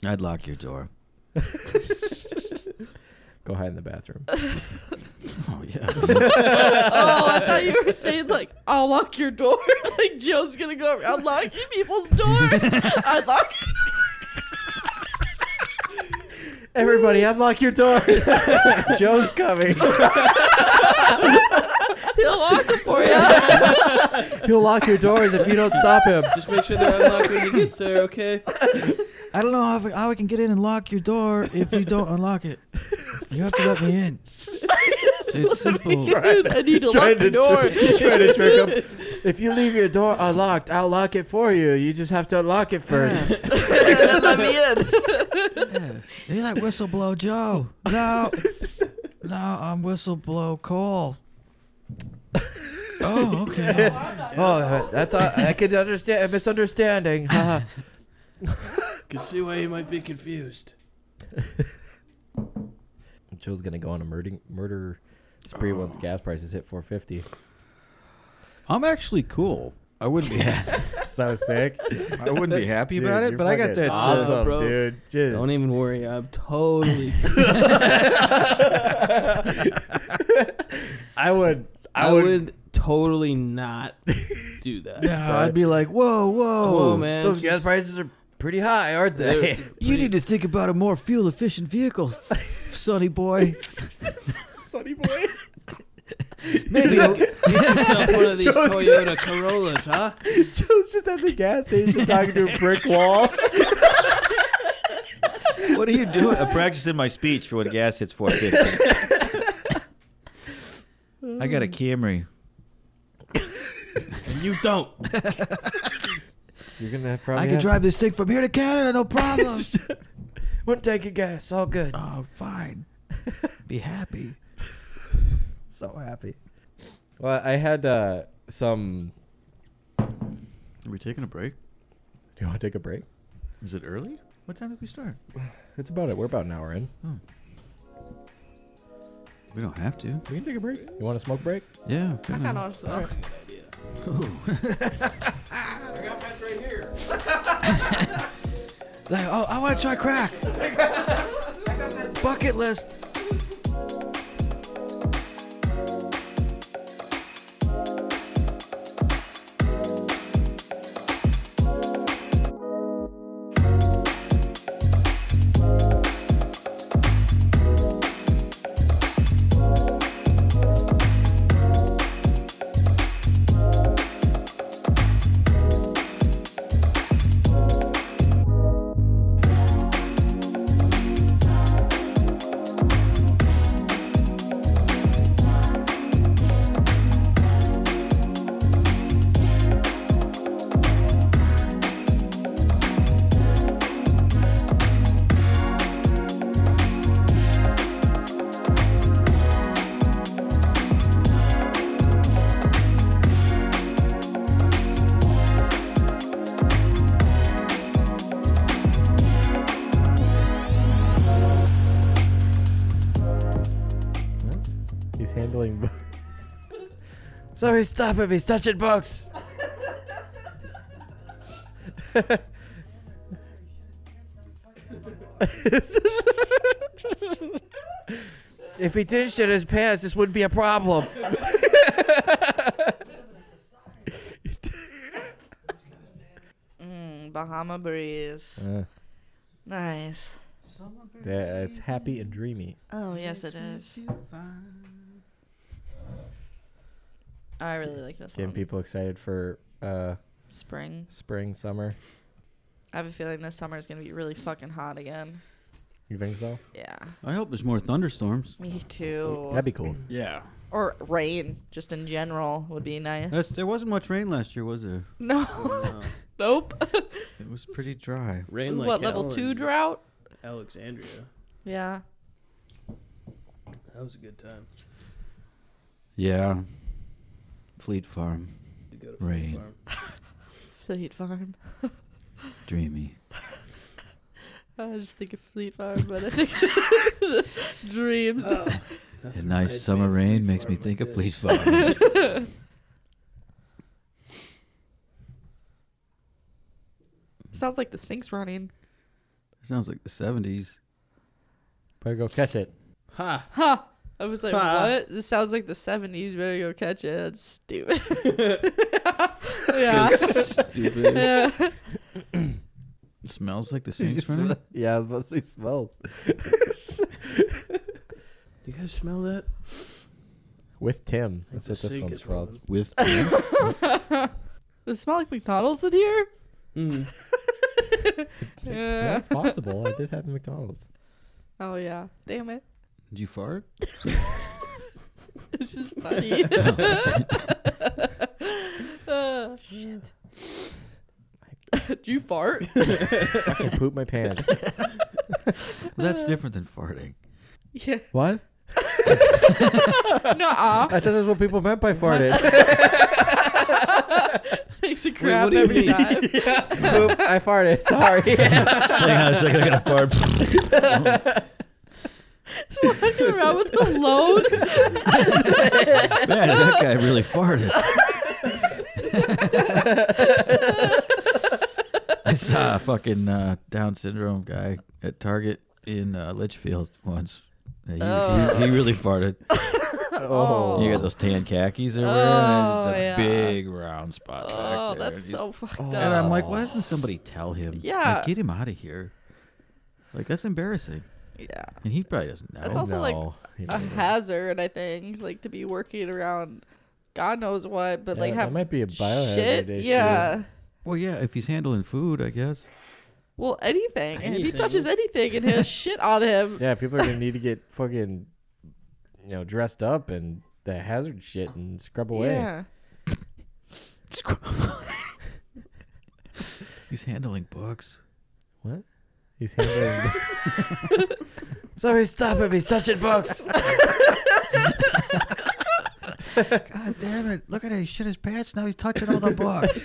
Speaker 1: I'd lock your door.
Speaker 2: Go hide in the bathroom.
Speaker 1: Oh yeah.
Speaker 3: oh, I thought you were saying, like, I'll lock your door. like, Joe's going to go around locking people's doors. I lock
Speaker 2: Everybody, unlock your doors. Joe's coming.
Speaker 3: He'll lock it for you.
Speaker 2: He'll lock your doors if you don't stop him.
Speaker 7: Just make sure they're unlocked when he gets there, okay?
Speaker 1: I don't know how, how I can get in and lock your door if you don't unlock it. You have to let me in. It's simple.
Speaker 3: Dude, I need to lock the door.
Speaker 2: try to trick him. If you leave your door unlocked, I'll lock it for you. You just have to unlock it first.
Speaker 3: Let me in.
Speaker 1: Yeah. You like whistleblow Joe? No, no, I'm whistleblow Cole. Oh, okay.
Speaker 2: Oh, that's I could understand a misunderstanding.
Speaker 7: Can see why you might be confused.
Speaker 2: Joe's gonna go on a murder murder spree once gas prices hit 450.
Speaker 1: I'm actually cool. I wouldn't be.
Speaker 2: so sick.
Speaker 1: I wouldn't be happy
Speaker 2: Dude,
Speaker 1: about it,
Speaker 2: you're
Speaker 1: but I got
Speaker 2: fucking
Speaker 1: that. uh,
Speaker 2: awesome,
Speaker 7: bro.
Speaker 2: dude. Just
Speaker 7: Don't even worry, I'm totally.
Speaker 2: I would.
Speaker 7: I would totally not do that.
Speaker 1: yeah, I'd be like, whoa, whoa,
Speaker 7: Whoa, man.
Speaker 2: Oh, Those gas
Speaker 7: just-
Speaker 2: prices are pretty high, aren't they?
Speaker 7: They're-
Speaker 1: You need to think about a more fuel efficient vehicle, Sonny boy.
Speaker 2: Sonny boy.
Speaker 1: Maybe a,
Speaker 7: Get yourself one of these
Speaker 2: Joe-
Speaker 7: Toyota Corollas, huh?
Speaker 2: Joe's just at the gas station talking to a brick wall.
Speaker 9: What are you doing? I'm practicing my speech for when gas hits 450. I got a Camry.
Speaker 7: And you don't.
Speaker 2: You're gonna have probably.
Speaker 1: I can drive this thing from here to Canada, no problem.
Speaker 2: One tank of gas, all good.
Speaker 1: oh, fine. Be happy.
Speaker 2: so happy. Well, I had uh, some.
Speaker 9: Are we taking a break?
Speaker 2: Do you want to take a break?
Speaker 9: Is it early? What time did we start?
Speaker 2: It's about it. We're about an hour in.
Speaker 1: We don't have to.
Speaker 2: We can take a break. You want a smoke break?
Speaker 1: Yeah.
Speaker 3: I kind of smoke.
Speaker 1: Like, oh, I want to try crack. Bucket list.
Speaker 2: He's handling. books. Sorry, stop him. He's touching books. if he didn't shit his pants, this wouldn't be a problem.
Speaker 3: Mm, Bahama breeze. Nice.
Speaker 2: Uh, yeah, it's happy and dreamy.
Speaker 3: Oh yes, it is. I really like this
Speaker 2: Getting
Speaker 3: one.
Speaker 2: people excited for uh,
Speaker 3: Spring.
Speaker 2: spring, summer.
Speaker 3: I have a feeling this summer is gonna be really fucking hot again.
Speaker 2: You think so?
Speaker 3: Yeah.
Speaker 1: I hope there's more thunderstorms.
Speaker 3: Me too.
Speaker 2: Oh, That'd be cool.
Speaker 1: Yeah.
Speaker 3: or rain, just in general, would be nice.
Speaker 1: That's, there wasn't much rain last year, was there?
Speaker 3: no. nope.
Speaker 1: It was pretty dry.
Speaker 7: Rain like
Speaker 3: what level
Speaker 7: hell
Speaker 3: two
Speaker 7: in
Speaker 3: drought?
Speaker 7: Alexandria.
Speaker 3: Yeah.
Speaker 7: That was a good time.
Speaker 1: Yeah. Fleet Farm.
Speaker 7: Did go to Fleet
Speaker 1: Rain.
Speaker 7: Farm.
Speaker 3: Fleet Farm.
Speaker 1: Dreamy.
Speaker 3: I just think of Fleet Farm, but I think dreams.
Speaker 1: A
Speaker 7: Nothing reminds me
Speaker 1: nice summer
Speaker 7: of
Speaker 1: rain
Speaker 7: Fleet
Speaker 1: makes
Speaker 7: Farm
Speaker 1: me think
Speaker 7: like
Speaker 1: of Fleet
Speaker 7: this.
Speaker 1: Farm.
Speaker 3: Sounds like the sink's running.
Speaker 1: Sounds like the 70s.
Speaker 2: Better go catch it.
Speaker 7: Ha!
Speaker 3: Ha! I was like,
Speaker 7: Ha.
Speaker 3: what? This sounds like the 70s. Better go catch it. That's stupid. yeah.
Speaker 7: So stupid.
Speaker 3: Yeah.
Speaker 1: Smells like the Saints running.
Speaker 2: yeah, I was about to say smells.
Speaker 7: You guys smell that?
Speaker 2: With Tim.
Speaker 7: I think
Speaker 2: That's
Speaker 7: the
Speaker 2: what this
Speaker 7: sink
Speaker 2: one's
Speaker 7: is
Speaker 2: called.
Speaker 7: rolling.
Speaker 1: With
Speaker 3: Does it smell like McDonald's in here? Mm.
Speaker 2: Yeah, it's possible. I did have a McDonald's.
Speaker 3: Oh yeah. Damn it.
Speaker 1: Did you fart?
Speaker 3: It's just funny. Uh, Do you fart?
Speaker 2: Fucking poop my pants.
Speaker 1: Well, that's different than farting.
Speaker 3: yeah.
Speaker 1: What?
Speaker 3: Nuh-uh.
Speaker 2: I thought that's what people meant by farted.
Speaker 3: Takes a crap
Speaker 7: what do you
Speaker 3: every
Speaker 7: mean?
Speaker 3: time.
Speaker 2: Oops, I farted. Sorry.
Speaker 9: Hang on a second, I gotta fart.
Speaker 3: Just walking around with a load.
Speaker 1: Man, that guy really farted. I saw a fucking uh, Down syndrome guy at Target in uh, Litchfield once. Yeah, He,
Speaker 3: Oh.
Speaker 1: he, he really farted.
Speaker 2: oh.
Speaker 1: You got those tan khakis they were wearing, and it's just
Speaker 3: Oh,
Speaker 1: a
Speaker 3: yeah.
Speaker 1: big round spot back
Speaker 3: Oh,
Speaker 1: there.
Speaker 3: that's
Speaker 1: And
Speaker 3: so fucked
Speaker 1: he's-
Speaker 3: up.
Speaker 1: And I'm like, why doesn't somebody tell him?
Speaker 3: Yeah.
Speaker 1: Like, get him out of here. Like, that's embarrassing.
Speaker 3: yeah.
Speaker 1: And he probably doesn't know.
Speaker 3: That's also like
Speaker 2: Oh, You
Speaker 3: a
Speaker 2: know,
Speaker 3: hazard, I think, like to be working around God knows what, but like
Speaker 2: that-
Speaker 3: have
Speaker 2: that might be a biohazard
Speaker 3: shit.
Speaker 2: issue.
Speaker 3: Yeah.
Speaker 1: well, yeah, if he's handling food, I guess.
Speaker 3: Well, anything. If he
Speaker 7: Anything.
Speaker 3: touches anything and has shit on him,
Speaker 2: Yeah, people are gonna need to get fucking, you know, dressed up and the hazard shit and scrub away.
Speaker 3: yeah.
Speaker 1: He's handling books.
Speaker 2: He's handling. Sorry, stop him. He's touching books.
Speaker 1: God damn it. Look at it. He shit his pants. Now he's touching all the books.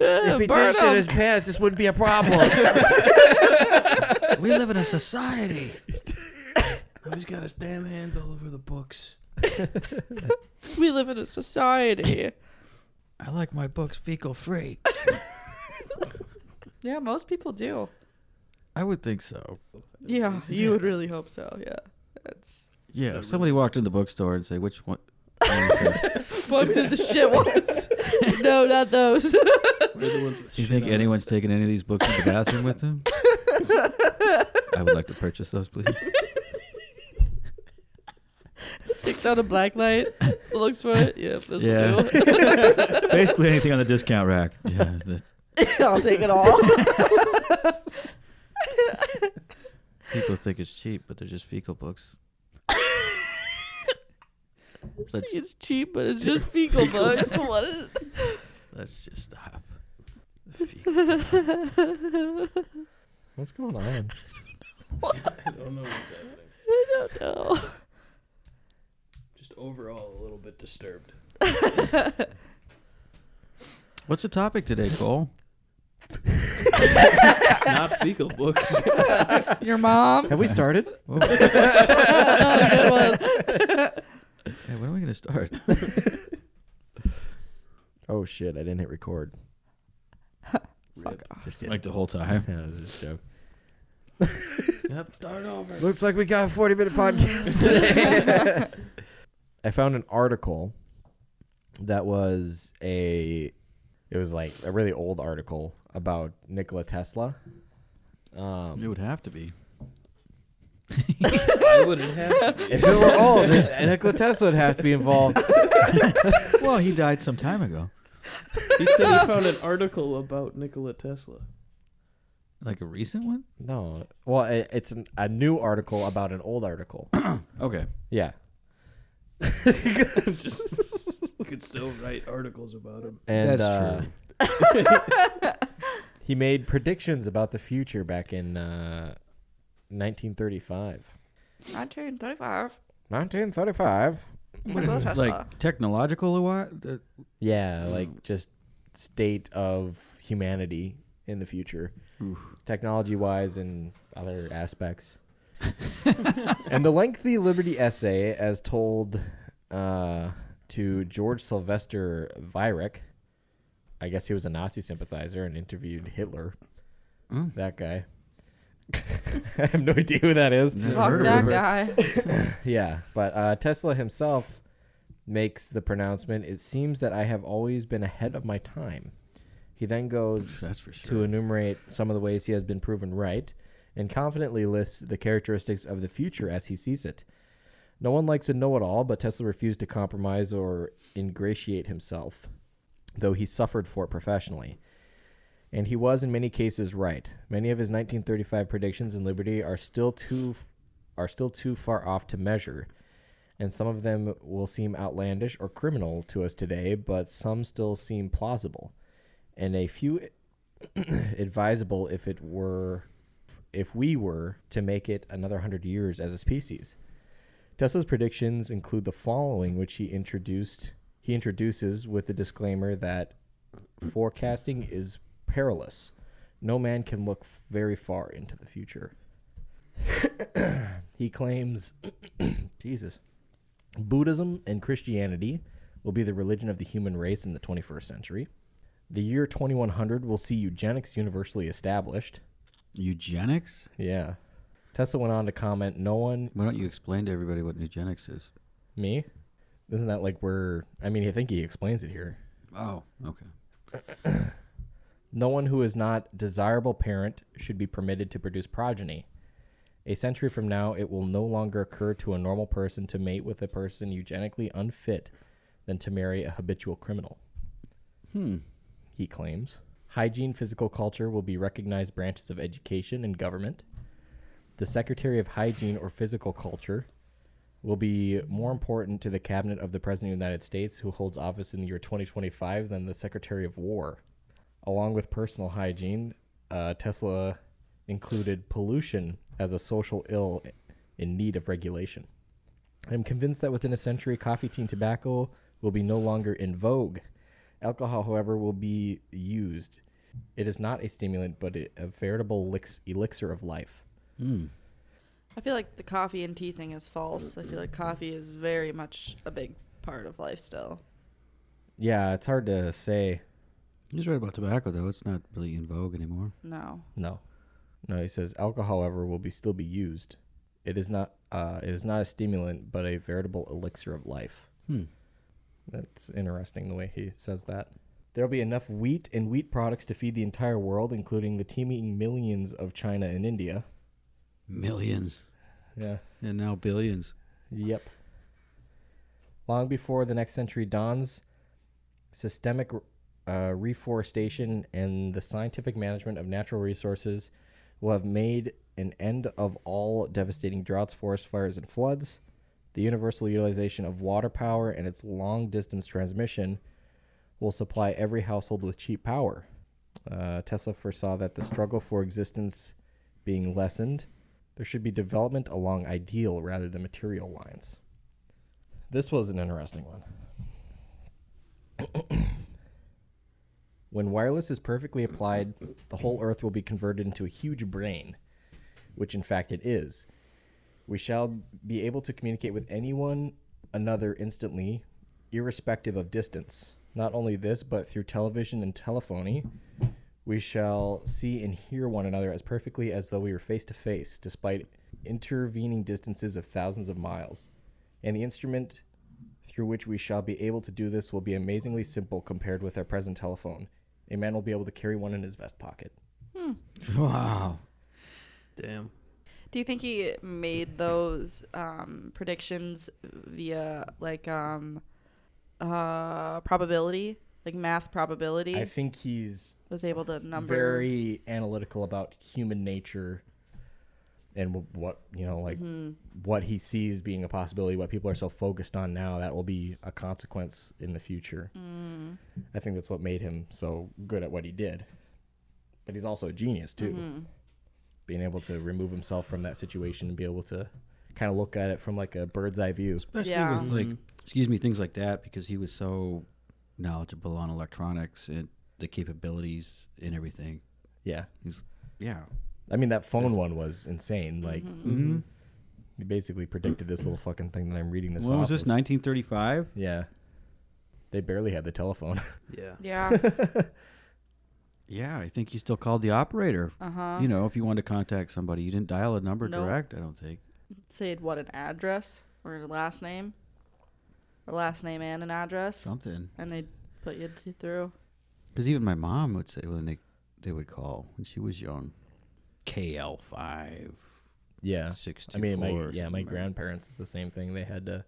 Speaker 2: if he
Speaker 3: Burn
Speaker 2: did shit
Speaker 3: him.
Speaker 2: his pants, this wouldn't be a problem.
Speaker 1: we live in a society.
Speaker 7: Now he's got his damn hands all over the books.
Speaker 3: we live in a society.
Speaker 1: I like my books fecal free.
Speaker 3: yeah, most people do.
Speaker 1: I would think so.
Speaker 3: Yeah, you would really hope so. Yeah. That's
Speaker 1: Yeah, if somebody walked in the bookstore and say, which one?
Speaker 3: Fuck did the shit once. no, not those.
Speaker 7: We're the ones with
Speaker 1: Do you
Speaker 7: shit
Speaker 1: think
Speaker 7: on
Speaker 1: anyone's taking any of these books to the bathroom with them? I would like to purchase those, please.
Speaker 3: Takes out a black light, looks for it. Yep, this
Speaker 1: Yeah.
Speaker 3: will do.
Speaker 1: Basically anything on the discount rack. Yeah. that-
Speaker 3: I'll take it all.
Speaker 1: people think it's cheap, but they're just fecal books. Let's
Speaker 3: it's cheap, but it's just fecal bugs. what is?
Speaker 1: let's just stop. Fecal.
Speaker 2: What's going on?
Speaker 7: I don't know what's happening.
Speaker 3: I don't know.
Speaker 7: Just overall, a little bit disturbed.
Speaker 1: What's the topic today, Cole?
Speaker 7: Not fecal books.
Speaker 3: Your mom.
Speaker 2: Have we started?
Speaker 1: Whoa. Hey, when are we gonna start?
Speaker 2: oh shit! I didn't hit record. Just kidding.
Speaker 1: Like the whole time.
Speaker 2: Yeah, it was just a joke.
Speaker 7: yep, start over.
Speaker 2: Looks like we got a 40 minute podcast today. I found an article that was a it was like a really old article about Nikola Tesla. Um,
Speaker 1: It would have to be.
Speaker 7: I wouldn't have.
Speaker 2: if it were old, then Nikola Tesla would have to be involved.
Speaker 1: Well, he died some time ago.
Speaker 7: He said he found an article about Nikola Tesla.
Speaker 1: Like a recent one?
Speaker 2: No, well, i it's an, a new article about an old article.
Speaker 1: Okay.
Speaker 2: Yeah,
Speaker 7: You could still write articles about him.
Speaker 2: and
Speaker 1: That's
Speaker 2: uh,
Speaker 1: true.
Speaker 2: he made predictions about the future back in uh, 1935.
Speaker 3: 1935.
Speaker 2: 1935.
Speaker 3: Nikola Tesla.
Speaker 1: Like technological or what? Uh,
Speaker 2: Yeah, like just state of humanity in the future, technology wise and other aspects. and the lengthy Liberty essay, as told uh, to George Sylvester Virek, I guess he was a Nazi sympathizer and interviewed Hitler.
Speaker 1: Mm,
Speaker 2: That guy. I have no idea who that is.
Speaker 1: never
Speaker 3: Fuck
Speaker 1: heard
Speaker 3: that
Speaker 1: of it.
Speaker 3: guy.
Speaker 2: Yeah, but uh, Tesla himself makes the pronouncement. It seems that I have always been ahead of my time. He then goes
Speaker 1: That's for sure.
Speaker 2: to enumerate some of the ways he has been proven right and confidently lists the characteristics of the future as he sees it. No one likes a know it all, but Tesla refused to compromise or ingratiate himself, though he suffered for it professionally. And he was in many cases right. Many of his 1935 predictions in Liberty are still too are still too far off to measure, and some of them will seem outlandish or criminal to us today, but some still seem plausible, and a few advisable if it were if we were to make it another 100 years as a species. Tesla's predictions include the following, which he introduced he introduces with the disclaimer that forecasting is perilous. No man can look f- very far into the future. he claims Jesus. Buddhism and Christianity will be the religion of the human race in the 21st century. The year 2100 will see eugenics universally established.
Speaker 1: Eugenics?
Speaker 2: Yeah. Tesla went on to comment, no one,
Speaker 1: Why don't you explain to everybody what eugenics is?
Speaker 2: me? Isn't that like where, I mean, I think he explains it here.
Speaker 1: Oh, okay.
Speaker 2: No one who is not desirable parent should be permitted to produce progeny. A century from now, it will no longer occur to a normal person to mate with a person eugenically unfit than to marry a habitual criminal.
Speaker 1: Hmm.
Speaker 2: he claims. Hygiene physical culture will be recognized branches of education and government. The Secretary of Hygiene or Physical Culture will be more important to the cabinet of the President of the United States, who holds office in the year 2025, than the Secretary of War. Along with personal hygiene, uh, Tesla included pollution as a social ill in need of regulation. I'm convinced that within a century, coffee, tea, and tobacco will be no longer in vogue. Alcohol, however, will be used. It is not a stimulant, but a a veritable elix- elixir of life.
Speaker 1: Hmm.
Speaker 3: I feel like the coffee and tea thing is false. I feel like coffee is very much a big part of life still.
Speaker 2: Yeah, it's hard to say.
Speaker 1: He's right about tobacco, though. It's not really in vogue anymore.
Speaker 3: No.
Speaker 2: No, no. He says alcohol, however, will be still be used. It is not. Uh, it is not a stimulant, but a veritable elixir of life.
Speaker 1: Hmm.
Speaker 2: That's interesting the way he says that. There'll be enough wheat and wheat products to feed the entire world, including the teeming millions of China and India.
Speaker 1: Millions
Speaker 2: Yeah.
Speaker 1: and now billions.
Speaker 2: Yep. Long before the next century dawns, systemic uh, reforestation and the scientific management of natural resources will have made an end of all devastating droughts, forest fires, and floods. The universal utilization of water power and its long distance transmission will supply every household with cheap power. Uh, Tesla foresaw that the struggle for existence being lessened, there should be development along ideal rather than material lines. This was an interesting one. when wireless is perfectly applied, the whole earth will be converted into a huge brain, which in fact it is. We shall be able to communicate with anyone another instantly, irrespective of distance. Not only this, but through television and telephony, we shall see and hear one another as perfectly as though we were face to face, despite intervening distances of thousands of miles. And the instrument through which we shall be able to do this will be amazingly simple compared with our present telephone. A man will be able to carry one in his vest pocket.
Speaker 1: Wow.
Speaker 7: Damn.
Speaker 3: Do you think he made those um, predictions via like um, uh, probability, like math probability?
Speaker 2: I think he's
Speaker 3: was able to number.
Speaker 2: very analytical about human nature and wh- what you know like what he sees being a possibility what people are so focused on now that will be a consequence in the future
Speaker 3: Mm-hmm.
Speaker 2: i think that's what made him so good at what he did but he's also a genius too
Speaker 3: Mm-hmm.
Speaker 2: being able to remove himself from that situation and be able to kind of look at it from like a bird's eye view
Speaker 1: Especially
Speaker 3: Yeah.
Speaker 1: with, like,
Speaker 2: Mm-hmm.
Speaker 1: excuse me, things like that, because he was so knowledgeable on electronics and the capabilities and everything.
Speaker 2: yeah
Speaker 1: He's, yeah. Mm-hmm.
Speaker 2: i mean that phone one was insane like
Speaker 3: Mm-hmm.
Speaker 2: mm. he basically predicted this little fucking thing that i'm reading this
Speaker 1: When was
Speaker 2: off
Speaker 1: this,
Speaker 2: of.
Speaker 1: 1935?
Speaker 2: Yeah. They barely had the telephone.
Speaker 7: Yeah.
Speaker 3: Yeah.
Speaker 1: Yeah, I think you still called the operator. Uh-huh. You know, if you wanted to contact somebody, you didn't dial a number
Speaker 3: Nope.
Speaker 1: direct, I don't think.
Speaker 3: Say it, what an address or a last name, a last name and an address,
Speaker 1: Something.
Speaker 3: and they put you t- through.
Speaker 1: Because even my mom would say when they they would call when she was young, KL five
Speaker 2: Yeah.
Speaker 1: six two
Speaker 2: I
Speaker 1: four.
Speaker 2: mean, my,
Speaker 1: or
Speaker 2: yeah,
Speaker 1: something
Speaker 2: my
Speaker 1: like that.
Speaker 2: grandparents, it's the same thing. They had to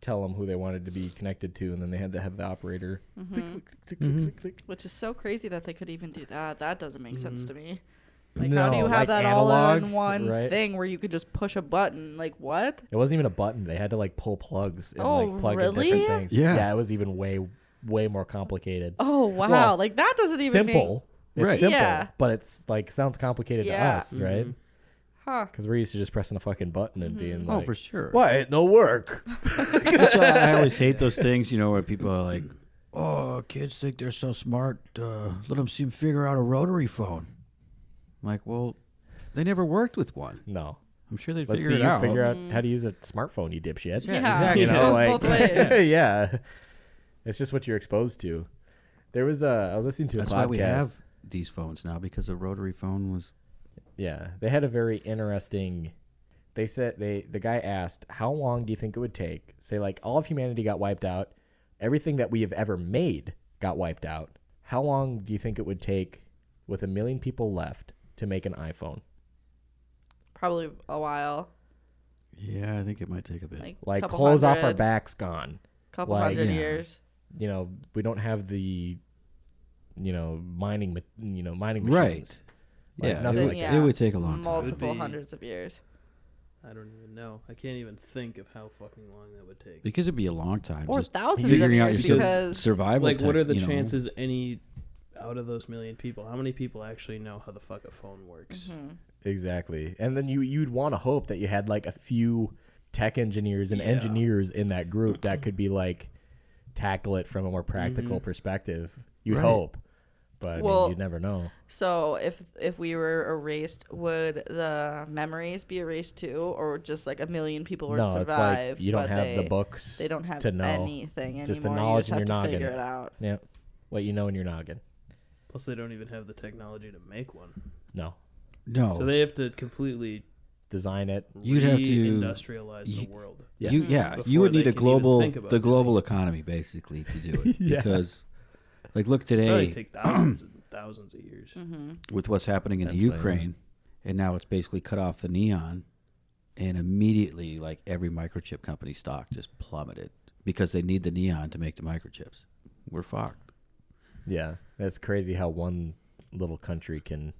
Speaker 2: tell them who they wanted to be connected to, and then they had to have the operator. click,
Speaker 3: Mhm.
Speaker 2: click, click,
Speaker 1: Mhm.
Speaker 2: click, click, click.
Speaker 3: Which is so crazy that they could even do that. That doesn't make sense
Speaker 7: Mhm.
Speaker 3: to me. Like, how do you
Speaker 2: Mm-hmm. No, like
Speaker 3: have that all
Speaker 2: analog,
Speaker 3: in one
Speaker 2: right?
Speaker 3: thing where you could just push a button? Like, what?
Speaker 2: It wasn't even a button. They had to like pull plugs and
Speaker 3: Oh,
Speaker 2: like plug in
Speaker 3: really?
Speaker 2: different things.
Speaker 1: Yeah.
Speaker 2: Yeah, it was even way, way more complicated.
Speaker 3: Oh, wow.
Speaker 2: Well,
Speaker 3: like, that doesn't even make-
Speaker 2: simple. It's
Speaker 1: Right. Mm-hmm.
Speaker 2: simple,
Speaker 3: Yeah.
Speaker 2: but it's like sounds complicated
Speaker 3: Yeah.
Speaker 2: to us, right?
Speaker 7: Mhm.
Speaker 3: Huh. Mm-hmm.
Speaker 2: Because we're used to just pressing a fucking button and being
Speaker 1: Oh,
Speaker 2: like,
Speaker 1: for sure.
Speaker 2: "Why it no work?"
Speaker 1: That's why I always hate those things, you know, where people are like, "Oh, kids think they're so smart. Uh, let them see 'em figure out a rotary phone." I'm like, well, they never worked with one.
Speaker 2: No,
Speaker 1: I'm sure they
Speaker 2: let's
Speaker 1: figure
Speaker 2: see
Speaker 1: it
Speaker 2: you
Speaker 1: out.
Speaker 2: figure out how to use a smartphone, you dipshit.
Speaker 3: Mm-hmm. Yeah,
Speaker 1: exactly.
Speaker 3: It
Speaker 1: You
Speaker 2: know,
Speaker 3: goes
Speaker 2: like-
Speaker 3: both ways.
Speaker 2: yeah, it's just what you're exposed to. There was a I was listening to a
Speaker 1: That's
Speaker 2: podcast.
Speaker 1: why we have these phones now because the rotary phone was
Speaker 2: Yeah, they had a very interesting. They said they the guy asked, "How long do you think it would take? Say like all of humanity got wiped out, everything that we have ever made got wiped out. How long do you think it would take with a million people left to make an iPhone?
Speaker 3: Probably a while.
Speaker 1: Yeah, I think it might take a bit.
Speaker 3: Like,
Speaker 2: Like
Speaker 3: couple
Speaker 2: clothes off our
Speaker 3: hundred-
Speaker 2: backs gone.
Speaker 3: Couple
Speaker 2: like,
Speaker 3: hundred
Speaker 1: yeah.
Speaker 3: years.
Speaker 2: You know, we don't have the, you know, mining, ma- you know, mining
Speaker 1: Right.
Speaker 2: machines. Like,
Speaker 1: yeah,
Speaker 2: nothing
Speaker 1: it, would,
Speaker 2: like
Speaker 3: that.
Speaker 1: it would take a long time.
Speaker 3: Multiple
Speaker 7: be-
Speaker 3: hundreds of years.
Speaker 7: I don't even know. I can't even think of how fucking long that would take.
Speaker 1: Because it'd be a long time.
Speaker 3: Or
Speaker 1: just
Speaker 3: thousands of
Speaker 1: figuring out
Speaker 3: years
Speaker 1: your
Speaker 3: because-
Speaker 1: survival.
Speaker 7: like, what
Speaker 1: tech,
Speaker 7: are the
Speaker 1: you know?
Speaker 7: chances any out of those million people? How many people actually know how the fuck a phone works?
Speaker 1: Mm-hmm.
Speaker 3: Hmm.
Speaker 2: Exactly. And then you you'd want to hope that you had like a few tech engineers and
Speaker 7: Yeah.
Speaker 2: engineers in that group that could be like tackle it from a more practical perspective. You'd
Speaker 1: Right.
Speaker 2: hope. But I
Speaker 3: Mm-hmm. Well-
Speaker 2: mean, you'd never know.
Speaker 3: So if if we were erased, would the memories be erased too, or just like a million people would
Speaker 2: No, it's
Speaker 3: survive?
Speaker 2: like you don't
Speaker 3: but
Speaker 2: have
Speaker 3: they,
Speaker 2: the books.
Speaker 3: They don't have
Speaker 2: to know.
Speaker 3: anything anymore.
Speaker 2: Just the
Speaker 3: you
Speaker 2: knowledge
Speaker 3: just
Speaker 2: in
Speaker 3: have
Speaker 2: your
Speaker 3: to
Speaker 2: noggin.
Speaker 3: figure it out.
Speaker 2: Yeah. What you know in your noggin.
Speaker 7: Plus, they don't even have the technology to make one,
Speaker 2: No.
Speaker 1: No.
Speaker 7: so they have to completely
Speaker 2: Design it.
Speaker 1: Oh. You'd have to-
Speaker 7: re-industrialize the
Speaker 1: you-
Speaker 7: world.
Speaker 2: Yes.
Speaker 1: You, yeah,
Speaker 7: Before
Speaker 1: you would
Speaker 7: they
Speaker 1: need a
Speaker 7: can even
Speaker 1: global
Speaker 7: think about
Speaker 1: the
Speaker 7: doing
Speaker 1: global
Speaker 7: it.
Speaker 1: economy basically to do it
Speaker 2: Yeah.
Speaker 1: because like look
Speaker 7: Probably
Speaker 1: today
Speaker 7: take thousands and thousands of years.
Speaker 3: Mm-hmm.
Speaker 1: with what's happening in the
Speaker 2: That's right, yeah.
Speaker 1: Ukraine and now it's basically cut off the neon and immediately like every microchip company stock just plummeted because they need the neon to make the microchips. We're fucked.
Speaker 2: Yeah. That's crazy how one little country can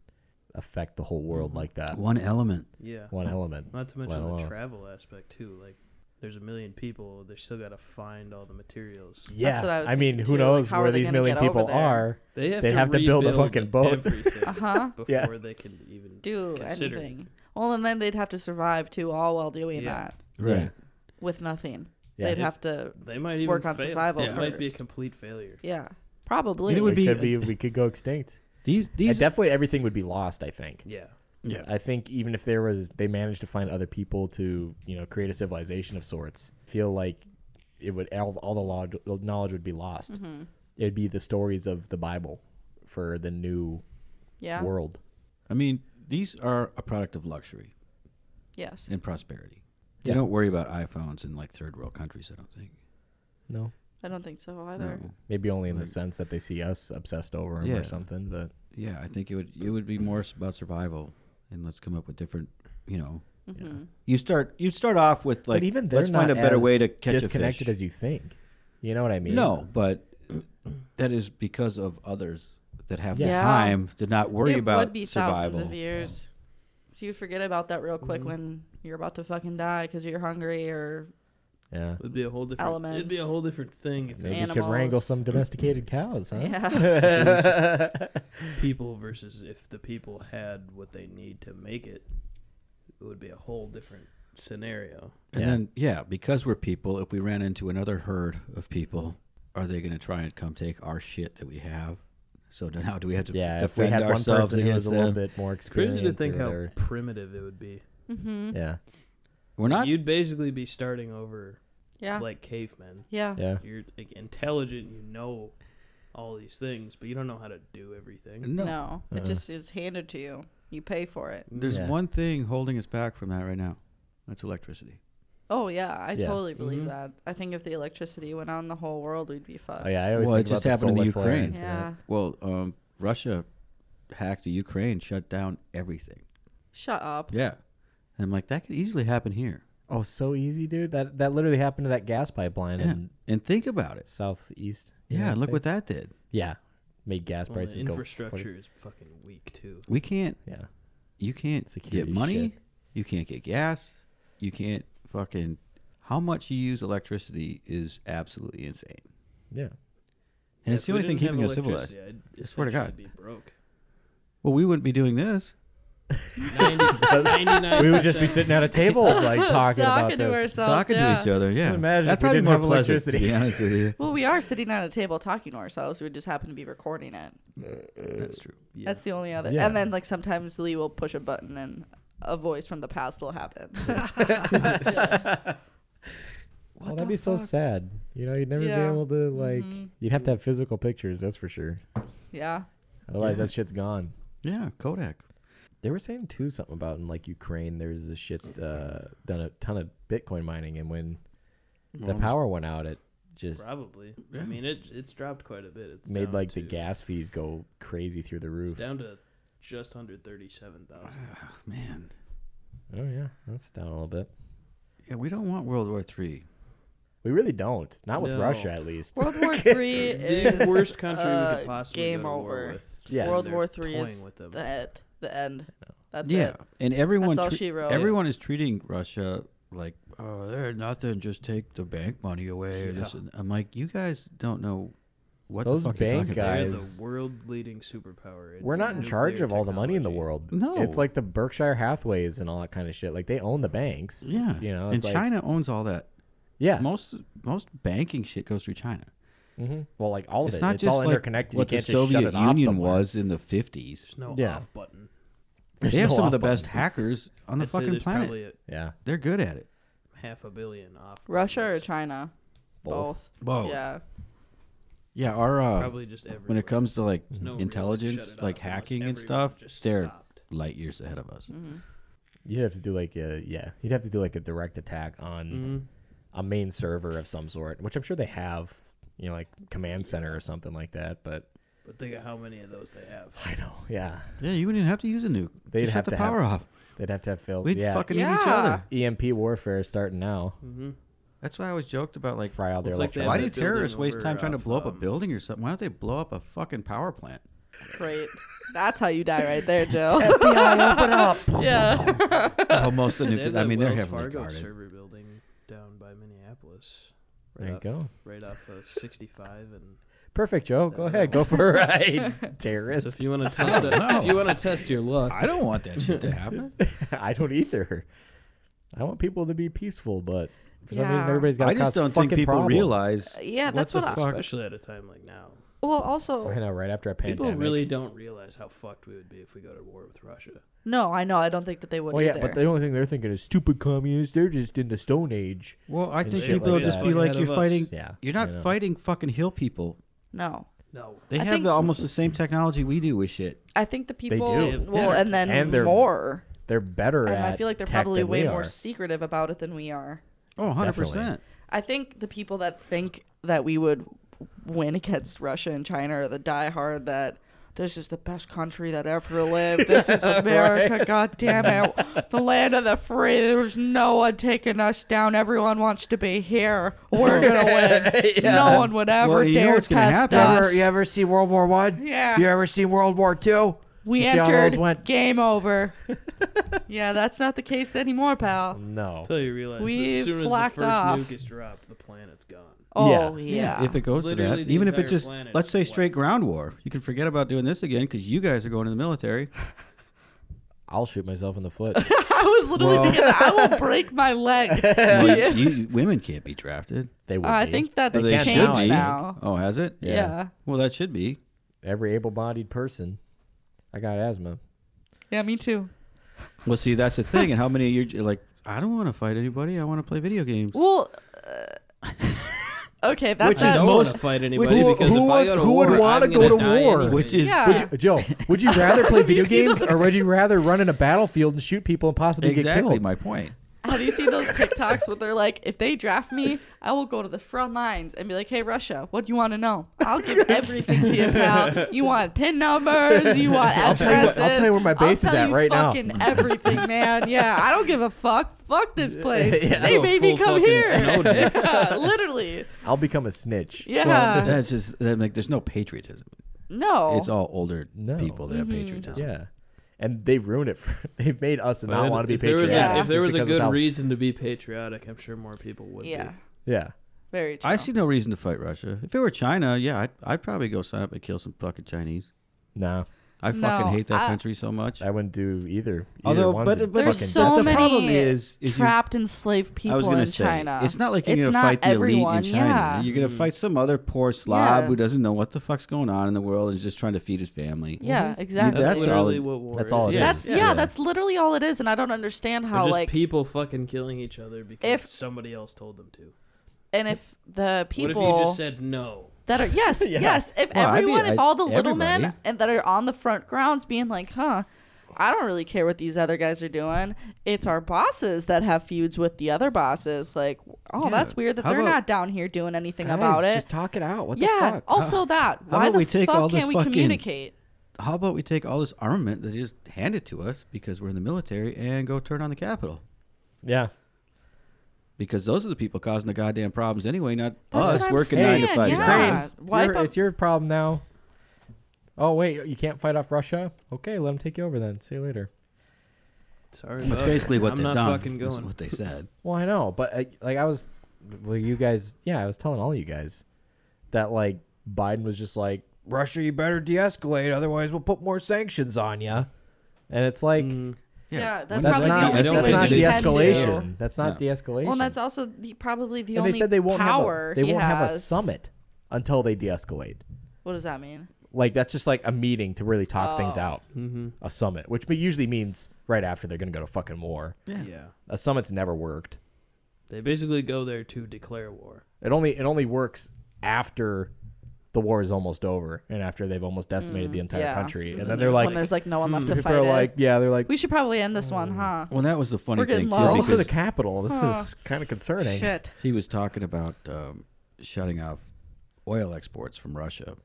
Speaker 2: affect the whole world like that.
Speaker 1: One element.
Speaker 7: Yeah.
Speaker 2: One element.
Speaker 7: Not to mention
Speaker 2: Well,
Speaker 7: the
Speaker 2: uh,
Speaker 7: travel aspect too. Like, there's a million people. They still got to find all the materials.
Speaker 2: Yeah.
Speaker 3: what I was
Speaker 2: mean,
Speaker 3: thinking
Speaker 2: who
Speaker 3: too, like,
Speaker 2: knows
Speaker 3: how are
Speaker 2: where
Speaker 3: they
Speaker 2: these
Speaker 3: gonna
Speaker 2: million
Speaker 3: get over
Speaker 2: people
Speaker 3: there?
Speaker 2: are.
Speaker 7: They have,
Speaker 2: They
Speaker 7: to,
Speaker 2: have to build the
Speaker 7: rebuild
Speaker 2: fucking boat.
Speaker 7: Everything
Speaker 3: Uh-huh.
Speaker 7: before
Speaker 2: Yeah.
Speaker 7: they can even
Speaker 3: Do
Speaker 7: Consider it.
Speaker 3: anything. Well, and then they'd have to survive too, all while doing
Speaker 7: Yeah.
Speaker 3: that
Speaker 1: Right.
Speaker 3: with nothing.
Speaker 2: Yeah.
Speaker 3: they'd
Speaker 2: It-
Speaker 3: have to.
Speaker 7: They might even
Speaker 3: Work on
Speaker 7: fail.
Speaker 3: survival
Speaker 7: It might be a
Speaker 3: first.
Speaker 7: complete failure.
Speaker 3: Yeah, probably.
Speaker 1: It would
Speaker 2: we
Speaker 1: be-
Speaker 2: could be we could go extinct.
Speaker 1: These
Speaker 2: And
Speaker 1: these
Speaker 2: definitely everything would be lost. I think.
Speaker 7: Yeah.
Speaker 1: yeah.
Speaker 2: I think even if there was, they managed to find other people to you know create a civilization of sorts. Feel like it would all, all the log, knowledge would be
Speaker 3: Mm.
Speaker 2: lost.
Speaker 3: Mm-hmm.
Speaker 2: It'd be the stories of the Bible for the new
Speaker 3: yeah.
Speaker 2: world.
Speaker 1: I mean, these are a product of luxury
Speaker 3: Yes.
Speaker 1: and prosperity. They
Speaker 2: Yeah.
Speaker 1: don't worry about iPhones in like third world countries, I don't think.
Speaker 2: No,
Speaker 3: I don't think so either.
Speaker 1: No.
Speaker 2: maybe only in
Speaker 1: Like-
Speaker 2: the sense that they see us obsessed over 'em
Speaker 1: Yeah.
Speaker 2: or something. But
Speaker 1: Yeah, I think it would it would be more s- about survival, and let's come up with different. You know,
Speaker 3: Mhm.
Speaker 1: you start you start off with like
Speaker 2: but even they're
Speaker 1: let's find a
Speaker 2: not
Speaker 1: better
Speaker 2: as
Speaker 1: way to catch
Speaker 2: disconnected
Speaker 1: a fish.
Speaker 2: as you think. You know what I mean?
Speaker 1: No, but that is because of others that have the
Speaker 3: Yeah.
Speaker 1: time to not worry
Speaker 3: it
Speaker 1: about
Speaker 3: would be
Speaker 1: survival.
Speaker 3: thousands of years. So you forget about that real quick when you're about to fucking die because you're hungry or
Speaker 2: Yeah.
Speaker 7: It'd be a whole different. It'd be
Speaker 3: Elements.
Speaker 7: a whole different thing if
Speaker 2: Maybe
Speaker 7: it
Speaker 2: we could wrangle
Speaker 3: Animals.
Speaker 2: some domesticated cows, huh?
Speaker 3: yeah.
Speaker 7: was people versus if the people had what they need to make it. It would be a whole different scenario.
Speaker 1: And
Speaker 2: Yeah.
Speaker 1: then yeah, because we're people, if we ran into another herd of people, are they going to try and come take our shit that we have? So then how do we have to
Speaker 2: yeah, if we
Speaker 1: defend
Speaker 2: had one
Speaker 1: ourselves
Speaker 2: person who was
Speaker 1: against
Speaker 2: a little
Speaker 1: them?
Speaker 2: bit more
Speaker 7: Crazy
Speaker 2: experienced,
Speaker 7: to think
Speaker 2: or
Speaker 7: how
Speaker 2: whatever.
Speaker 7: primitive it would be.
Speaker 3: mm-hmm.
Speaker 2: Yeah,
Speaker 1: We're not.
Speaker 7: You'd basically be starting over
Speaker 3: Yeah.
Speaker 7: like cavemen.
Speaker 3: yeah.
Speaker 2: yeah,
Speaker 7: You're like, intelligent. You know all these things, but you don't know how to do everything.
Speaker 1: no.
Speaker 3: No. It
Speaker 2: Uh-uh.
Speaker 3: just is handed to you. You pay for it.
Speaker 1: There's
Speaker 2: Yeah.
Speaker 1: one thing holding us back from that right now. That's electricity.
Speaker 3: Oh yeah, I
Speaker 2: Yeah.
Speaker 3: totally believe that. I think if the electricity went out in the whole world, we'd be fucked.
Speaker 2: Oh, yeah, I always
Speaker 1: Well,
Speaker 2: think
Speaker 1: it just
Speaker 2: about the
Speaker 1: happened in the
Speaker 2: solar flare
Speaker 1: Ukraine.
Speaker 2: incident.
Speaker 3: Yeah.
Speaker 1: Well, um, Russia hacked the Ukraine, shut down everything.
Speaker 3: Shut up.
Speaker 1: Yeah. And I'm like, that could easily happen here.
Speaker 2: Oh, so easy, dude. That that literally happened to that gas pipeline
Speaker 1: Yeah.
Speaker 2: in
Speaker 1: And think about it.
Speaker 2: southeast.
Speaker 1: Yeah,
Speaker 2: United
Speaker 1: look what
Speaker 2: States.
Speaker 1: that did.
Speaker 2: Yeah, made gas
Speaker 7: Well,
Speaker 2: prices
Speaker 7: the
Speaker 2: go.
Speaker 7: infrastructure is fucking weak too.
Speaker 1: We can't,
Speaker 2: forty- Yeah,
Speaker 1: you can't
Speaker 2: Security
Speaker 1: get money.
Speaker 2: shit.
Speaker 1: You can't get gas. You can't fucking. How much you use electricity is absolutely insane.
Speaker 2: yeah.
Speaker 1: And it's the only thing keeping us civilized.
Speaker 7: I
Speaker 1: I swear to God.
Speaker 7: be broke.
Speaker 1: Well, we wouldn't be doing this.
Speaker 7: 99
Speaker 2: we would just be sitting at a table like talking, about
Speaker 3: Talking to
Speaker 2: this.
Speaker 3: ourselves.
Speaker 1: Talking
Speaker 3: yeah.
Speaker 1: to each other. Yeah.
Speaker 2: imagine
Speaker 1: That'd
Speaker 2: if we
Speaker 1: probably
Speaker 2: didn't
Speaker 1: be more
Speaker 2: have
Speaker 1: pleasant, to be
Speaker 2: electricity.
Speaker 1: honest with you.
Speaker 3: Well, we are sitting at a table talking to ourselves. We just happen to be recording it.
Speaker 1: That's true.
Speaker 3: That's the only other.
Speaker 2: Yeah.
Speaker 3: And then like sometimes Lee will push a button and a voice from the past will happen.
Speaker 2: Well, that'd be so sad. You know, you'd never
Speaker 3: Yeah. Mm-hmm.
Speaker 2: be able to like. You'd have to have physical pictures, that's for sure.
Speaker 3: yeah.
Speaker 2: Otherwise,
Speaker 1: Yeah.
Speaker 2: that shit's gone.
Speaker 1: Yeah, Kodak.
Speaker 2: They were saying too something about in like Ukraine. There's this shit uh, done a ton of Bitcoin mining, and when the power went out, it just
Speaker 7: Probably. I mean, it it's dropped quite a bit. It's
Speaker 2: made
Speaker 7: down
Speaker 2: like the
Speaker 7: to-
Speaker 2: gas fees go crazy through the
Speaker 7: It's
Speaker 2: roof.
Speaker 7: down to just under thirty-seven thousand.
Speaker 1: Ah, man.
Speaker 2: Oh yeah, that's down a little bit.
Speaker 1: Yeah, we don't want World War Three.
Speaker 2: We really don't. Not with
Speaker 7: No.
Speaker 2: Russia, at least.
Speaker 3: World War Three is
Speaker 7: The worst country we
Speaker 3: uh,
Speaker 7: could possibly
Speaker 3: game
Speaker 7: go to
Speaker 3: over.
Speaker 7: war with.
Speaker 2: Yeah.
Speaker 3: World
Speaker 7: They're
Speaker 3: War Three
Speaker 7: toying
Speaker 3: is
Speaker 7: with them.
Speaker 3: the end. The end. That's
Speaker 1: yeah,
Speaker 3: it.
Speaker 1: and everyone
Speaker 3: That's all
Speaker 1: tre-
Speaker 3: she wrote.
Speaker 1: everyone is treating Russia like oh they're nothing. Just take the bank money away. or This
Speaker 7: Yeah.
Speaker 1: and, I'm like, you guys don't know what
Speaker 2: Those
Speaker 1: the fuck
Speaker 2: bank
Speaker 1: you're talking
Speaker 7: They're
Speaker 2: Guys.
Speaker 7: the world leading superpower. in
Speaker 2: We're not in
Speaker 7: nuclear
Speaker 2: charge of all the money in the
Speaker 7: technology.
Speaker 2: world.
Speaker 1: No.
Speaker 2: it's like the Berkshire Halfways and all that kind of shit. Like they own the banks.
Speaker 1: About. Yeah,
Speaker 2: you know,
Speaker 1: and
Speaker 2: it's like-
Speaker 1: China owns all that.
Speaker 2: Yeah,
Speaker 1: Most most banking shit goes through China.
Speaker 2: hmm well, like all of
Speaker 1: it's
Speaker 2: it.
Speaker 1: not
Speaker 2: it's
Speaker 1: just
Speaker 2: all
Speaker 1: like
Speaker 2: interconnected.
Speaker 1: what
Speaker 2: you
Speaker 1: the
Speaker 2: can't just shut
Speaker 1: Soviet
Speaker 2: it off
Speaker 1: Union
Speaker 2: somewhere.
Speaker 1: was in the 50s.
Speaker 7: There's no
Speaker 2: Yeah.
Speaker 7: off button.
Speaker 2: There's
Speaker 1: they have
Speaker 2: no
Speaker 1: some of
Speaker 2: off
Speaker 1: the best
Speaker 2: button.
Speaker 1: hackers on the
Speaker 7: I'd say
Speaker 1: fucking
Speaker 7: there's
Speaker 1: planet.
Speaker 7: Probably a
Speaker 2: Yeah,
Speaker 1: They're good at it.
Speaker 7: half a billion off.
Speaker 3: Russia or
Speaker 7: buttons.
Speaker 3: China?
Speaker 2: Both.
Speaker 1: Both.
Speaker 3: Yeah.
Speaker 1: Yeah, our uh,
Speaker 7: Probably just everywhere.
Speaker 1: when it comes to like
Speaker 7: There's no real way to shut
Speaker 1: intelligence,
Speaker 7: it
Speaker 1: like
Speaker 7: off unless
Speaker 1: hacking and
Speaker 7: everyone
Speaker 1: stuff,
Speaker 7: just
Speaker 1: they're
Speaker 7: stopped.
Speaker 1: light years ahead of us.
Speaker 3: Mm.
Speaker 2: you'd have to do like a yeah, you'd have to do like a direct attack on
Speaker 1: Mm-hmm.
Speaker 2: a main server of some sort, which I'm sure they have. You know, like command center or something like that. But
Speaker 7: But think of how many of those they have.
Speaker 2: I know, yeah,
Speaker 1: Yeah, you wouldn't even have to use a nuke.
Speaker 2: They'd
Speaker 1: Just
Speaker 2: have
Speaker 1: shut the
Speaker 2: to have-
Speaker 1: power off.
Speaker 2: they'd have to have filled.
Speaker 1: We'd
Speaker 2: yeah,
Speaker 1: fucking eat each
Speaker 3: Yeah.
Speaker 1: other.
Speaker 2: EMP warfare is starting now.
Speaker 1: That's why I always joked about like,
Speaker 2: Fry all their
Speaker 7: It's like they
Speaker 2: electronics.
Speaker 1: why
Speaker 7: that
Speaker 1: do
Speaker 7: building
Speaker 1: terrorists waste
Speaker 7: over
Speaker 1: time trying to
Speaker 7: off,
Speaker 1: blow up a
Speaker 7: um,
Speaker 1: building or something? Why don't they blow up a fucking power plant?
Speaker 3: Great. That's how you die right there, Joe. yeah.
Speaker 1: Almost the
Speaker 7: They have
Speaker 1: nuclear. I
Speaker 7: that
Speaker 1: mean, they're
Speaker 7: Wells
Speaker 1: heavily
Speaker 7: Fargo
Speaker 1: guarded.
Speaker 7: server building down by Minneapolis.
Speaker 2: There you
Speaker 7: off,
Speaker 2: go.
Speaker 7: Right off of 65 and.
Speaker 2: Perfect, Joe. Go ahead. Go for a ride. Terrorist.
Speaker 7: So if you want to test, it, if you want to test your luck,
Speaker 1: I don't want that shit to happen.
Speaker 2: I don't either. I want people to be peaceful, but for some reason
Speaker 3: Yeah.
Speaker 2: everybody's got.
Speaker 1: I just don't think people realize.
Speaker 3: Yeah, that's
Speaker 1: what
Speaker 3: what,
Speaker 1: the
Speaker 3: I.
Speaker 1: fuck?
Speaker 7: especially at a time like now,
Speaker 3: Well,
Speaker 2: Right
Speaker 3: also,
Speaker 2: now, right after a pandemic.
Speaker 7: people really don't realize how fucked we would be if we go to war with Russia.
Speaker 3: no, I know. I don't think that they would
Speaker 2: Well, yeah,
Speaker 3: either.
Speaker 2: but the only thing they're thinking is stupid communists. They're just in the Stone Age.
Speaker 1: Well, I think
Speaker 2: shit
Speaker 1: people
Speaker 2: like
Speaker 1: will just
Speaker 2: that.
Speaker 1: be like,
Speaker 7: Ahead
Speaker 1: you're
Speaker 7: of us.
Speaker 1: fighting.
Speaker 2: Yeah,
Speaker 1: You're
Speaker 2: I
Speaker 1: not
Speaker 2: know.
Speaker 1: fighting fucking hill people.
Speaker 3: no.
Speaker 7: No,
Speaker 1: They
Speaker 3: I
Speaker 1: have
Speaker 3: think-
Speaker 1: the, almost the same technology we do with shit.
Speaker 3: I think the people
Speaker 2: do.
Speaker 3: well,
Speaker 7: Yeah.
Speaker 3: and then
Speaker 2: And they're
Speaker 3: more.
Speaker 2: They're better
Speaker 3: And
Speaker 2: at.
Speaker 3: I feel like they're
Speaker 2: tech
Speaker 3: probably
Speaker 2: than
Speaker 3: way
Speaker 2: we
Speaker 3: more
Speaker 2: are.
Speaker 3: secretive about it than we are.
Speaker 1: Oh, 100 percent.
Speaker 2: Definitely.
Speaker 3: I think the people that think that we would win against Russia and China are the diehard that this is the best country that ever lived. This is America, god damn it. The land of the free. There's no one taking us down. Everyone wants to be here. We're gonna win. No one would ever
Speaker 1: Well, you know
Speaker 3: dare
Speaker 1: what's
Speaker 3: test
Speaker 1: gonna happen.
Speaker 3: us.
Speaker 1: Ever- you
Speaker 8: ever see World War One?
Speaker 3: Yeah. You
Speaker 8: ever see World War Two?
Speaker 3: we
Speaker 2: see how those
Speaker 3: entered
Speaker 2: went?
Speaker 3: game over. yeah, that's not the case anymore, pal.
Speaker 2: No.
Speaker 7: until you realize
Speaker 3: We've
Speaker 7: as soon as the
Speaker 3: slacked
Speaker 7: first
Speaker 3: off.
Speaker 7: nuke is dropped, the planet's gone.
Speaker 3: Oh yeah.
Speaker 1: If it goes
Speaker 7: Literally
Speaker 1: to that,
Speaker 7: the
Speaker 1: even if it
Speaker 7: entire
Speaker 1: just
Speaker 7: planet
Speaker 1: let's
Speaker 7: is
Speaker 1: say straight
Speaker 7: wiped.
Speaker 1: ground war, you can forget about doing this again because you guys are going in the military.
Speaker 2: I'll shoot myself in the foot.
Speaker 3: I was literally
Speaker 1: Well-
Speaker 3: thinking I will break my leg.
Speaker 1: Well,
Speaker 3: Yeah.
Speaker 1: you, you- women can't be drafted.
Speaker 2: They would.
Speaker 3: I
Speaker 2: be.
Speaker 3: think that's
Speaker 2: They can't
Speaker 3: changed
Speaker 2: now, I think.
Speaker 3: now.
Speaker 1: Oh, has it?
Speaker 2: Yeah.
Speaker 3: Yeah.
Speaker 1: Well, that should be.
Speaker 2: every able-bodied person. I got asthma.
Speaker 3: Yeah, me too.
Speaker 1: Well, see, that's the thing. And how many of you're like, I don't want to fight anybody. I want to play video games.
Speaker 3: Well, uh, okay, that's
Speaker 7: I
Speaker 3: not,
Speaker 7: don't
Speaker 1: most-
Speaker 7: want to fight anybody
Speaker 1: is-
Speaker 7: because
Speaker 2: who
Speaker 7: if I
Speaker 2: would-
Speaker 7: go to
Speaker 2: who
Speaker 7: war,
Speaker 2: would wanna
Speaker 7: I'm
Speaker 2: go to
Speaker 7: gonna die
Speaker 2: war?
Speaker 7: anyways.
Speaker 1: Which is
Speaker 3: Yeah.
Speaker 2: Would you, Uh, Joe, would you rather play video
Speaker 3: seen
Speaker 2: games
Speaker 3: those?
Speaker 2: or would you rather run in a battlefield and shoot people and possibly get
Speaker 1: exactly
Speaker 2: killed?
Speaker 1: my point.
Speaker 3: Have you seen those TikToks where they're like, if they draft me, I will go to the front lines and be like, hey, Russia, what do you want to know? I'll give everything to you, pal. You want PIN numbers? You want
Speaker 2: I'll tell you where- I'll
Speaker 3: addresses?
Speaker 2: tell you where my base is
Speaker 3: tell
Speaker 2: at
Speaker 3: you
Speaker 2: right now."
Speaker 3: fucking everything, man. Yeah, I don't give a fuck. Fuck this place.
Speaker 2: Yeah,
Speaker 3: they
Speaker 2: I'm a
Speaker 3: made me
Speaker 2: full
Speaker 3: come
Speaker 2: fucking
Speaker 3: here.
Speaker 2: Snowden.
Speaker 3: Yeah, literally.
Speaker 2: I'll become a snitch.
Speaker 3: Yeah.
Speaker 1: Well, that's just that, like there's no patriotism.
Speaker 3: no.
Speaker 1: It's all older
Speaker 2: No.
Speaker 1: people that have
Speaker 3: Mm-hmm.
Speaker 1: patriotism.
Speaker 2: Yeah. And they've ruined it. For, they've made us not want to be
Speaker 7: if there was
Speaker 2: patriotic.
Speaker 7: a,
Speaker 3: Yeah.
Speaker 7: if there
Speaker 2: just
Speaker 7: was a
Speaker 2: because of
Speaker 7: good
Speaker 2: how-
Speaker 7: reason to be patriotic, I'm sure more people would.
Speaker 3: yeah.
Speaker 7: be.
Speaker 2: Yeah.
Speaker 3: Very true.
Speaker 1: I see no reason to fight Russia. If it were China, yeah, I'd, I'd probably go sign up and kill some fucking Chinese.
Speaker 2: No,
Speaker 1: I fucking
Speaker 3: No,
Speaker 1: hate that
Speaker 3: I-
Speaker 1: country so much.
Speaker 2: I wouldn't do either. either
Speaker 1: Although,
Speaker 2: one's
Speaker 1: but-
Speaker 2: a
Speaker 1: but
Speaker 3: There's
Speaker 2: fucking
Speaker 3: so
Speaker 1: but the
Speaker 3: many
Speaker 1: problem is, is you-
Speaker 3: trapped enslaved people
Speaker 1: I was gonna
Speaker 3: in
Speaker 1: say,
Speaker 3: China.
Speaker 1: It's not like you're
Speaker 3: It's
Speaker 1: gonna
Speaker 3: not
Speaker 1: fight the
Speaker 3: everyone,
Speaker 1: elite in China.
Speaker 3: yeah.
Speaker 1: You're
Speaker 2: Mm.
Speaker 1: gonna fight some other poor Slav
Speaker 3: Yeah.
Speaker 1: who doesn't know what the fuck's going on in the world and is just trying to feed his family.
Speaker 3: Yeah,
Speaker 2: Mm-hmm.
Speaker 3: exactly.
Speaker 7: That's,
Speaker 1: That's all-
Speaker 7: literally what war.
Speaker 2: that's all it
Speaker 7: is.
Speaker 2: is.
Speaker 3: That's yeah.
Speaker 2: Yeah.
Speaker 3: that's literally all it is, and I don't understand
Speaker 7: They're
Speaker 3: how
Speaker 7: just
Speaker 3: like
Speaker 7: people fucking killing each other because
Speaker 3: If-
Speaker 7: somebody else told them to.
Speaker 3: and if the people
Speaker 7: What if you just said no?
Speaker 3: that are yes yes if
Speaker 1: Well, I'd be-
Speaker 3: everyone if
Speaker 1: I'd-
Speaker 3: all the little men
Speaker 1: everybody.
Speaker 3: and that are on the front grounds being like huh I don't really care what these other guys are doing it's our bosses that have feuds with the other bosses like oh
Speaker 1: Yeah.
Speaker 3: that's weird that
Speaker 1: How
Speaker 3: they're
Speaker 1: about-
Speaker 3: not down here doing anything
Speaker 2: Guys,
Speaker 3: about it
Speaker 2: Just talk it out. What
Speaker 3: yeah
Speaker 2: the fuck?
Speaker 3: also that
Speaker 1: How
Speaker 3: why
Speaker 1: about
Speaker 3: the
Speaker 1: we take
Speaker 3: fuck
Speaker 1: all this
Speaker 3: can't we
Speaker 1: fucking-
Speaker 3: communicate
Speaker 1: How about we take all this armament that they just hand it to us because we're in the military and go turn on the capital?
Speaker 2: yeah.
Speaker 1: Because those are the people causing the goddamn problems anyway, not
Speaker 3: That's what
Speaker 1: us
Speaker 3: I'm
Speaker 1: working
Speaker 3: saying,
Speaker 1: nine to five.
Speaker 3: yeah.
Speaker 1: hours.
Speaker 2: It's,
Speaker 3: Wipe
Speaker 2: your,
Speaker 3: up-
Speaker 2: it's your problem now. Oh wait, you can't fight off Russia. Okay, let them take you over then. See you later.
Speaker 7: Sorry,
Speaker 1: That's
Speaker 7: about
Speaker 1: basically
Speaker 7: it.
Speaker 1: what
Speaker 7: I'm
Speaker 1: they've
Speaker 7: not
Speaker 1: done.
Speaker 7: fucking
Speaker 1: That's
Speaker 7: going.
Speaker 1: what they said.
Speaker 2: Well, I know, but I, like I was, well, you guys, yeah, I was telling all you guys that like Biden was just like Russia, you better de-escalate, otherwise we'll put more sanctions on you. And it's like
Speaker 7: Mm.
Speaker 1: Yeah,
Speaker 3: that's,
Speaker 2: that's
Speaker 3: probably
Speaker 2: not
Speaker 3: the
Speaker 1: I
Speaker 2: that's,
Speaker 3: only
Speaker 1: don't
Speaker 2: that's
Speaker 3: way
Speaker 2: not
Speaker 3: we can do.
Speaker 2: de-escalation. That's not de-escalation.
Speaker 3: Well, and that's also the, probably the
Speaker 2: And
Speaker 3: only
Speaker 2: they said they won't
Speaker 3: power
Speaker 2: have a, they
Speaker 3: he
Speaker 2: won't have a
Speaker 3: has.
Speaker 2: summit until they de-escalate.
Speaker 3: What does that mean?
Speaker 2: Like that's just like a meeting to really talk things
Speaker 3: Oh.
Speaker 2: out.
Speaker 7: mm-hmm.
Speaker 2: A summit, which me- usually means right after they're gonna go to fucking war.
Speaker 7: Yeah,
Speaker 2: A summit's never worked.
Speaker 7: they basically go there to declare war.
Speaker 2: It only it only works after the war is almost over and after they've almost decimated the entire
Speaker 3: Mm, yeah.
Speaker 2: country. And then they're like, "Hmm,
Speaker 3: when there's like no one left to
Speaker 2: people
Speaker 3: fight
Speaker 2: are
Speaker 3: it.
Speaker 2: like, yeah, they're like,
Speaker 3: we should probably end this one, huh?
Speaker 1: Well, that was the funny
Speaker 3: We're getting
Speaker 1: thing
Speaker 3: low.
Speaker 2: we're
Speaker 1: too.
Speaker 2: almost to
Speaker 1: Because
Speaker 2: the capital. This is kind of concerning.
Speaker 3: Oh, Shit.
Speaker 1: he was talking about um, shutting off oil exports from Russia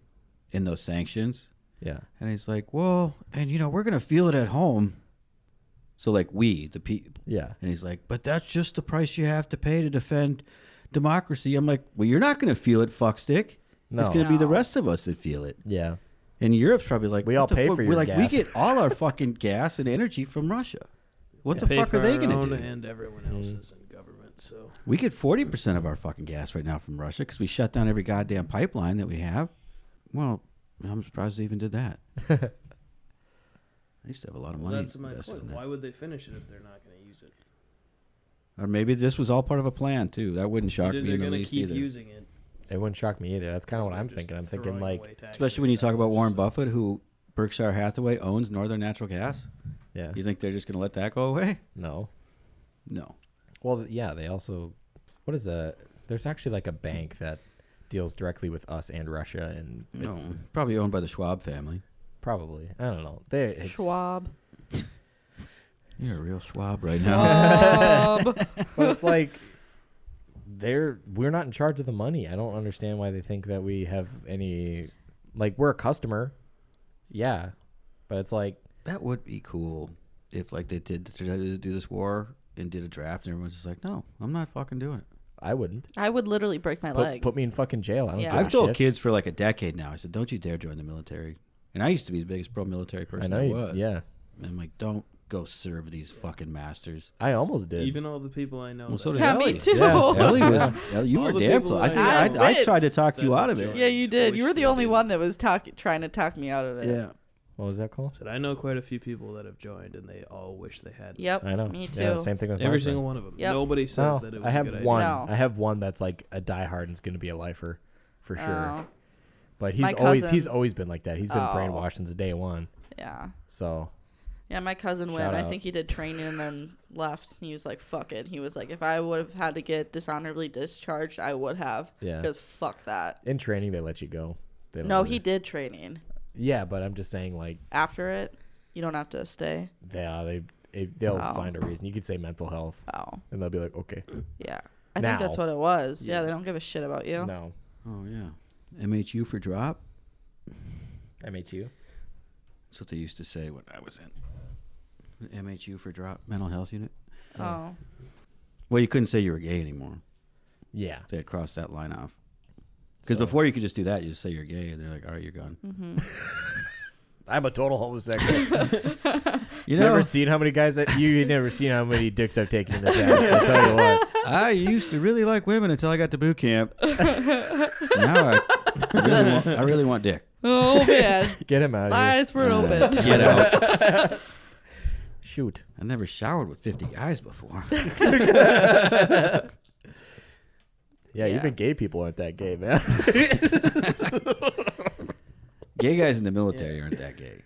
Speaker 1: in those sanctions,
Speaker 2: Yeah,
Speaker 1: and he's like, "Well, and you know, we're gonna feel it at home." So like we, the people,
Speaker 2: yeah.
Speaker 1: and he's like, "But that's just the price you have to pay to defend democracy." I'm like, "Well, you're not gonna feel it, fuckstick. It's
Speaker 2: No.
Speaker 1: gonna be the
Speaker 3: No.
Speaker 1: rest of us that feel it."
Speaker 2: Yeah,
Speaker 1: And Europe's probably like,
Speaker 2: We
Speaker 1: "What
Speaker 2: all
Speaker 1: the
Speaker 2: pay
Speaker 1: fuck?"
Speaker 2: for
Speaker 1: We're
Speaker 2: your
Speaker 1: like,
Speaker 2: gas."
Speaker 1: "We get all our fucking gas and energy from Russia." What the
Speaker 7: Pay
Speaker 1: fuck
Speaker 7: for
Speaker 1: are they
Speaker 7: our
Speaker 1: gonna
Speaker 7: own
Speaker 1: do? Mm-hmm.
Speaker 7: And everyone else's in government. So
Speaker 1: We get 40% of our fucking gas right now from Russia because we shut down every goddamn pipeline that we have. Well, I'm surprised they even did that. I used to have a lot of money.
Speaker 7: that's my
Speaker 1: invested
Speaker 7: point.
Speaker 1: in that.
Speaker 7: Why would they finish it if they're not going to use it?
Speaker 1: Or maybe this was all part of a plan, too. That wouldn't shock
Speaker 7: Either
Speaker 1: me
Speaker 7: they're
Speaker 1: in the
Speaker 7: going to
Speaker 1: least
Speaker 7: keep
Speaker 1: either.
Speaker 7: using it.
Speaker 2: it wouldn't shock me either. That's kind of what I'm
Speaker 7: just
Speaker 2: thinking. I'm
Speaker 7: throwing
Speaker 2: thinking like,
Speaker 7: away taxpayer
Speaker 1: Especially when you talk about
Speaker 7: dollars,
Speaker 1: Warren
Speaker 7: so-
Speaker 1: Buffett, who Berkshire Hathaway owns Northern Natural Gas.
Speaker 2: yeah,
Speaker 1: You think they're just going to let that go away?
Speaker 2: no.
Speaker 1: No.
Speaker 2: Well, th- yeah, they also, what is the? There's actually like a bank that deals directly with us and Russia, and
Speaker 1: No.
Speaker 2: it's
Speaker 1: Probably owned by the Schwab family.
Speaker 2: probably I don't know. They it's,
Speaker 3: Schwab.
Speaker 1: You're a real Schwab right now.
Speaker 3: Schwab.
Speaker 2: but it's like they're we're not in charge of the money. I don't understand why they think that we have any like we're a customer. Yeah. But it's like
Speaker 1: that would be cool if, like, they did decided to do this war and did a draft, and everyone's just like, no, I'm not fucking doing it.
Speaker 2: I wouldn't.
Speaker 3: I would literally break my
Speaker 2: Put,
Speaker 3: leg.
Speaker 2: put me in fucking jail. I don't
Speaker 3: Yeah.
Speaker 2: give a
Speaker 1: I've told
Speaker 2: shit.
Speaker 1: kids for like a decade now. I said, "Don't you dare join the military." And I used to be the biggest pro-military person
Speaker 2: I know
Speaker 1: there
Speaker 2: you
Speaker 1: was.
Speaker 2: yeah.
Speaker 1: And I'm like, "Don't go serve these fucking masters."
Speaker 2: I almost did.
Speaker 7: Even all the people I know.
Speaker 1: Well, so
Speaker 7: that-
Speaker 1: did
Speaker 3: yeah,
Speaker 1: Ellie.
Speaker 3: me too.
Speaker 2: Yeah.
Speaker 1: Ellie was.
Speaker 2: Yeah.
Speaker 1: Ellie, you
Speaker 7: All
Speaker 1: were
Speaker 7: the
Speaker 1: damn
Speaker 7: people
Speaker 1: close. I,
Speaker 7: that
Speaker 1: think
Speaker 3: I know.
Speaker 1: I, I, tried to
Speaker 3: Ripped.
Speaker 1: talk you out of
Speaker 7: That
Speaker 1: it.
Speaker 7: joy.
Speaker 3: Yeah, you did. You were the
Speaker 7: Choice
Speaker 3: only
Speaker 7: they
Speaker 3: one
Speaker 7: did.
Speaker 3: that was talk- trying to talk me out of it.
Speaker 1: Yeah.
Speaker 2: what was that called?
Speaker 7: Said I know quite a few people that have joined, and they all wish they had.
Speaker 3: Yep.
Speaker 2: I know.
Speaker 3: Me too.
Speaker 2: Yeah, same thing with my
Speaker 7: Every
Speaker 2: friends.
Speaker 7: single one of them.
Speaker 3: Yep.
Speaker 7: Nobody says
Speaker 2: No,
Speaker 7: that it was
Speaker 2: I
Speaker 7: a
Speaker 2: have
Speaker 7: good
Speaker 2: one.
Speaker 7: idea.
Speaker 3: No.
Speaker 2: I have one that's like a diehard and is going to be a lifer for sure.
Speaker 3: Oh,
Speaker 2: but he's
Speaker 3: my
Speaker 2: always he's
Speaker 3: cousin-
Speaker 2: always been like that. He's been
Speaker 3: Oh.
Speaker 2: brainwashed since day one.
Speaker 3: yeah.
Speaker 2: So
Speaker 3: Yeah, my cousin went.
Speaker 2: Shout
Speaker 3: I
Speaker 2: out.
Speaker 3: think he did training and then left. He was like, fuck it. He was like, if I would have had to get dishonorably discharged, I would have.
Speaker 2: Yeah.
Speaker 3: Because fuck that.
Speaker 2: in training they let you go. They don't
Speaker 3: No,
Speaker 2: really-
Speaker 3: he did training.
Speaker 2: Yeah, but I'm just saying like
Speaker 3: After it, you don't have to stay.
Speaker 2: Yeah, they If they'll
Speaker 3: Oh.
Speaker 2: find a reason. You could say mental health,
Speaker 3: Oh,
Speaker 2: and they'll be like, okay,
Speaker 3: yeah. I
Speaker 2: Now.
Speaker 3: think that's what it was. Yeah.
Speaker 2: Yeah.
Speaker 3: they don't give a shit about you.
Speaker 2: no,
Speaker 1: Oh yeah, MHU for drop.
Speaker 2: MHU.
Speaker 1: That's what they used to say when I was in MHU for drop mental health unit.
Speaker 3: Oh.
Speaker 1: Well, you couldn't say you were gay anymore.
Speaker 2: Yeah,
Speaker 1: They had crossed that line off. Because
Speaker 2: So-
Speaker 1: before you could just do that, you just say you're gay, and they're like, "All right, you're gone."
Speaker 3: mm-hmm.
Speaker 2: I'm a total homosexual.
Speaker 1: You
Speaker 2: you
Speaker 1: know,
Speaker 2: never seen how many guys that you you've never seen how many dicks I've taken in this house. I tell you what,
Speaker 1: I used to really like women until I got to boot camp. now I really, want, I really want dick. uh,
Speaker 3: Oh man,
Speaker 2: get him out of here.
Speaker 3: eyes were open.
Speaker 1: Get out!
Speaker 2: Shoot.
Speaker 1: I never showered with fifty guys before.
Speaker 2: Yeah,
Speaker 3: Yeah.
Speaker 2: even gay people aren't that gay, man.
Speaker 1: gay guys in the military aren't that gay.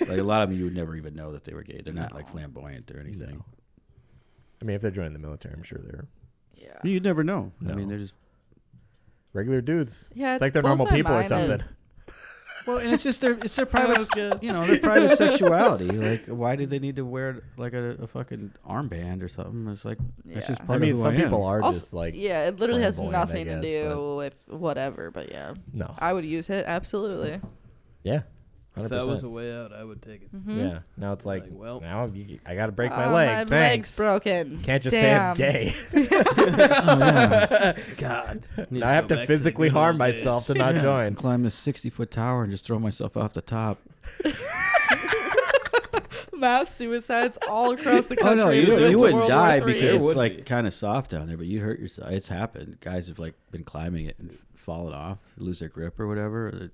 Speaker 1: Like a lot of them, you would never even know that they were gay. They're not like flamboyant or anything.
Speaker 2: No. I mean, if they're joining the military, I'm sure they're
Speaker 3: Yeah.
Speaker 1: You'd never know. I
Speaker 2: No.
Speaker 1: mean, they're just
Speaker 2: regular dudes.
Speaker 3: Yeah,
Speaker 2: it's
Speaker 3: it
Speaker 2: like they're
Speaker 3: blows
Speaker 2: normal
Speaker 3: my
Speaker 2: people or
Speaker 3: mind that-
Speaker 2: something.
Speaker 1: well, and it's just their it's their private, you know, their private sexuality. Like, why did they need to wear like a, a fucking armband or something? It's like that's
Speaker 3: Yeah.
Speaker 1: just
Speaker 2: I
Speaker 1: part
Speaker 2: mean,
Speaker 1: of who
Speaker 2: some
Speaker 1: I am.
Speaker 2: people are
Speaker 3: Also-
Speaker 2: just like
Speaker 3: yeah, it literally has
Speaker 2: flamboyant, I
Speaker 3: nothing to
Speaker 2: guess,
Speaker 3: do with whatever. But yeah,
Speaker 2: no.
Speaker 3: I would use it absolutely.
Speaker 2: Yeah, hundred
Speaker 7: If that was
Speaker 2: percent.
Speaker 7: a way out, I would take it.
Speaker 3: Mm-hmm.
Speaker 2: Yeah. Now it's like,
Speaker 7: Like,
Speaker 2: well,
Speaker 7: well-
Speaker 2: now you- I got to break my
Speaker 3: Uh,
Speaker 2: leg.
Speaker 3: Hmm? My leg's
Speaker 2: Thanks.
Speaker 3: broken.
Speaker 2: Can't just
Speaker 3: Damn.
Speaker 2: say I'm gay.
Speaker 7: God,
Speaker 2: I have to physically harm myself to not
Speaker 1: Yeah,
Speaker 2: join.
Speaker 1: Climb this sixty foot tower and just throw myself off the top.
Speaker 3: Mass suicides all across the
Speaker 1: Oh
Speaker 3: country.
Speaker 1: no, you,
Speaker 3: due to
Speaker 1: you
Speaker 3: World
Speaker 1: wouldn't
Speaker 3: War
Speaker 1: die
Speaker 3: III.
Speaker 1: because
Speaker 7: would
Speaker 1: it's like
Speaker 7: be.
Speaker 1: kind of soft down there, but you hurt yourself. It's happened. Guys have like been climbing it and fallen off, lose their grip or whatever. or they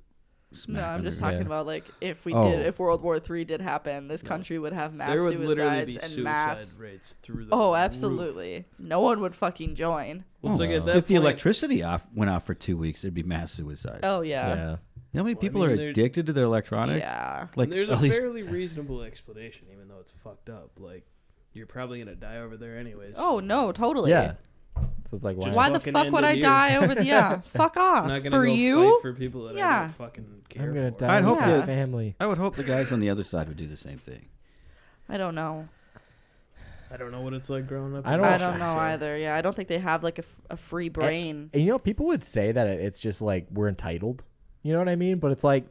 Speaker 1: smack
Speaker 3: No, I'm
Speaker 1: on
Speaker 3: just
Speaker 1: their-
Speaker 3: talking about like if we
Speaker 1: Oh.
Speaker 3: did, if World War Three did happen, this country would have mass
Speaker 7: There would literally
Speaker 3: suicides
Speaker 7: be
Speaker 3: and
Speaker 7: suicide
Speaker 3: mass.
Speaker 7: rates through the
Speaker 3: Oh,
Speaker 7: roof.
Speaker 3: absolutely. No one would fucking join.
Speaker 7: Well, it's
Speaker 1: Oh,
Speaker 7: like at
Speaker 1: no.
Speaker 7: that
Speaker 1: if the
Speaker 7: point-
Speaker 1: electricity off went off for two weeks, it'd be mass suicides.
Speaker 3: Oh yeah.
Speaker 1: You know how many
Speaker 7: Well, I
Speaker 1: people
Speaker 7: mean,
Speaker 1: are
Speaker 7: they're-
Speaker 1: addicted to their electronics?
Speaker 3: Yeah.
Speaker 1: Like
Speaker 7: there's a
Speaker 1: all these
Speaker 7: fairly reasonable explanation, even though it's fucked up. Like you're probably gonna die over there anyways.
Speaker 3: Oh no, totally.
Speaker 2: Yeah. So it's like, why?
Speaker 7: Just
Speaker 3: Why the
Speaker 7: Fucking
Speaker 3: fuck
Speaker 7: end
Speaker 3: would
Speaker 7: it
Speaker 3: I
Speaker 7: here.
Speaker 3: die over the yeah? fuck
Speaker 1: Uh,
Speaker 7: I'm
Speaker 3: off
Speaker 7: not gonna
Speaker 3: for
Speaker 7: go
Speaker 3: you.
Speaker 7: fight for people that I
Speaker 3: Yeah.
Speaker 7: don't fucking care
Speaker 2: I'm gonna
Speaker 7: for.
Speaker 2: die.
Speaker 1: I'd hope
Speaker 2: with
Speaker 3: Yeah.
Speaker 2: my family.
Speaker 1: I would hope the guys on the other side would do the same thing.
Speaker 3: I don't know.
Speaker 7: I don't know what it's like growing up.
Speaker 2: I
Speaker 7: in
Speaker 2: don't-
Speaker 3: I
Speaker 7: Russia,
Speaker 3: don't know
Speaker 7: so-
Speaker 3: either. Yeah, I don't think they have like a, f- a free brain.
Speaker 2: And you know, people would say that it- it's just like we're entitled. You know what I mean? But it's like,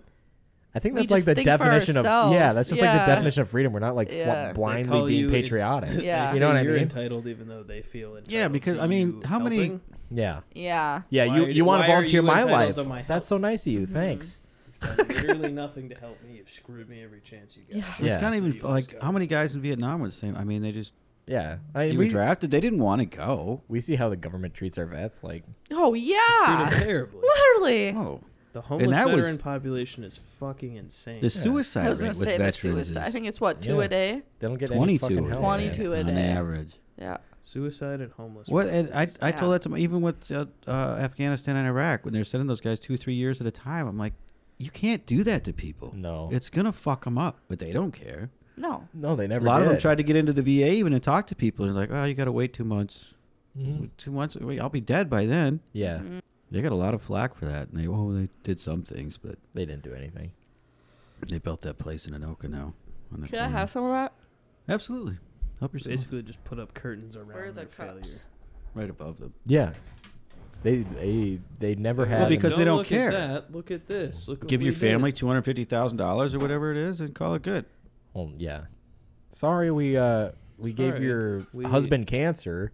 Speaker 2: I think
Speaker 3: We
Speaker 2: that's like
Speaker 3: just
Speaker 2: the
Speaker 3: think for
Speaker 2: definition of yeah.
Speaker 3: ourselves.
Speaker 2: That's just like
Speaker 3: Yeah.
Speaker 2: the definition of freedom. We're not like fl-
Speaker 3: Yeah. They
Speaker 7: call
Speaker 2: blindly
Speaker 7: you
Speaker 2: being
Speaker 7: in-
Speaker 2: patriotic.
Speaker 3: Yeah.
Speaker 2: You know what I
Speaker 7: you're
Speaker 2: mean?
Speaker 7: entitled, even though they feel entitled.
Speaker 1: Yeah, because
Speaker 7: to
Speaker 1: I mean,
Speaker 7: you
Speaker 1: how many-
Speaker 7: helping.
Speaker 2: Yeah.
Speaker 3: Yeah.
Speaker 2: Yeah.
Speaker 7: Why
Speaker 2: you
Speaker 7: are
Speaker 2: you,
Speaker 7: you-
Speaker 2: want
Speaker 7: why
Speaker 2: to
Speaker 7: are
Speaker 2: volunteer
Speaker 7: you
Speaker 2: my
Speaker 7: entitled
Speaker 2: life?
Speaker 7: to my help?
Speaker 2: that's so nice of
Speaker 3: Mm-hmm.
Speaker 2: you. Thanks.
Speaker 7: You've done literally nothing to help me. You've screwed me every chance you get.
Speaker 3: Yeah.
Speaker 1: It's
Speaker 2: Yeah.
Speaker 1: kind of
Speaker 7: So
Speaker 1: even
Speaker 7: you always
Speaker 1: like
Speaker 7: go.
Speaker 1: how many guys in Vietnam were the same. I mean, they just
Speaker 2: Yeah. I
Speaker 1: they
Speaker 2: mean,
Speaker 1: were
Speaker 2: we,
Speaker 1: drafted. They didn't want to go.
Speaker 2: we see how the government treats our vets. Like,
Speaker 3: Oh
Speaker 7: Treat
Speaker 3: yeah.
Speaker 7: them terribly.
Speaker 3: Literally.
Speaker 1: Oh,
Speaker 7: The homeless
Speaker 1: that was-
Speaker 7: veteran population is fucking insane.
Speaker 1: the
Speaker 3: I
Speaker 1: suicide
Speaker 3: was
Speaker 1: rate
Speaker 3: gonna
Speaker 1: with
Speaker 3: say the
Speaker 1: veterans
Speaker 3: suicide. I
Speaker 1: is
Speaker 3: think it's what two
Speaker 2: Yeah.
Speaker 3: a day.
Speaker 2: they don't get any
Speaker 1: twenty-two.
Speaker 2: fucking
Speaker 1: a
Speaker 2: help.
Speaker 1: day,
Speaker 3: 22 a
Speaker 1: on
Speaker 3: day.
Speaker 1: average.
Speaker 3: Yeah.
Speaker 7: Suicide and homeless.
Speaker 1: What
Speaker 7: rates,
Speaker 1: and I
Speaker 7: it's-
Speaker 1: I told
Speaker 3: Yeah.
Speaker 1: that to my, even with uh, uh, Afghanistan and Iraq when they're sending those guys two three years at a time. I'm like, you can't do that to people.
Speaker 2: No.
Speaker 1: it's gonna fuck them up, but they don't care.
Speaker 3: No.
Speaker 2: No, they
Speaker 1: A
Speaker 2: never.
Speaker 1: lot of them
Speaker 2: did.
Speaker 1: tried to get into the VA even and talk to people. And it's like, oh, you gotta wait two months.
Speaker 2: Mhm.
Speaker 1: Two months. Wait, I'll be dead by then.
Speaker 2: Yeah,
Speaker 3: Mm-hmm. Mm.
Speaker 1: They got a lot of flack for that, and they oh they did some things, but
Speaker 2: they didn't do anything.
Speaker 1: they built that place in Anoka now. on that
Speaker 3: Could I
Speaker 1: corner.
Speaker 3: have some of that?
Speaker 1: Absolutely. Help yourself.
Speaker 7: basically just put up curtains around
Speaker 3: Where are the
Speaker 7: their
Speaker 3: cups?
Speaker 7: failure.
Speaker 1: Right above them.
Speaker 2: Yeah, they they they never had.
Speaker 1: Well, because they don't
Speaker 7: look
Speaker 1: care.
Speaker 7: At that. Look at this. Look. what
Speaker 1: Give
Speaker 7: we
Speaker 1: your
Speaker 7: did.
Speaker 1: family two hundred fifty thousand dollars or whatever it is, and call it good.
Speaker 2: Well, yeah. Sorry, we uh we gave
Speaker 7: Sorry,
Speaker 2: your
Speaker 7: we-
Speaker 2: husband cancer.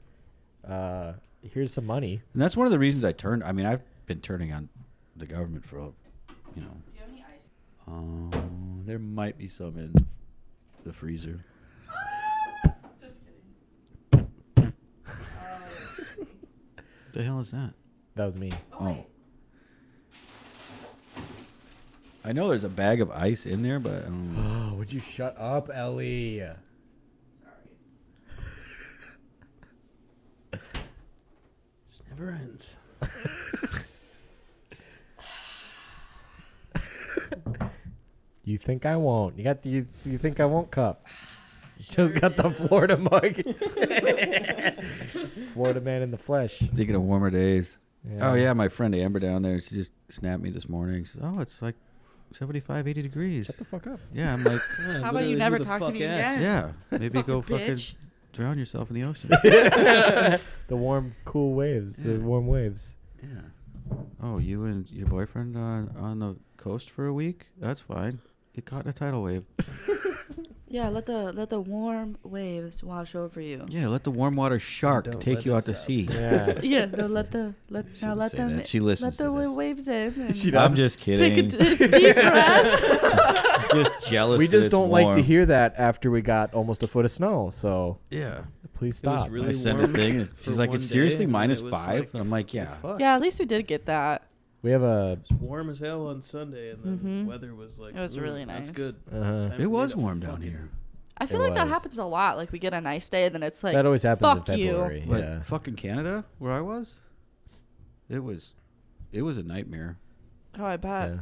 Speaker 2: Uh, here's some money.
Speaker 1: And that's one of the reasons I turned. I mean, I've been turning on the government for, you know. Um, there might be some in the freezer. the hell is that?
Speaker 2: That was me.
Speaker 1: Oh. I know there's a bag of ice in there, but um, I don't know.
Speaker 2: Oh, would you shut up, Ellie?
Speaker 7: This never ends.
Speaker 2: You think I won't? You got the you, you think I won't cup? Just got the Florida mug. Florida man in the flesh.
Speaker 1: thinking of warmer days. Oh yeah, my friend Amber down there, she just snapped me this morning. She says, "Oh, it's like 75, 80 degrees.
Speaker 2: Shut the fuck up.
Speaker 1: Yeah, I'm like,
Speaker 7: Yeah,
Speaker 10: How about
Speaker 7: literally,
Speaker 10: you
Speaker 7: who
Speaker 10: never
Speaker 7: the
Speaker 10: talk to
Speaker 7: fuck
Speaker 10: me
Speaker 7: asked?
Speaker 10: again?
Speaker 1: yeah, maybe go
Speaker 10: Fucking
Speaker 1: fucking
Speaker 10: bitch.
Speaker 1: drown yourself in the ocean.
Speaker 2: The warm, cool waves.
Speaker 1: Yeah.
Speaker 2: The warm waves.
Speaker 1: yeah. Oh, you and your boyfriend on on the coast for a week? That's fine. Get caught in a tidal wave.
Speaker 10: Yeah, let the let the warm waves wash over you.
Speaker 1: Yeah, let the warm water shark
Speaker 7: Don't
Speaker 1: take
Speaker 7: let
Speaker 1: you
Speaker 7: it
Speaker 1: out to
Speaker 7: stop.
Speaker 1: sea.
Speaker 2: Yeah.
Speaker 10: yeah, no, let the let
Speaker 1: She
Speaker 10: now
Speaker 1: didn't
Speaker 10: let
Speaker 1: say
Speaker 10: them
Speaker 1: that. She listens
Speaker 10: let
Speaker 1: to
Speaker 10: the
Speaker 1: this.
Speaker 10: wa- waves in. And
Speaker 2: She
Speaker 1: I'm
Speaker 2: does.
Speaker 1: just
Speaker 10: take a
Speaker 1: kidding.
Speaker 10: d- deep breath.
Speaker 1: just jealous.
Speaker 2: we
Speaker 1: that
Speaker 2: just
Speaker 1: it's
Speaker 2: don't like to
Speaker 1: warm.
Speaker 2: hear that after we got almost a foot of snow. So
Speaker 1: Yeah.
Speaker 2: please
Speaker 7: It was
Speaker 2: stop.
Speaker 7: really
Speaker 1: I sent a
Speaker 7: warm
Speaker 1: thing. and
Speaker 7: for
Speaker 1: She's like,
Speaker 7: one
Speaker 1: it's seriously
Speaker 7: day, and
Speaker 1: minus
Speaker 7: it was
Speaker 1: five?
Speaker 7: like,
Speaker 1: and I'm like, yeah.
Speaker 7: fuck.
Speaker 3: Yeah, at least we did get that.
Speaker 2: we have a.
Speaker 7: It was warm as hell on Sunday, and then
Speaker 10: Mhm.
Speaker 7: weather Mm-hmm. was like.
Speaker 10: It was
Speaker 7: "Ooh,
Speaker 10: really nice.
Speaker 7: That's good.
Speaker 2: Uh,
Speaker 7: Time for me
Speaker 1: It was
Speaker 7: to
Speaker 1: warm down
Speaker 7: fucking-
Speaker 1: here.
Speaker 3: I feel
Speaker 2: It
Speaker 3: like that
Speaker 2: was.
Speaker 3: happens a lot. Like we get a nice day, and then it's like
Speaker 2: that always happens in
Speaker 3: fuck you.
Speaker 2: February.
Speaker 1: But
Speaker 2: Yeah.
Speaker 1: fucking Canada, where I was, it was, it was a nightmare.
Speaker 3: oh, I bet.
Speaker 2: yeah.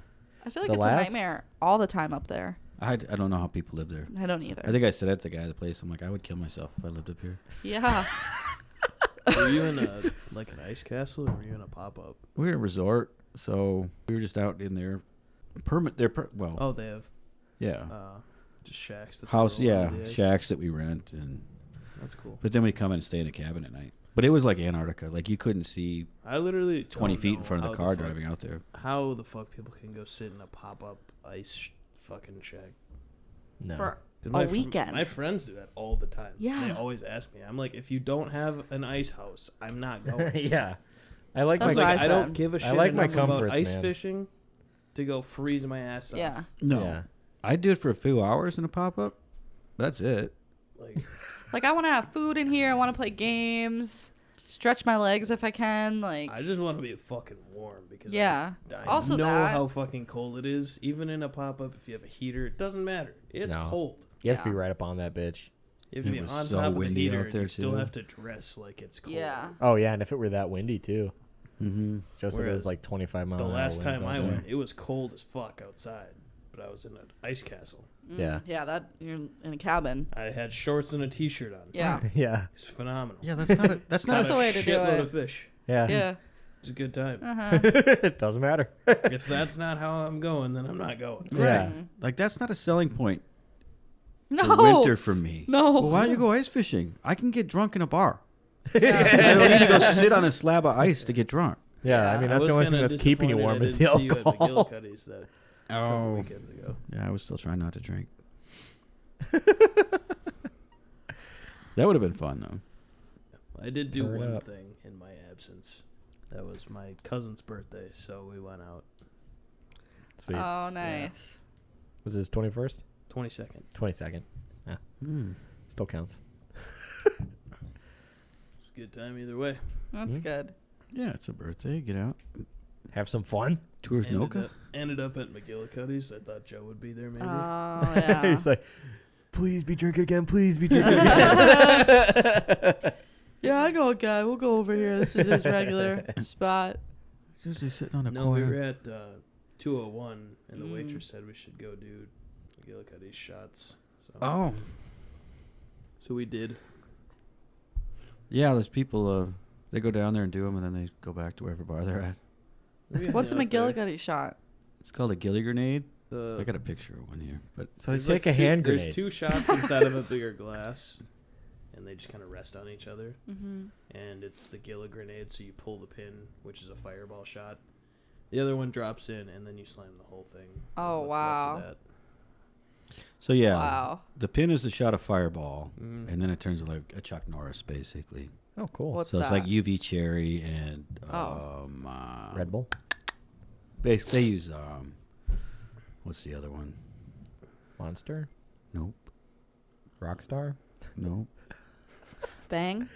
Speaker 3: I feel like
Speaker 2: The
Speaker 3: it's
Speaker 2: last-
Speaker 3: a nightmare all the time up there.
Speaker 1: I, I don't know how people live there.
Speaker 3: I don't either.
Speaker 1: I think I said that to the guy at the place. I'm like, I would kill myself if I lived up here.
Speaker 3: yeah.
Speaker 7: Were you in a like an ice castle, or were you in a pop up?
Speaker 1: We were in a resort, so we were just out in there. Permit their per- well,
Speaker 7: Oh, they have
Speaker 1: yeah,
Speaker 7: uh, just shacks. That they
Speaker 1: house,
Speaker 7: roll
Speaker 1: yeah,
Speaker 7: under the ice.
Speaker 1: shacks that we rent, and
Speaker 7: That's cool.
Speaker 1: but then we come in and stay in a cabin at night. But it was like Antarctica. Like you couldn't see
Speaker 7: I literally
Speaker 1: 20
Speaker 7: don't
Speaker 1: feet in
Speaker 7: know
Speaker 1: front of the
Speaker 7: Oh, how
Speaker 1: car
Speaker 7: fuck-
Speaker 1: driving out there.
Speaker 7: How the fuck people can go sit in a pop up ice sh- fucking shack?
Speaker 2: No.
Speaker 3: For A
Speaker 7: 'Cause my fr-
Speaker 3: weekend.
Speaker 7: my friends do that all the time.
Speaker 3: Yeah.
Speaker 7: They always ask me. I'm like, if you don't have an ice house, I'm not going.
Speaker 2: yeah. I like
Speaker 7: I
Speaker 3: That's
Speaker 2: my.
Speaker 3: what
Speaker 7: was Oh. like, I,
Speaker 3: I
Speaker 7: don't
Speaker 3: said.
Speaker 7: give a shit
Speaker 2: like my
Speaker 7: enough about
Speaker 2: comforts,
Speaker 7: ice
Speaker 2: man.
Speaker 7: fishing to go freeze my ass off.
Speaker 3: yeah.
Speaker 1: No,
Speaker 2: Yeah.
Speaker 1: I do it for a few hours in a pop up. That's it.
Speaker 7: Like,
Speaker 3: Like I want to have food in here. I want to play games. Stretch my legs if I can. Like
Speaker 7: I just want to be fucking warm because
Speaker 3: yeah.
Speaker 7: I, I
Speaker 3: Also
Speaker 7: know
Speaker 3: that.
Speaker 7: how fucking cold it is. Even in a pop up, if you have a heater, it doesn't matter. It's
Speaker 2: No.
Speaker 7: cold.
Speaker 2: You have to be
Speaker 3: Yeah.
Speaker 2: right up on that bitch.
Speaker 7: You have to
Speaker 1: It
Speaker 7: be on
Speaker 1: was
Speaker 7: top
Speaker 1: so
Speaker 7: of the
Speaker 1: windy
Speaker 7: heater,
Speaker 1: out
Speaker 7: and
Speaker 1: there,
Speaker 7: you still
Speaker 1: too.
Speaker 7: have to dress like it's cold.
Speaker 3: yeah.
Speaker 2: Oh yeah, and if it were that windy too,
Speaker 1: Mm-hmm.
Speaker 2: just if it
Speaker 7: Whereas
Speaker 2: was like 25 miles.
Speaker 7: The
Speaker 1: Oh,
Speaker 7: last time I went, it was cold as fuck outside, but I was in an ice castle.
Speaker 2: Yeah.
Speaker 3: Yeah. That you're in a cabin.
Speaker 7: I had shorts and a t-shirt on.
Speaker 3: Yeah.
Speaker 2: yeah,
Speaker 7: It's phenomenal.
Speaker 1: Yeah, that's not a, that's not
Speaker 7: Caught
Speaker 3: That's
Speaker 7: a
Speaker 3: the way to do
Speaker 7: shitload
Speaker 3: it.
Speaker 7: of fish.
Speaker 2: yeah,
Speaker 3: yeah.
Speaker 7: It's a good time.
Speaker 3: Uh huh.
Speaker 2: it doesn't matter.
Speaker 7: if that's not how I'm going, then I'm not going.
Speaker 2: Yeah,
Speaker 1: like that's not a selling point.
Speaker 3: No.
Speaker 1: for winter for me.
Speaker 3: No.
Speaker 1: Well, why don't you go ice fishing? I can get drunk in a bar.
Speaker 3: Yeah.
Speaker 1: I don't need to go sit on a slab of ice to get drunk.
Speaker 2: yeah. I mean, that's
Speaker 7: was
Speaker 2: the only thing
Speaker 7: kinda
Speaker 2: that's keeping you
Speaker 7: disappointed
Speaker 2: warm
Speaker 7: I
Speaker 2: is the
Speaker 7: didn't see you at
Speaker 2: alcohol. Oh.
Speaker 7: the Gilcuddies that couple
Speaker 3: Oh.
Speaker 7: weekends ago.
Speaker 1: yeah. I was still trying not to drink. that would have been fun though.
Speaker 7: I did do
Speaker 2: Turn
Speaker 7: one
Speaker 2: up.
Speaker 7: thing in my absence. That was my cousin's birthday, so we went out
Speaker 2: Sweet.
Speaker 3: Oh, nice.
Speaker 2: was his 21st,
Speaker 7: 22nd.
Speaker 2: 22nd?
Speaker 1: Hmm.
Speaker 2: Still counts.
Speaker 7: It's a good time either way.
Speaker 3: That's
Speaker 2: Mhm.
Speaker 3: good.
Speaker 1: Yeah, it's a birthday. Get out.
Speaker 2: Have some fun.
Speaker 1: Tours
Speaker 7: Ended
Speaker 1: Noka.
Speaker 7: up, ended up at McGillicuddy's. I thought Joe would be there maybe.
Speaker 3: Oh yeah.
Speaker 2: He's like, please be drinking again. Please be drinking. again."
Speaker 10: yeah, I know a guy. We'll go over here. This is his regular spot.
Speaker 1: Usually sitting on a
Speaker 7: no, we
Speaker 1: corner.
Speaker 7: were at uh, 201, and the
Speaker 3: Mm.
Speaker 7: waitress said we should go do McGillicuddy's shots. So,
Speaker 1: oh,
Speaker 7: so we did.
Speaker 1: yeah. There's people. Uh, they go down there and do them, and then they go back to wherever bar they're at.
Speaker 7: We hung
Speaker 3: What's a
Speaker 7: out there.
Speaker 3: McGillicuddy shot?
Speaker 1: It's called a gilly grenade.
Speaker 7: The-
Speaker 1: I got a picture of one here, but
Speaker 2: so they
Speaker 7: There's,
Speaker 2: take
Speaker 7: like,
Speaker 2: a
Speaker 7: two-
Speaker 2: hand
Speaker 7: There's
Speaker 2: grenade.
Speaker 7: two shots inside of a bigger glass, and they just kind of rest on each other.
Speaker 3: Mm-hmm.
Speaker 7: And it's the Gila grenade, so you pull the pin, which is a fireball shot. The other one drops in, and then you slam the whole thing. with
Speaker 3: Oh,
Speaker 7: what's left of
Speaker 3: wow.
Speaker 7: that.
Speaker 1: so yeah.
Speaker 3: Wow.
Speaker 1: The pin is the shot of fireball,
Speaker 7: Mm.
Speaker 1: and then it turns into like a Chuck Norris, basically.
Speaker 2: oh, cool.
Speaker 3: What's
Speaker 1: so it's
Speaker 3: that?
Speaker 1: like UV cherry and
Speaker 3: Oh.
Speaker 1: um, uh,
Speaker 2: Red Bull.
Speaker 1: They they use um, what's the other one?
Speaker 2: Monster.
Speaker 1: Nope,
Speaker 2: Rockstar.
Speaker 1: nope.
Speaker 3: Bang.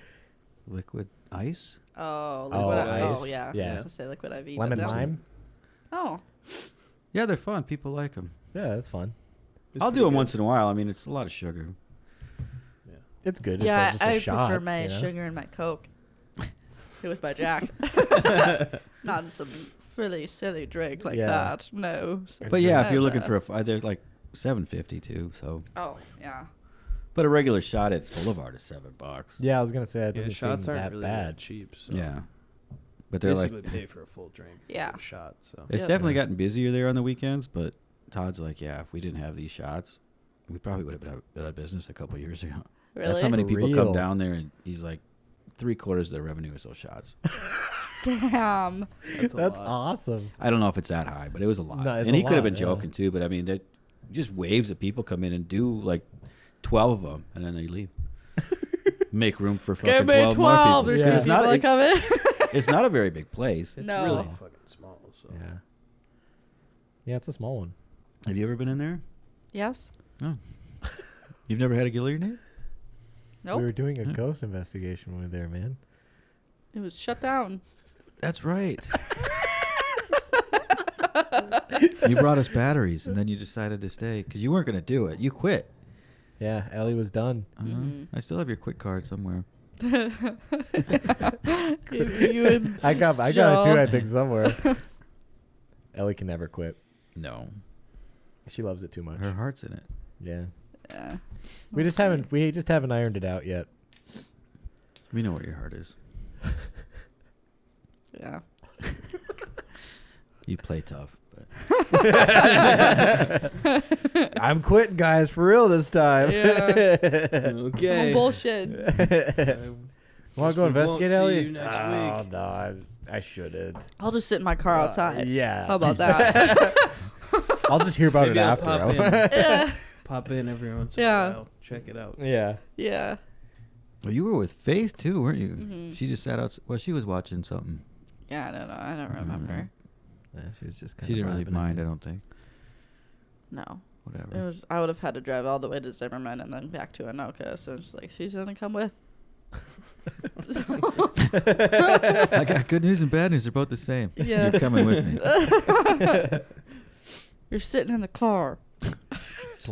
Speaker 1: Liquid ice.
Speaker 3: Oh,
Speaker 2: Oh,
Speaker 3: liquid I- Oh,
Speaker 2: ice.
Speaker 3: yeah.
Speaker 2: Yeah.
Speaker 3: I was gonna say liquid IV. but
Speaker 2: Lemon
Speaker 3: no.
Speaker 2: lime.
Speaker 3: Oh,
Speaker 1: Yeah, they're fun. People like them.
Speaker 2: Yeah, that's fun.
Speaker 7: It's
Speaker 1: I'll do
Speaker 7: pretty
Speaker 1: them
Speaker 7: good.
Speaker 1: once in a while. I mean, it's a lot of sugar.
Speaker 2: It's good.
Speaker 3: yeah.
Speaker 2: it's like just a
Speaker 3: I
Speaker 2: shot,
Speaker 3: prefer my
Speaker 2: you know?
Speaker 3: sugar and my Coke. it was my Jack. Not some really silly drink like
Speaker 2: Yeah.
Speaker 3: that. No.
Speaker 1: But yeah, if
Speaker 3: That's
Speaker 1: you're looking
Speaker 3: a-
Speaker 1: for a, fi- they're like seven fifty too. So,
Speaker 3: Oh yeah.
Speaker 1: but a regular shot at Boulevard is seven bucks.
Speaker 2: Yeah, I was gonna say that
Speaker 7: Yeah,
Speaker 2: doesn't
Speaker 7: shots
Speaker 2: seem
Speaker 7: aren't
Speaker 2: that
Speaker 7: really that
Speaker 2: bad.
Speaker 7: cheap. So
Speaker 1: Yeah, but they're
Speaker 7: basically
Speaker 1: like
Speaker 7: pay for a full drink. if you
Speaker 3: Yeah.
Speaker 7: get a shot. So
Speaker 1: it's
Speaker 3: Yep.
Speaker 1: definitely
Speaker 2: Yeah.
Speaker 1: gotten busier there on the weekends, but Todd's like, yeah, if we didn't have these shots, we probably would have been out, been out of business a couple years ago. That's how
Speaker 11: Really?
Speaker 1: many
Speaker 2: For
Speaker 1: people
Speaker 2: real.
Speaker 1: come down there, and he's like, three quarters of their revenue is those shots.
Speaker 3: Damn.
Speaker 7: That's, a
Speaker 2: That's
Speaker 7: lot.
Speaker 2: awesome.
Speaker 1: I don't know if it's that high, but it was a lot.
Speaker 2: No, it's
Speaker 1: and
Speaker 2: a
Speaker 1: he could have been
Speaker 2: lot, yeah.
Speaker 1: joking too, but I mean, that just waves of people come in and do like twelve of them, and then they leave. Make room for fucking
Speaker 11: Give me
Speaker 1: twelve, more
Speaker 11: 12.
Speaker 1: people.
Speaker 11: There's
Speaker 2: Yeah.
Speaker 11: two
Speaker 1: It's
Speaker 11: people
Speaker 1: not.
Speaker 11: that
Speaker 1: it-
Speaker 11: come in.
Speaker 1: it's not a very big place.
Speaker 7: It's
Speaker 3: No.
Speaker 7: really fucking small. So
Speaker 2: Yeah. Yeah, it's a small one.
Speaker 1: Have you ever been in there?
Speaker 3: Yes.
Speaker 1: No. You've never had a Gilliard night?
Speaker 3: Nope.
Speaker 2: We were doing a
Speaker 7: Hmm.
Speaker 1: Yeah.
Speaker 2: ghost investigation when we were there, man.
Speaker 3: It was shut down.
Speaker 1: That's right. you brought us batteries, and then you decided to stay because you weren't going to do it. You quit.
Speaker 2: Yeah, Ellie was done.
Speaker 1: Uh-huh.
Speaker 3: Mhm.
Speaker 1: I still have your quit card somewhere.
Speaker 3: If you would-
Speaker 2: I got I got it too,
Speaker 3: Joe.
Speaker 2: I think, somewhere. Ellie can never quit.
Speaker 1: No,
Speaker 2: She loves it too much.
Speaker 1: her heart's in it.
Speaker 2: Yeah.
Speaker 3: Yeah.
Speaker 2: We just haven't we just haven't ironed it out yet.
Speaker 1: We know where your heart is.
Speaker 3: Yeah.
Speaker 1: You play tough, but
Speaker 2: I'm quitting, guys, for real this time.
Speaker 3: Yeah.
Speaker 7: okay.
Speaker 3: Bullshit.
Speaker 2: Want to
Speaker 7: Guess
Speaker 2: go
Speaker 7: we won't
Speaker 2: investigate
Speaker 7: see
Speaker 2: Ellie?
Speaker 7: you next
Speaker 2: oh,
Speaker 7: week.
Speaker 2: no, I, was- I shouldn't.
Speaker 3: I'll just sit in my car
Speaker 2: Uh,
Speaker 3: outside.
Speaker 2: yeah.
Speaker 3: How about that?
Speaker 2: I'll just hear about
Speaker 7: Maybe
Speaker 2: it
Speaker 7: I'll
Speaker 2: after.
Speaker 7: pop in. Pop in every once in
Speaker 3: Yeah.
Speaker 7: a while. Check it out.
Speaker 2: yeah.
Speaker 3: yeah.
Speaker 1: well, you were with Faith too, weren't you?
Speaker 3: Mhm.
Speaker 1: She just sat out. Well, she was watching something.
Speaker 3: Yeah, I don't know. I don't
Speaker 1: Mm.
Speaker 3: remember.
Speaker 2: She was just
Speaker 1: she didn't really mind. I don't think.
Speaker 3: No. It
Speaker 1: Whatever.
Speaker 3: was I would have had to drive all the way to Zimmerman and then back to Anoka, so it's like she's gonna come with.
Speaker 1: I got good news and bad news. They're both the same.
Speaker 3: Yeah.
Speaker 1: You're coming with me.
Speaker 3: You're sitting in the car.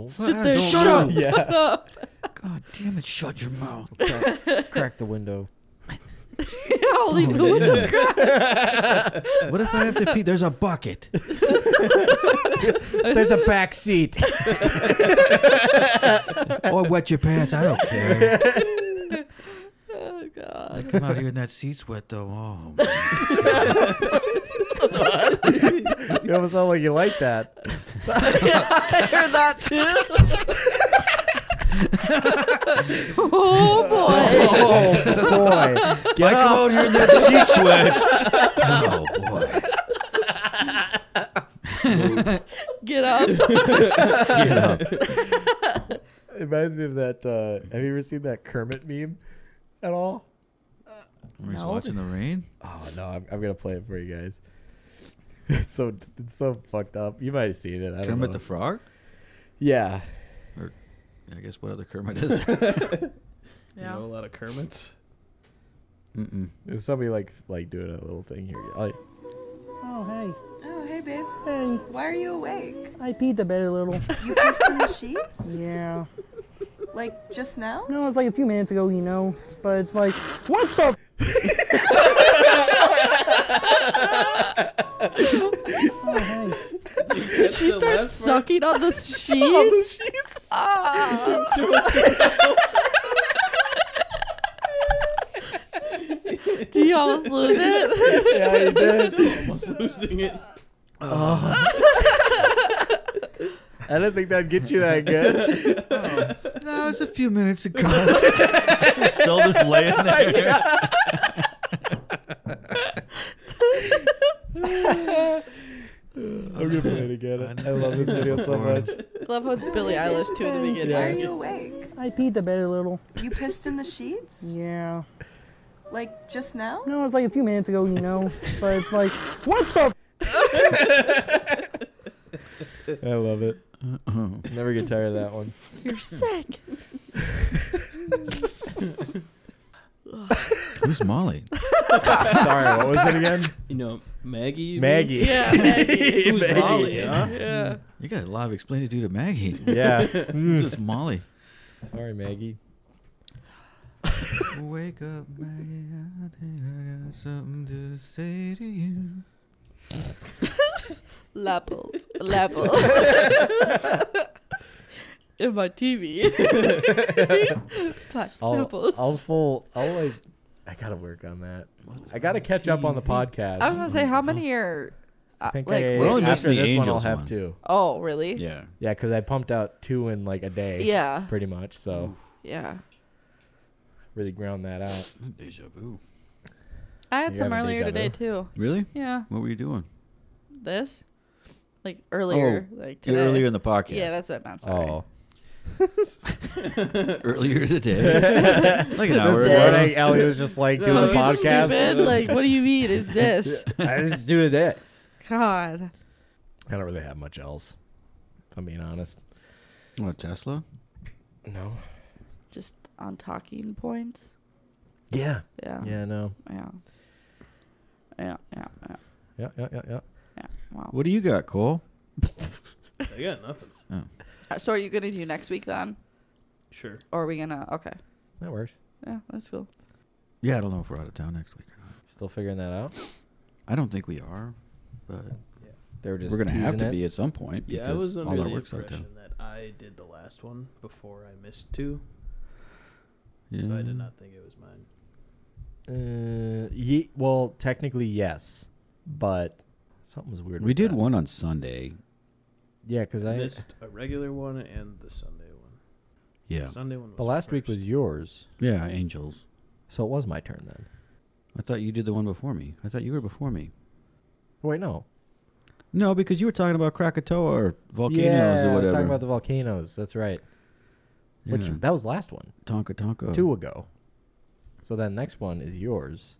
Speaker 3: Sit
Speaker 1: I
Speaker 3: there,
Speaker 1: don't
Speaker 3: shut up.
Speaker 1: know.
Speaker 2: Yeah.
Speaker 3: Shut up.
Speaker 1: God damn it! Shut your mouth.
Speaker 2: Crack, crack the window.
Speaker 3: I'll leave the
Speaker 1: Oh,
Speaker 3: window
Speaker 1: yeah.
Speaker 3: cracked.
Speaker 1: What if I have to pee? There's a bucket.
Speaker 2: There's a back seat.
Speaker 1: or wet your pants. I don't care.
Speaker 3: Oh god.
Speaker 1: Come out here in that seat sweat though. Oh, man.
Speaker 2: You almost sound like you like that.
Speaker 3: I heard that too. oh boy.
Speaker 2: Oh boy!
Speaker 1: I
Speaker 2: Get up!
Speaker 1: come out here in that seat sweat. oh boy.
Speaker 3: Get up.
Speaker 2: It reminds me of that. Uh, have you ever seen that Kermit meme at all?
Speaker 1: We're just
Speaker 3: No.
Speaker 1: watching the rain.
Speaker 2: Oh no! I'm, I'm gonna play it for you guys. It's so it's so fucked up. You might have seen it. I don't know.
Speaker 1: Kermit the Frog.
Speaker 2: yeah.
Speaker 1: I guess what other Kermit is?
Speaker 3: Yeah.
Speaker 7: You know a lot of Kermits.
Speaker 1: Mm-mm.
Speaker 2: There's somebody like like doing a little thing here. Like,
Speaker 12: Oh, hey.
Speaker 5: Oh, hey, babe.
Speaker 12: Hey,
Speaker 5: Why are you awake?
Speaker 12: I peed the bed a little.
Speaker 5: You pissed in the sheets?
Speaker 12: Yeah.
Speaker 5: Like, just now?
Speaker 12: No, it's like a few minutes ago, you know. But it's like, what the? F-? oh, hey.
Speaker 3: She starts sucking on the sheets.
Speaker 2: Oh,
Speaker 3: Ah. Do you almost lose it?
Speaker 2: yeah, you did.
Speaker 7: Almost losing it.
Speaker 2: Oh. I didn't think that'd get you that good.
Speaker 1: No, it's a few minutes ago.
Speaker 13: Still just laying there.
Speaker 2: I'm gonna play it again. I love this video so much.
Speaker 3: Love how it's Billie Eilish too in the
Speaker 5: Why are
Speaker 3: beginning.
Speaker 5: you awake?
Speaker 12: I peed the bed a little.
Speaker 5: You pissed in the sheets?
Speaker 12: Yeah.
Speaker 5: Like, just now?
Speaker 12: No, it's like a few minutes ago, you know. But it's like, what the? F-?
Speaker 2: I love it.
Speaker 1: Oh.
Speaker 2: Never get tired of that one.
Speaker 3: You're sick.
Speaker 1: Who's Molly?
Speaker 2: Sorry, what was it again?
Speaker 7: You know, Maggie. you
Speaker 2: Maggie.
Speaker 3: Yeah. Maggie.
Speaker 7: mean? Who's Molly? Huh?
Speaker 3: Yeah.
Speaker 1: You got a lot of explaining to do to Maggie.
Speaker 2: Yeah.
Speaker 1: Who's this Molly?
Speaker 2: Sorry, Maggie.
Speaker 1: Wake up, Maggie. I think I got something to say to you.
Speaker 3: Levels. Levels. in my TV. Black
Speaker 2: I'll,
Speaker 3: levels.
Speaker 2: I'll full. I'll like. I gotta work on that. I gotta catch up on the podcast.
Speaker 3: I was gonna say, how many are uh,
Speaker 2: I think
Speaker 3: like
Speaker 2: I,
Speaker 3: we're
Speaker 1: only
Speaker 2: after
Speaker 1: missing the
Speaker 2: this one I'll
Speaker 1: Angels
Speaker 2: have
Speaker 1: one.
Speaker 2: two.
Speaker 3: Oh, really?
Speaker 1: Yeah.
Speaker 2: Yeah, because I pumped out two in like a day.
Speaker 3: Yeah.
Speaker 2: Pretty much. So
Speaker 3: Yeah.
Speaker 2: really ground that out.
Speaker 1: Deja vu.
Speaker 3: I had
Speaker 2: You
Speaker 3: some
Speaker 2: having
Speaker 3: earlier
Speaker 2: déjà
Speaker 3: today
Speaker 2: vu?
Speaker 3: too.
Speaker 1: Really?
Speaker 3: Yeah.
Speaker 1: What were you doing?
Speaker 3: This? Like earlier,
Speaker 1: Oh,
Speaker 3: like
Speaker 1: yeah,
Speaker 3: today.
Speaker 1: earlier in the podcast.
Speaker 3: Yeah, that's what I meant. Sorry.
Speaker 2: Oh.
Speaker 1: Earlier today. like an hour
Speaker 2: This
Speaker 1: ago.
Speaker 2: morning, Ellie was just like doing
Speaker 3: Oh,
Speaker 2: the
Speaker 3: you're
Speaker 2: podcast.
Speaker 3: stupid. like, what do you mean? Is this?
Speaker 2: I just do this.
Speaker 3: God.
Speaker 2: I don't really have much else. If I'm being honest.
Speaker 1: What, Tesla?
Speaker 2: No.
Speaker 10: Just on talking points.
Speaker 2: Yeah.
Speaker 3: Oh.
Speaker 10: Yeah.
Speaker 2: Yeah. No.
Speaker 10: Yeah. Yeah. Yeah. Yeah.
Speaker 2: Yeah. Yeah. Yeah. Yeah.
Speaker 10: yeah. Wow.
Speaker 1: What do you got, Cole?
Speaker 7: I got nothing.
Speaker 1: Oh.
Speaker 10: Uh, So are you gonna do next week then,
Speaker 7: Sure.
Speaker 10: or are we gonna? Okay.
Speaker 2: That works.
Speaker 10: Yeah. That's cool.
Speaker 1: Yeah, I don't know if we're out of town next week or not.
Speaker 2: Still figuring that out.
Speaker 1: I don't think we are, but
Speaker 2: They were just.
Speaker 1: we're going to have to
Speaker 2: teasing
Speaker 1: be
Speaker 2: it.
Speaker 1: at some point.
Speaker 7: Yeah, I
Speaker 1: because
Speaker 7: was
Speaker 1: all
Speaker 7: under
Speaker 1: our
Speaker 7: the
Speaker 1: work's out of town.
Speaker 7: impression that I did the last one before I missed two,
Speaker 1: Yeah.
Speaker 7: so I did not think it was mine.
Speaker 2: Uh, ye- well, technically yes, but something was weird.
Speaker 1: We
Speaker 2: with
Speaker 1: did
Speaker 2: that.
Speaker 1: one on Sunday.
Speaker 2: Yeah, because
Speaker 7: I
Speaker 2: I.
Speaker 7: missed a regular one and the Sunday one.
Speaker 1: Yeah.
Speaker 7: Sunday one. Was
Speaker 2: But last week was
Speaker 7: first.
Speaker 2: yours,
Speaker 1: Yeah, Angels.
Speaker 2: so it was my turn then.
Speaker 1: I thought you did the one before me. I thought you were before me.
Speaker 2: Wait, no.
Speaker 1: No, because you were talking about Krakatoa or volcanoes
Speaker 2: yeah,
Speaker 1: or
Speaker 2: I was
Speaker 1: whatever.
Speaker 2: talking about the volcanoes. That's right. Which
Speaker 1: Yeah. Oh.
Speaker 2: that was last one,
Speaker 1: Tonka Tonka.
Speaker 2: two ago. So then next one is yours.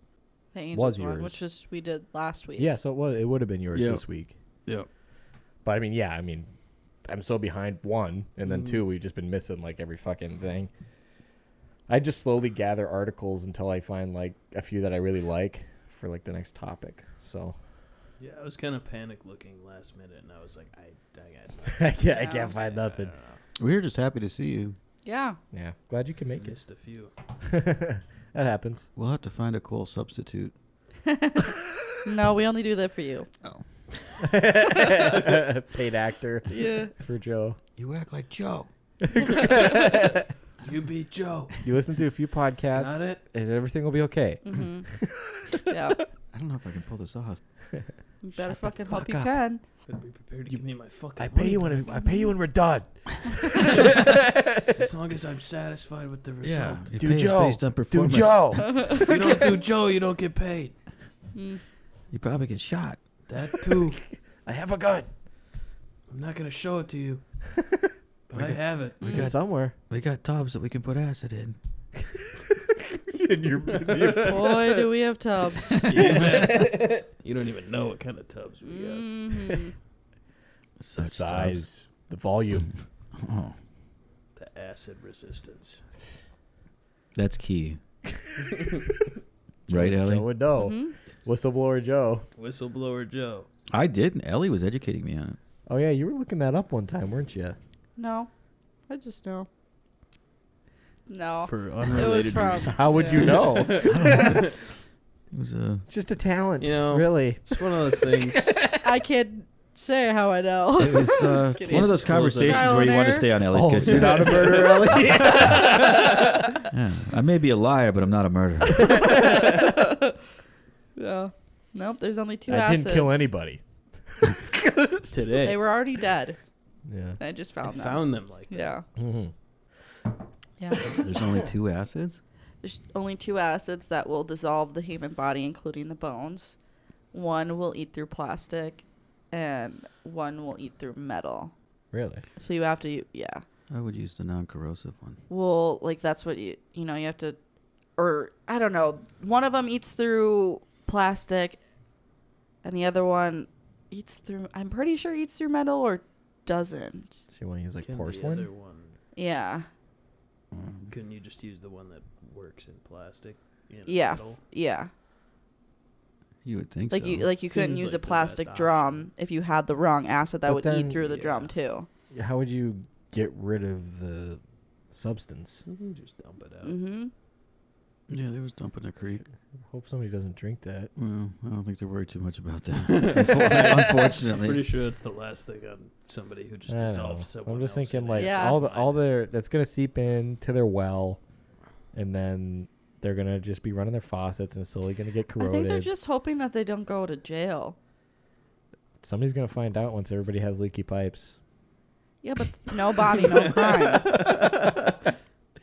Speaker 3: The Angels
Speaker 2: Was
Speaker 3: one,
Speaker 2: yours.
Speaker 3: which was we did last week.
Speaker 2: Yeah, so it was. It would have been yours
Speaker 1: Yeah.
Speaker 2: this week.
Speaker 1: Yeah.
Speaker 2: But I mean, yeah, I mean, I'm so behind one, and then two, we've just been missing like every fucking thing. I just slowly gather articles until I find like a few that I really like for like the next topic. So
Speaker 7: Yeah, I was kind of panic looking last minute, and I was like, I, I got nothing.
Speaker 2: I can't, I
Speaker 10: Yeah.
Speaker 2: can't find
Speaker 7: I
Speaker 2: nothing.
Speaker 7: don't know.
Speaker 1: We were just happy to see you.
Speaker 10: Yeah.
Speaker 2: Yeah, glad you can
Speaker 7: I
Speaker 2: make it.
Speaker 7: missed a few.
Speaker 2: that happens.
Speaker 1: We'll have to find a cool substitute.
Speaker 3: No, we only do that for you.
Speaker 2: Paid actor
Speaker 3: Yeah.
Speaker 2: for Joe.
Speaker 1: You act like Joe.
Speaker 7: You beat Joe.
Speaker 2: You listen to a few podcasts,
Speaker 7: Got it.
Speaker 2: and everything will be okay.
Speaker 3: hmm yeah.
Speaker 1: I don't know if I can pull this off.
Speaker 3: You better fucking hope
Speaker 1: fuck
Speaker 3: you
Speaker 1: up.
Speaker 3: can.
Speaker 7: Better be prepared to
Speaker 2: You-
Speaker 7: give me my fucking.
Speaker 2: I pay you
Speaker 7: money
Speaker 2: when
Speaker 7: back.
Speaker 2: I pay you when we're done.
Speaker 7: As long as I'm satisfied with the result.
Speaker 1: You
Speaker 2: Do
Speaker 1: pay us
Speaker 2: Joe.
Speaker 1: Based on
Speaker 2: Do
Speaker 1: performance.
Speaker 2: Joe.
Speaker 7: If you don't do Joe, you don't get paid.
Speaker 3: Mm.
Speaker 1: You probably get shot.
Speaker 7: That too.
Speaker 2: I have a gun.
Speaker 7: I'm not gonna show it to you, but I have it.
Speaker 1: We got
Speaker 2: somewhere.
Speaker 1: we got tubs that we can put acid in.
Speaker 3: Boy, do we have tubs.
Speaker 7: You don't even know what kind of tubs we got.
Speaker 3: hmm
Speaker 2: The
Speaker 1: Such
Speaker 2: size, the volume.
Speaker 1: tubs. Oh,
Speaker 7: The acid resistance.
Speaker 1: that's key. right, Ellie.
Speaker 2: Joe would know.
Speaker 3: Mm-hmm.
Speaker 7: Mm-hmm.
Speaker 2: Whistleblower Joe.
Speaker 7: Whistleblower Joe.
Speaker 1: I didn't. Ellie was educating me on it.
Speaker 2: Oh yeah, you were looking that up one time, weren't you?
Speaker 3: No. I just know. No.
Speaker 7: For
Speaker 3: it was
Speaker 7: unrelated
Speaker 3: from.
Speaker 7: reasons.
Speaker 2: How would you
Speaker 3: yeah.
Speaker 2: know?
Speaker 1: It was uh, a
Speaker 2: Just a talent.
Speaker 7: You know,
Speaker 2: really.
Speaker 7: It's one of those things.
Speaker 3: I can't say how I know.
Speaker 1: It was uh,
Speaker 3: kidding.
Speaker 1: one of those
Speaker 7: Just close it.
Speaker 1: conversations where you want to stay
Speaker 3: Trial and
Speaker 1: on Ellie's
Speaker 2: oh,
Speaker 1: good
Speaker 2: you're
Speaker 1: side.
Speaker 2: not a murderer, Ellie.
Speaker 1: Yeah. I may be a liar, but I'm not a murderer.
Speaker 3: yeah. Nope. There's only two.
Speaker 2: I didn't kill
Speaker 3: acids.
Speaker 2: anybody.
Speaker 7: Today,
Speaker 3: They were already dead.
Speaker 2: Yeah. Mm-hmm.
Speaker 3: I just
Speaker 7: I
Speaker 3: found them.
Speaker 7: found them like that.
Speaker 3: yeah. Yeah.
Speaker 1: There's only two acids.
Speaker 10: There's only two acids that will dissolve the human body, including the bones.
Speaker 3: One will eat through plastic, and one will eat through metal.
Speaker 2: Really.
Speaker 3: So you have to, u- yeah.
Speaker 1: I would use the non-corrosive one.
Speaker 3: Well, like that's what you you know you have to, or I don't know. One of them eats through plastic, and the other one eats through. I'm pretty sure eats through metal or doesn't.
Speaker 2: So you want to use like
Speaker 7: Can the
Speaker 2: porcelain?
Speaker 7: other one-
Speaker 3: Yeah,
Speaker 7: Couldn't you just use the one that works in plastic? in
Speaker 3: Yeah.
Speaker 7: metal?
Speaker 3: yeah.
Speaker 1: You would think
Speaker 3: Like
Speaker 1: so.
Speaker 3: you like you couldn't
Speaker 7: Seems
Speaker 3: use
Speaker 7: like
Speaker 3: a
Speaker 7: the best
Speaker 3: plastic
Speaker 7: option.
Speaker 3: drum if you had the wrong acid that
Speaker 2: But
Speaker 3: would
Speaker 2: then-
Speaker 3: eat through the drum
Speaker 7: yeah.
Speaker 3: too.
Speaker 2: How would you get rid of the substance?
Speaker 7: You can just dump it out.
Speaker 3: Mm-hmm.
Speaker 1: yeah, they was dumping a creek.
Speaker 2: Hope somebody doesn't drink that.
Speaker 1: Well, I don't think they're worried too much about that. Unfor-
Speaker 7: I'm pretty
Speaker 1: Unfortunately,
Speaker 7: sure that's the last thing on somebody who just
Speaker 2: I don't
Speaker 7: dissolves
Speaker 2: know.
Speaker 7: someone
Speaker 2: I'm just
Speaker 7: else
Speaker 2: thinking
Speaker 7: in
Speaker 2: like
Speaker 3: Yeah.
Speaker 2: all the all their that's gonna seep in to their well, and then they're gonna just be running their faucets and it's slowly gonna get
Speaker 3: I think they're
Speaker 2: corroded.
Speaker 3: just hoping that they don't go to jail.
Speaker 2: Somebody's gonna find out once everybody has leaky pipes.
Speaker 3: Yeah, but no body, no crime.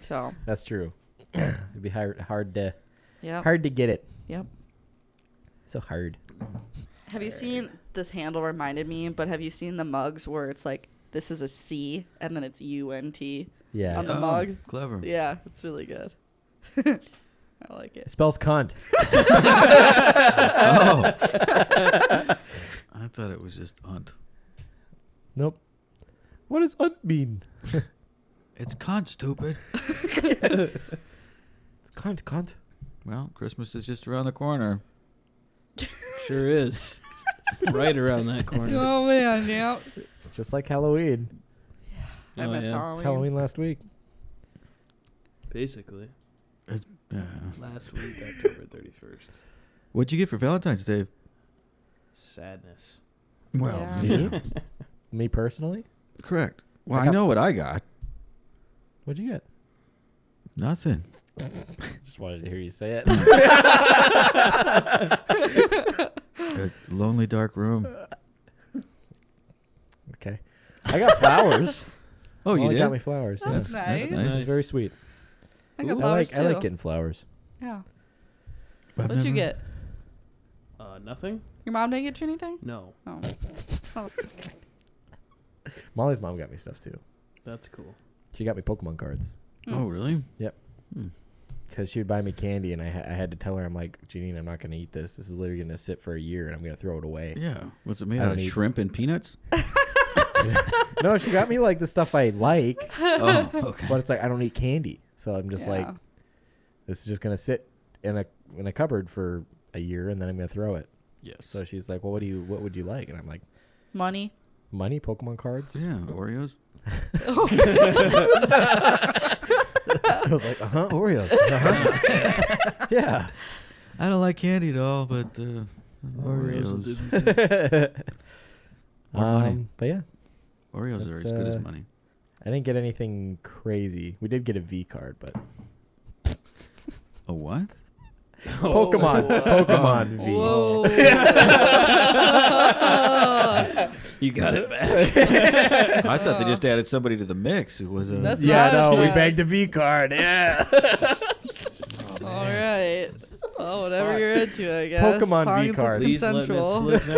Speaker 3: so
Speaker 2: That's true. It'd be hard, hard to,
Speaker 3: Yep.
Speaker 2: hard to get it.
Speaker 3: Yep.
Speaker 2: So hard.
Speaker 3: Have you seen this handle reminded me, but have you seen the mugs where it's like this is a C and then it's U N T
Speaker 2: Yeah.
Speaker 3: on the
Speaker 2: Oh,
Speaker 3: mug?
Speaker 1: clever.
Speaker 3: Yeah, it's really good. I like it.
Speaker 2: It spells cunt.
Speaker 1: oh. I thought it was just unt.
Speaker 2: Nope. What does unt mean?
Speaker 1: It's cunt, stupid.
Speaker 2: It's cunt, cunt.
Speaker 1: Well, Christmas is just around the corner.
Speaker 7: Sure is. right around that corner.
Speaker 3: Oh man, yeah.
Speaker 2: It's just like Halloween.
Speaker 3: I
Speaker 7: Oh,
Speaker 3: miss
Speaker 7: yeah.
Speaker 3: Halloween.
Speaker 2: It's Halloween last week.
Speaker 7: Basically.
Speaker 1: Uh,
Speaker 7: Last week, October 31st.
Speaker 1: what'd you get for Valentine's Day?
Speaker 7: Sadness.
Speaker 1: Well,
Speaker 3: Yeah.
Speaker 1: yeah.
Speaker 2: Me personally?
Speaker 1: correct. Well, I
Speaker 2: I got-
Speaker 1: know what I got.
Speaker 2: What'd you get?
Speaker 1: Nothing.
Speaker 2: Just wanted to hear you say it.
Speaker 1: A lonely dark room.
Speaker 2: okay. I got flowers.
Speaker 1: Oh, you
Speaker 2: Molly
Speaker 1: did?
Speaker 2: got me flowers. yeah.
Speaker 3: That's nice.
Speaker 1: that's
Speaker 2: This
Speaker 1: nice.
Speaker 2: is very sweet.
Speaker 3: I got
Speaker 2: I
Speaker 3: flowers
Speaker 2: like I like
Speaker 3: too.
Speaker 2: getting flowers.
Speaker 3: Yeah.
Speaker 1: I've
Speaker 3: What'd you
Speaker 1: never-
Speaker 3: get?
Speaker 7: Uh, nothing?
Speaker 3: Your mom didn't get you anything?
Speaker 7: No.
Speaker 3: Oh.
Speaker 2: Molly's mom got me stuff too.
Speaker 7: That's cool.
Speaker 2: She got me Pokemon cards
Speaker 1: Oh,
Speaker 3: Hmm. Mm.
Speaker 1: really?
Speaker 2: because she would buy me candy, and I, ha- I had to tell her I'm like, Janine, I'm not gonna eat this. This is literally gonna sit for a year, and I'm gonna throw it away.
Speaker 1: Yeah. What's it made
Speaker 2: I
Speaker 1: out
Speaker 2: don't
Speaker 1: of?
Speaker 2: eat-
Speaker 1: Shrimp and peanuts?
Speaker 2: no, she got me like the stuff I like,
Speaker 1: oh, okay.
Speaker 2: but it's like I don't eat candy, so I'm just like,
Speaker 3: Yeah.
Speaker 2: this is just gonna sit in a in a cupboard for a year, and then I'm gonna throw it.
Speaker 7: Yes.
Speaker 2: So she's like, well, what do you what would you like? And I'm like,
Speaker 3: money.
Speaker 2: money, Pokemon cards.
Speaker 1: Yeah, Oreos.
Speaker 2: I was like, uh huh, Oreos. Uh-huh. yeah.
Speaker 1: I don't like candy at all, but uh,
Speaker 7: Oreos will
Speaker 1: Oreos.
Speaker 7: do
Speaker 1: Oreos, Or money.
Speaker 2: Um, but yeah,
Speaker 1: are as
Speaker 2: That's,
Speaker 1: good
Speaker 2: uh,
Speaker 1: as money.
Speaker 2: I didn't get anything crazy. We did get a V card, but
Speaker 1: A what?
Speaker 2: Pokemon, Pokemon V.
Speaker 3: Whoa.
Speaker 7: You got it back.
Speaker 1: I thought they just added somebody to the mix who was uh, a.
Speaker 3: That's
Speaker 2: Yeah,
Speaker 3: not
Speaker 2: no, we
Speaker 3: bad.
Speaker 2: bagged a V card. Yeah.
Speaker 3: All right. Well, Oh, whatever you're into, I guess.
Speaker 2: Pokemon
Speaker 3: Long
Speaker 2: V
Speaker 3: as it's
Speaker 2: card.
Speaker 7: Please let it
Speaker 3: consensual.
Speaker 7: slip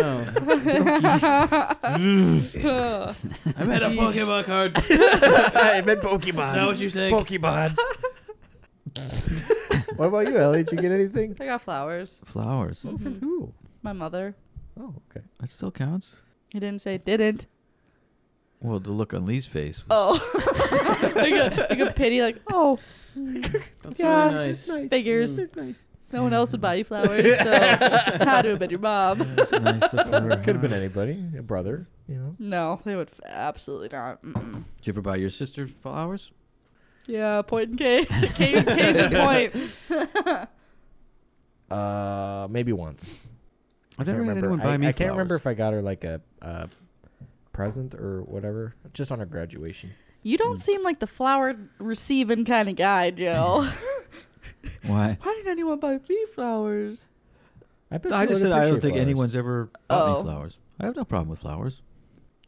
Speaker 7: now. I'm at a Pokemon card.
Speaker 2: I meant Pokemon.
Speaker 7: Is that what you think?
Speaker 2: Pokemon. what about you, Ellie? Did you get anything?
Speaker 3: I got flowers.
Speaker 1: Flowers.
Speaker 3: Mhm.
Speaker 2: Ooh.
Speaker 3: My mother.
Speaker 2: Oh, okay.
Speaker 1: That still counts.
Speaker 3: He didn't say didn't.
Speaker 1: Well, the look on Lee's face.
Speaker 3: Oh. like, a, like a pity, like, oh,
Speaker 7: That's
Speaker 3: Yeah,
Speaker 7: really nice.
Speaker 3: figures.
Speaker 7: Mm.
Speaker 3: no one else would buy you flowers, so had to have been your mom.
Speaker 1: That's nice of her,
Speaker 2: Could have been
Speaker 1: huh?
Speaker 2: anybody. A brother, you know.
Speaker 3: No, they would f- absolutely not. Mm-mm.
Speaker 1: Did you ever buy your sister flowers?
Speaker 3: Yeah, point in case. case, case in point.
Speaker 2: Uh, maybe once.
Speaker 1: I've
Speaker 2: can't
Speaker 1: never had
Speaker 2: remember.
Speaker 1: anyone
Speaker 2: I,
Speaker 1: buy me
Speaker 2: I can't remember
Speaker 1: flowers.
Speaker 2: if I got her like a, a present or whatever, just on her graduation.
Speaker 3: You don't
Speaker 1: Mm.
Speaker 3: seem like the flower receiving kind of guy, Joe.
Speaker 1: Why?
Speaker 3: Why did anyone buy me flowers?
Speaker 2: I, bet
Speaker 1: I
Speaker 2: she
Speaker 1: just
Speaker 2: would
Speaker 1: said I don't
Speaker 2: appreciate
Speaker 1: think
Speaker 2: flowers.
Speaker 1: anyone's ever bought
Speaker 3: Oh.
Speaker 1: me flowers. I have no problem with flowers.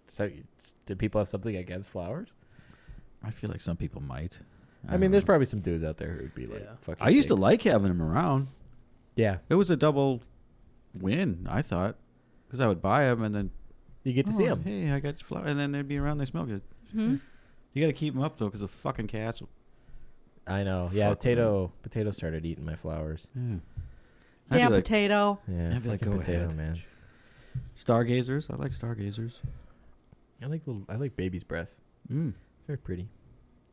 Speaker 2: So, s- do people have something against flowers?
Speaker 1: I feel like some people might.
Speaker 2: I, mean,
Speaker 1: don't
Speaker 2: there's
Speaker 1: know.
Speaker 2: probably some dudes out there who would be like,
Speaker 7: Yeah.
Speaker 2: "Fucking."
Speaker 1: Um, I used to
Speaker 2: dicks.
Speaker 1: like having them around.
Speaker 2: Yeah,
Speaker 1: It was a double win, I thought, because I would buy them and then
Speaker 2: you get to
Speaker 1: oh,
Speaker 2: see 'em. see them.
Speaker 1: Hey, I got your flower, and then they'd be around. They smell good.
Speaker 3: Hmm?
Speaker 1: You got to keep them up though, because the fucking cats. will-
Speaker 2: I know. Yeah,
Speaker 1: Fuck 'em.
Speaker 2: potato. Potato started eating my flowers.
Speaker 1: Yeah. I'd be
Speaker 3: Damn
Speaker 1: like,
Speaker 3: potato.
Speaker 2: Yeah,
Speaker 1: I'd be like,
Speaker 2: fucking
Speaker 1: "Go
Speaker 2: potato
Speaker 1: ahead."
Speaker 2: man.
Speaker 1: stargazers. I like stargazers.
Speaker 2: I like little. I like baby's breath.
Speaker 1: Mm.
Speaker 2: Very pretty,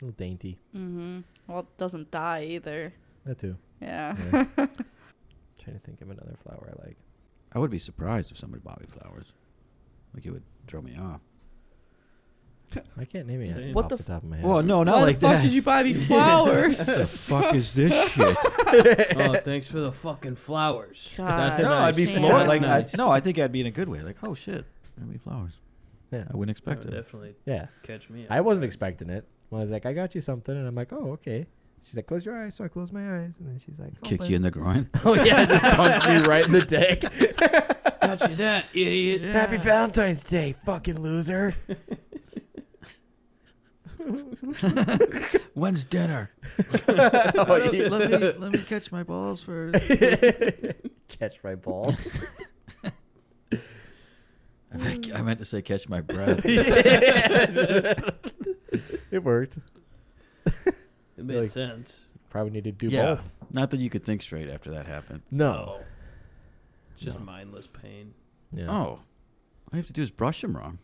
Speaker 2: little dainty.
Speaker 3: Mm-hmm. Well, it doesn't die either.
Speaker 2: That too.
Speaker 3: Yeah.
Speaker 2: Yeah. trying to think of another flower I like.
Speaker 1: I would be surprised if somebody bought me flowers. Like it would throw me off.
Speaker 2: I can't name it what
Speaker 7: Same.
Speaker 3: What
Speaker 2: off the,
Speaker 3: the
Speaker 2: top of my head.
Speaker 1: Well, no, Oh, not
Speaker 3: Why
Speaker 1: like
Speaker 3: the fuck
Speaker 1: that.
Speaker 3: did you buy me flowers?
Speaker 1: the fuck is this shit?
Speaker 7: oh, thanks for the fucking flowers.
Speaker 3: God.
Speaker 7: That's
Speaker 1: no, I'd be
Speaker 7: nice.
Speaker 3: Damn.
Speaker 1: floored.
Speaker 7: That's
Speaker 1: Like,
Speaker 7: nice.
Speaker 1: I, no, I think I'd be in a good way. Like, oh shit, I me flowers.
Speaker 2: Yeah.
Speaker 1: I wouldn't
Speaker 7: That
Speaker 1: expect
Speaker 7: would
Speaker 1: it.
Speaker 7: definitely
Speaker 2: yeah.
Speaker 7: catch me.
Speaker 2: I wasn't expecting it. I was like, I got you something, and I'm like, oh, okay. She's like, close your eyes. So I close my eyes. And then she's like,
Speaker 1: Kicked you in the groin?
Speaker 2: Oh, yeah. Just punched me right in the dick.
Speaker 7: Got you that, idiot.
Speaker 2: Happy Valentine's Day, fucking loser.
Speaker 1: When's dinner?
Speaker 2: Let
Speaker 3: Oh,
Speaker 1: let, me, let me catch my balls first.
Speaker 2: Catch my balls.
Speaker 1: I meant- I meant to say catch my breath.
Speaker 2: it worked.
Speaker 7: It made
Speaker 2: Like-
Speaker 7: sense.
Speaker 2: Probably need to do
Speaker 1: yeah.
Speaker 2: both.
Speaker 1: Not that you could think straight after that happened.
Speaker 2: No.
Speaker 7: It's Oh. just mindless pain.
Speaker 2: Yeah.
Speaker 1: Oh. All you have to do is brush him wrong.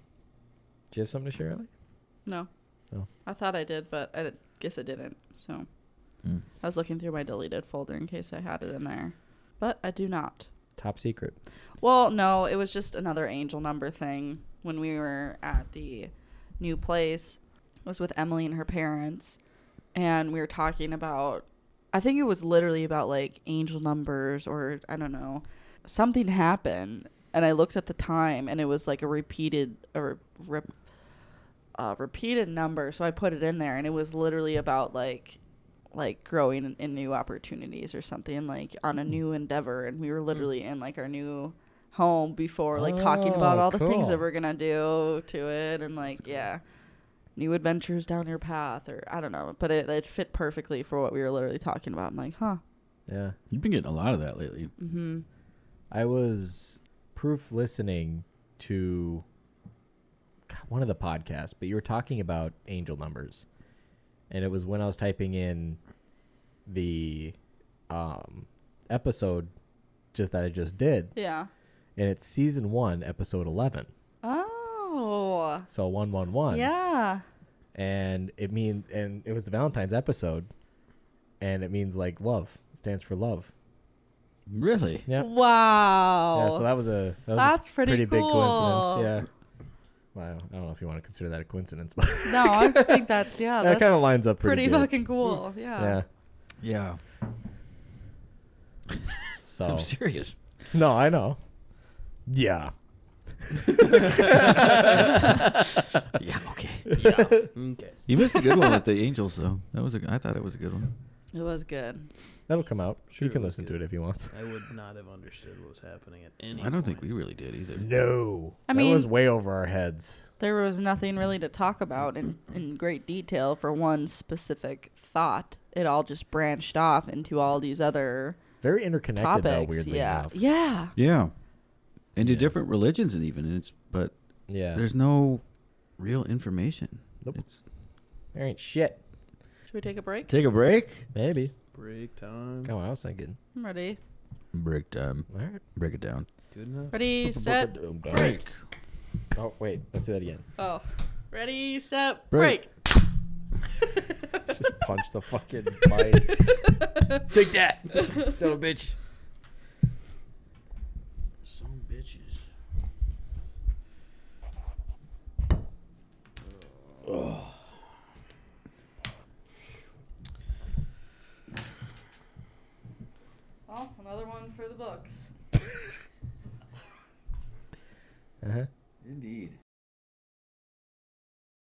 Speaker 2: Do you have something to share, Ellie?
Speaker 3: No.
Speaker 2: No.
Speaker 3: I thought I did, but I did- guess I didn't. So
Speaker 1: Hmm.
Speaker 3: I was looking through my deleted folder in case I had it in there. But I do not.
Speaker 2: Top secret.
Speaker 3: Well, no, it was just another angel number thing when we were at the new place. I was with Emily and her parents and we were talking about I think it was literally about like angel numbers or I don't know. Something happened and I looked at the time and it was like a repeated a re- rep, uh, repeated number, so I put it in there and it was literally about like like growing in, in new opportunities or something like on a new endeavor and we were literally in like our new home before like talking about
Speaker 2: Oh,
Speaker 3: all the things
Speaker 2: cool.
Speaker 3: that we're gonna do to it and like yeah new adventures down your path or i don't know but it, it fit perfectly for what we were literally talking about i'm like huh
Speaker 2: Yeah.
Speaker 1: You've been getting a lot of that lately.
Speaker 3: mm-hmm
Speaker 2: I was proof listening to God, one of the podcasts, but you were talking about angel numbers, and it was when I was typing in the um, episode just that I just did,
Speaker 3: yeah
Speaker 2: and it's season one, episode eleven,
Speaker 3: oh
Speaker 2: so one one one,
Speaker 3: yeah
Speaker 2: and it means and it was the Valentine's episode, and it means like love It stands for love.
Speaker 1: Really?
Speaker 2: Yeah.
Speaker 3: wow
Speaker 2: Yeah, so that was a that was
Speaker 3: Oh. That's
Speaker 2: a
Speaker 3: pretty
Speaker 2: big
Speaker 3: cool.
Speaker 2: coincidence. Yeah. Well, I don't, I don't know if you want to consider that a coincidence, but
Speaker 3: no i think that's yeah
Speaker 2: that kind of
Speaker 3: Oh, that's
Speaker 2: lines up pretty,
Speaker 3: pretty,
Speaker 2: good.
Speaker 3: fucking cool yeah,
Speaker 2: yeah.
Speaker 1: Yeah.
Speaker 2: So Oh.
Speaker 1: I'm serious.
Speaker 2: no, I know. Yeah.
Speaker 1: Yeah, okay.
Speaker 7: Okay.
Speaker 1: You missed a good one with the Angels, though. That was a, I thought it was a good one.
Speaker 3: it was good
Speaker 2: That'll come out.
Speaker 7: Sure,
Speaker 2: he can
Speaker 7: it was
Speaker 2: listen
Speaker 7: good.
Speaker 2: to it if he wants.
Speaker 7: I would not have understood what was happening at any
Speaker 1: I don't think
Speaker 7: point.
Speaker 1: we really did either.
Speaker 2: No,
Speaker 3: I
Speaker 2: that was
Speaker 3: mean-
Speaker 2: way over our heads.
Speaker 3: there was nothing really to talk about in, in great detail for one specific thought it all just branched off into all these other
Speaker 2: Very interconnected, though.
Speaker 3: topics
Speaker 2: Weirdly
Speaker 3: yeah
Speaker 2: enough.
Speaker 3: yeah
Speaker 1: Yeah. Into
Speaker 2: Yeah.
Speaker 1: different religions, and even and it's but
Speaker 2: Yeah.
Speaker 1: there's no real information.
Speaker 2: Nope.
Speaker 1: It's-
Speaker 2: there ain't shit.
Speaker 3: should we take a break
Speaker 1: Take a break.
Speaker 2: Maybe.
Speaker 7: Break time.
Speaker 2: Kind of what I was thinking.
Speaker 3: i'm ready
Speaker 1: Break time.
Speaker 2: All right.
Speaker 1: Break it down.
Speaker 7: Good enough.
Speaker 3: ready set
Speaker 2: Break. Oh wait, let's do that again.
Speaker 3: Oh, ready, set,
Speaker 1: Break.
Speaker 3: break.
Speaker 2: Just punch the fucking mic.
Speaker 14: Take that, son of a bitch.
Speaker 1: Some bitches.
Speaker 3: Well, another one for the books.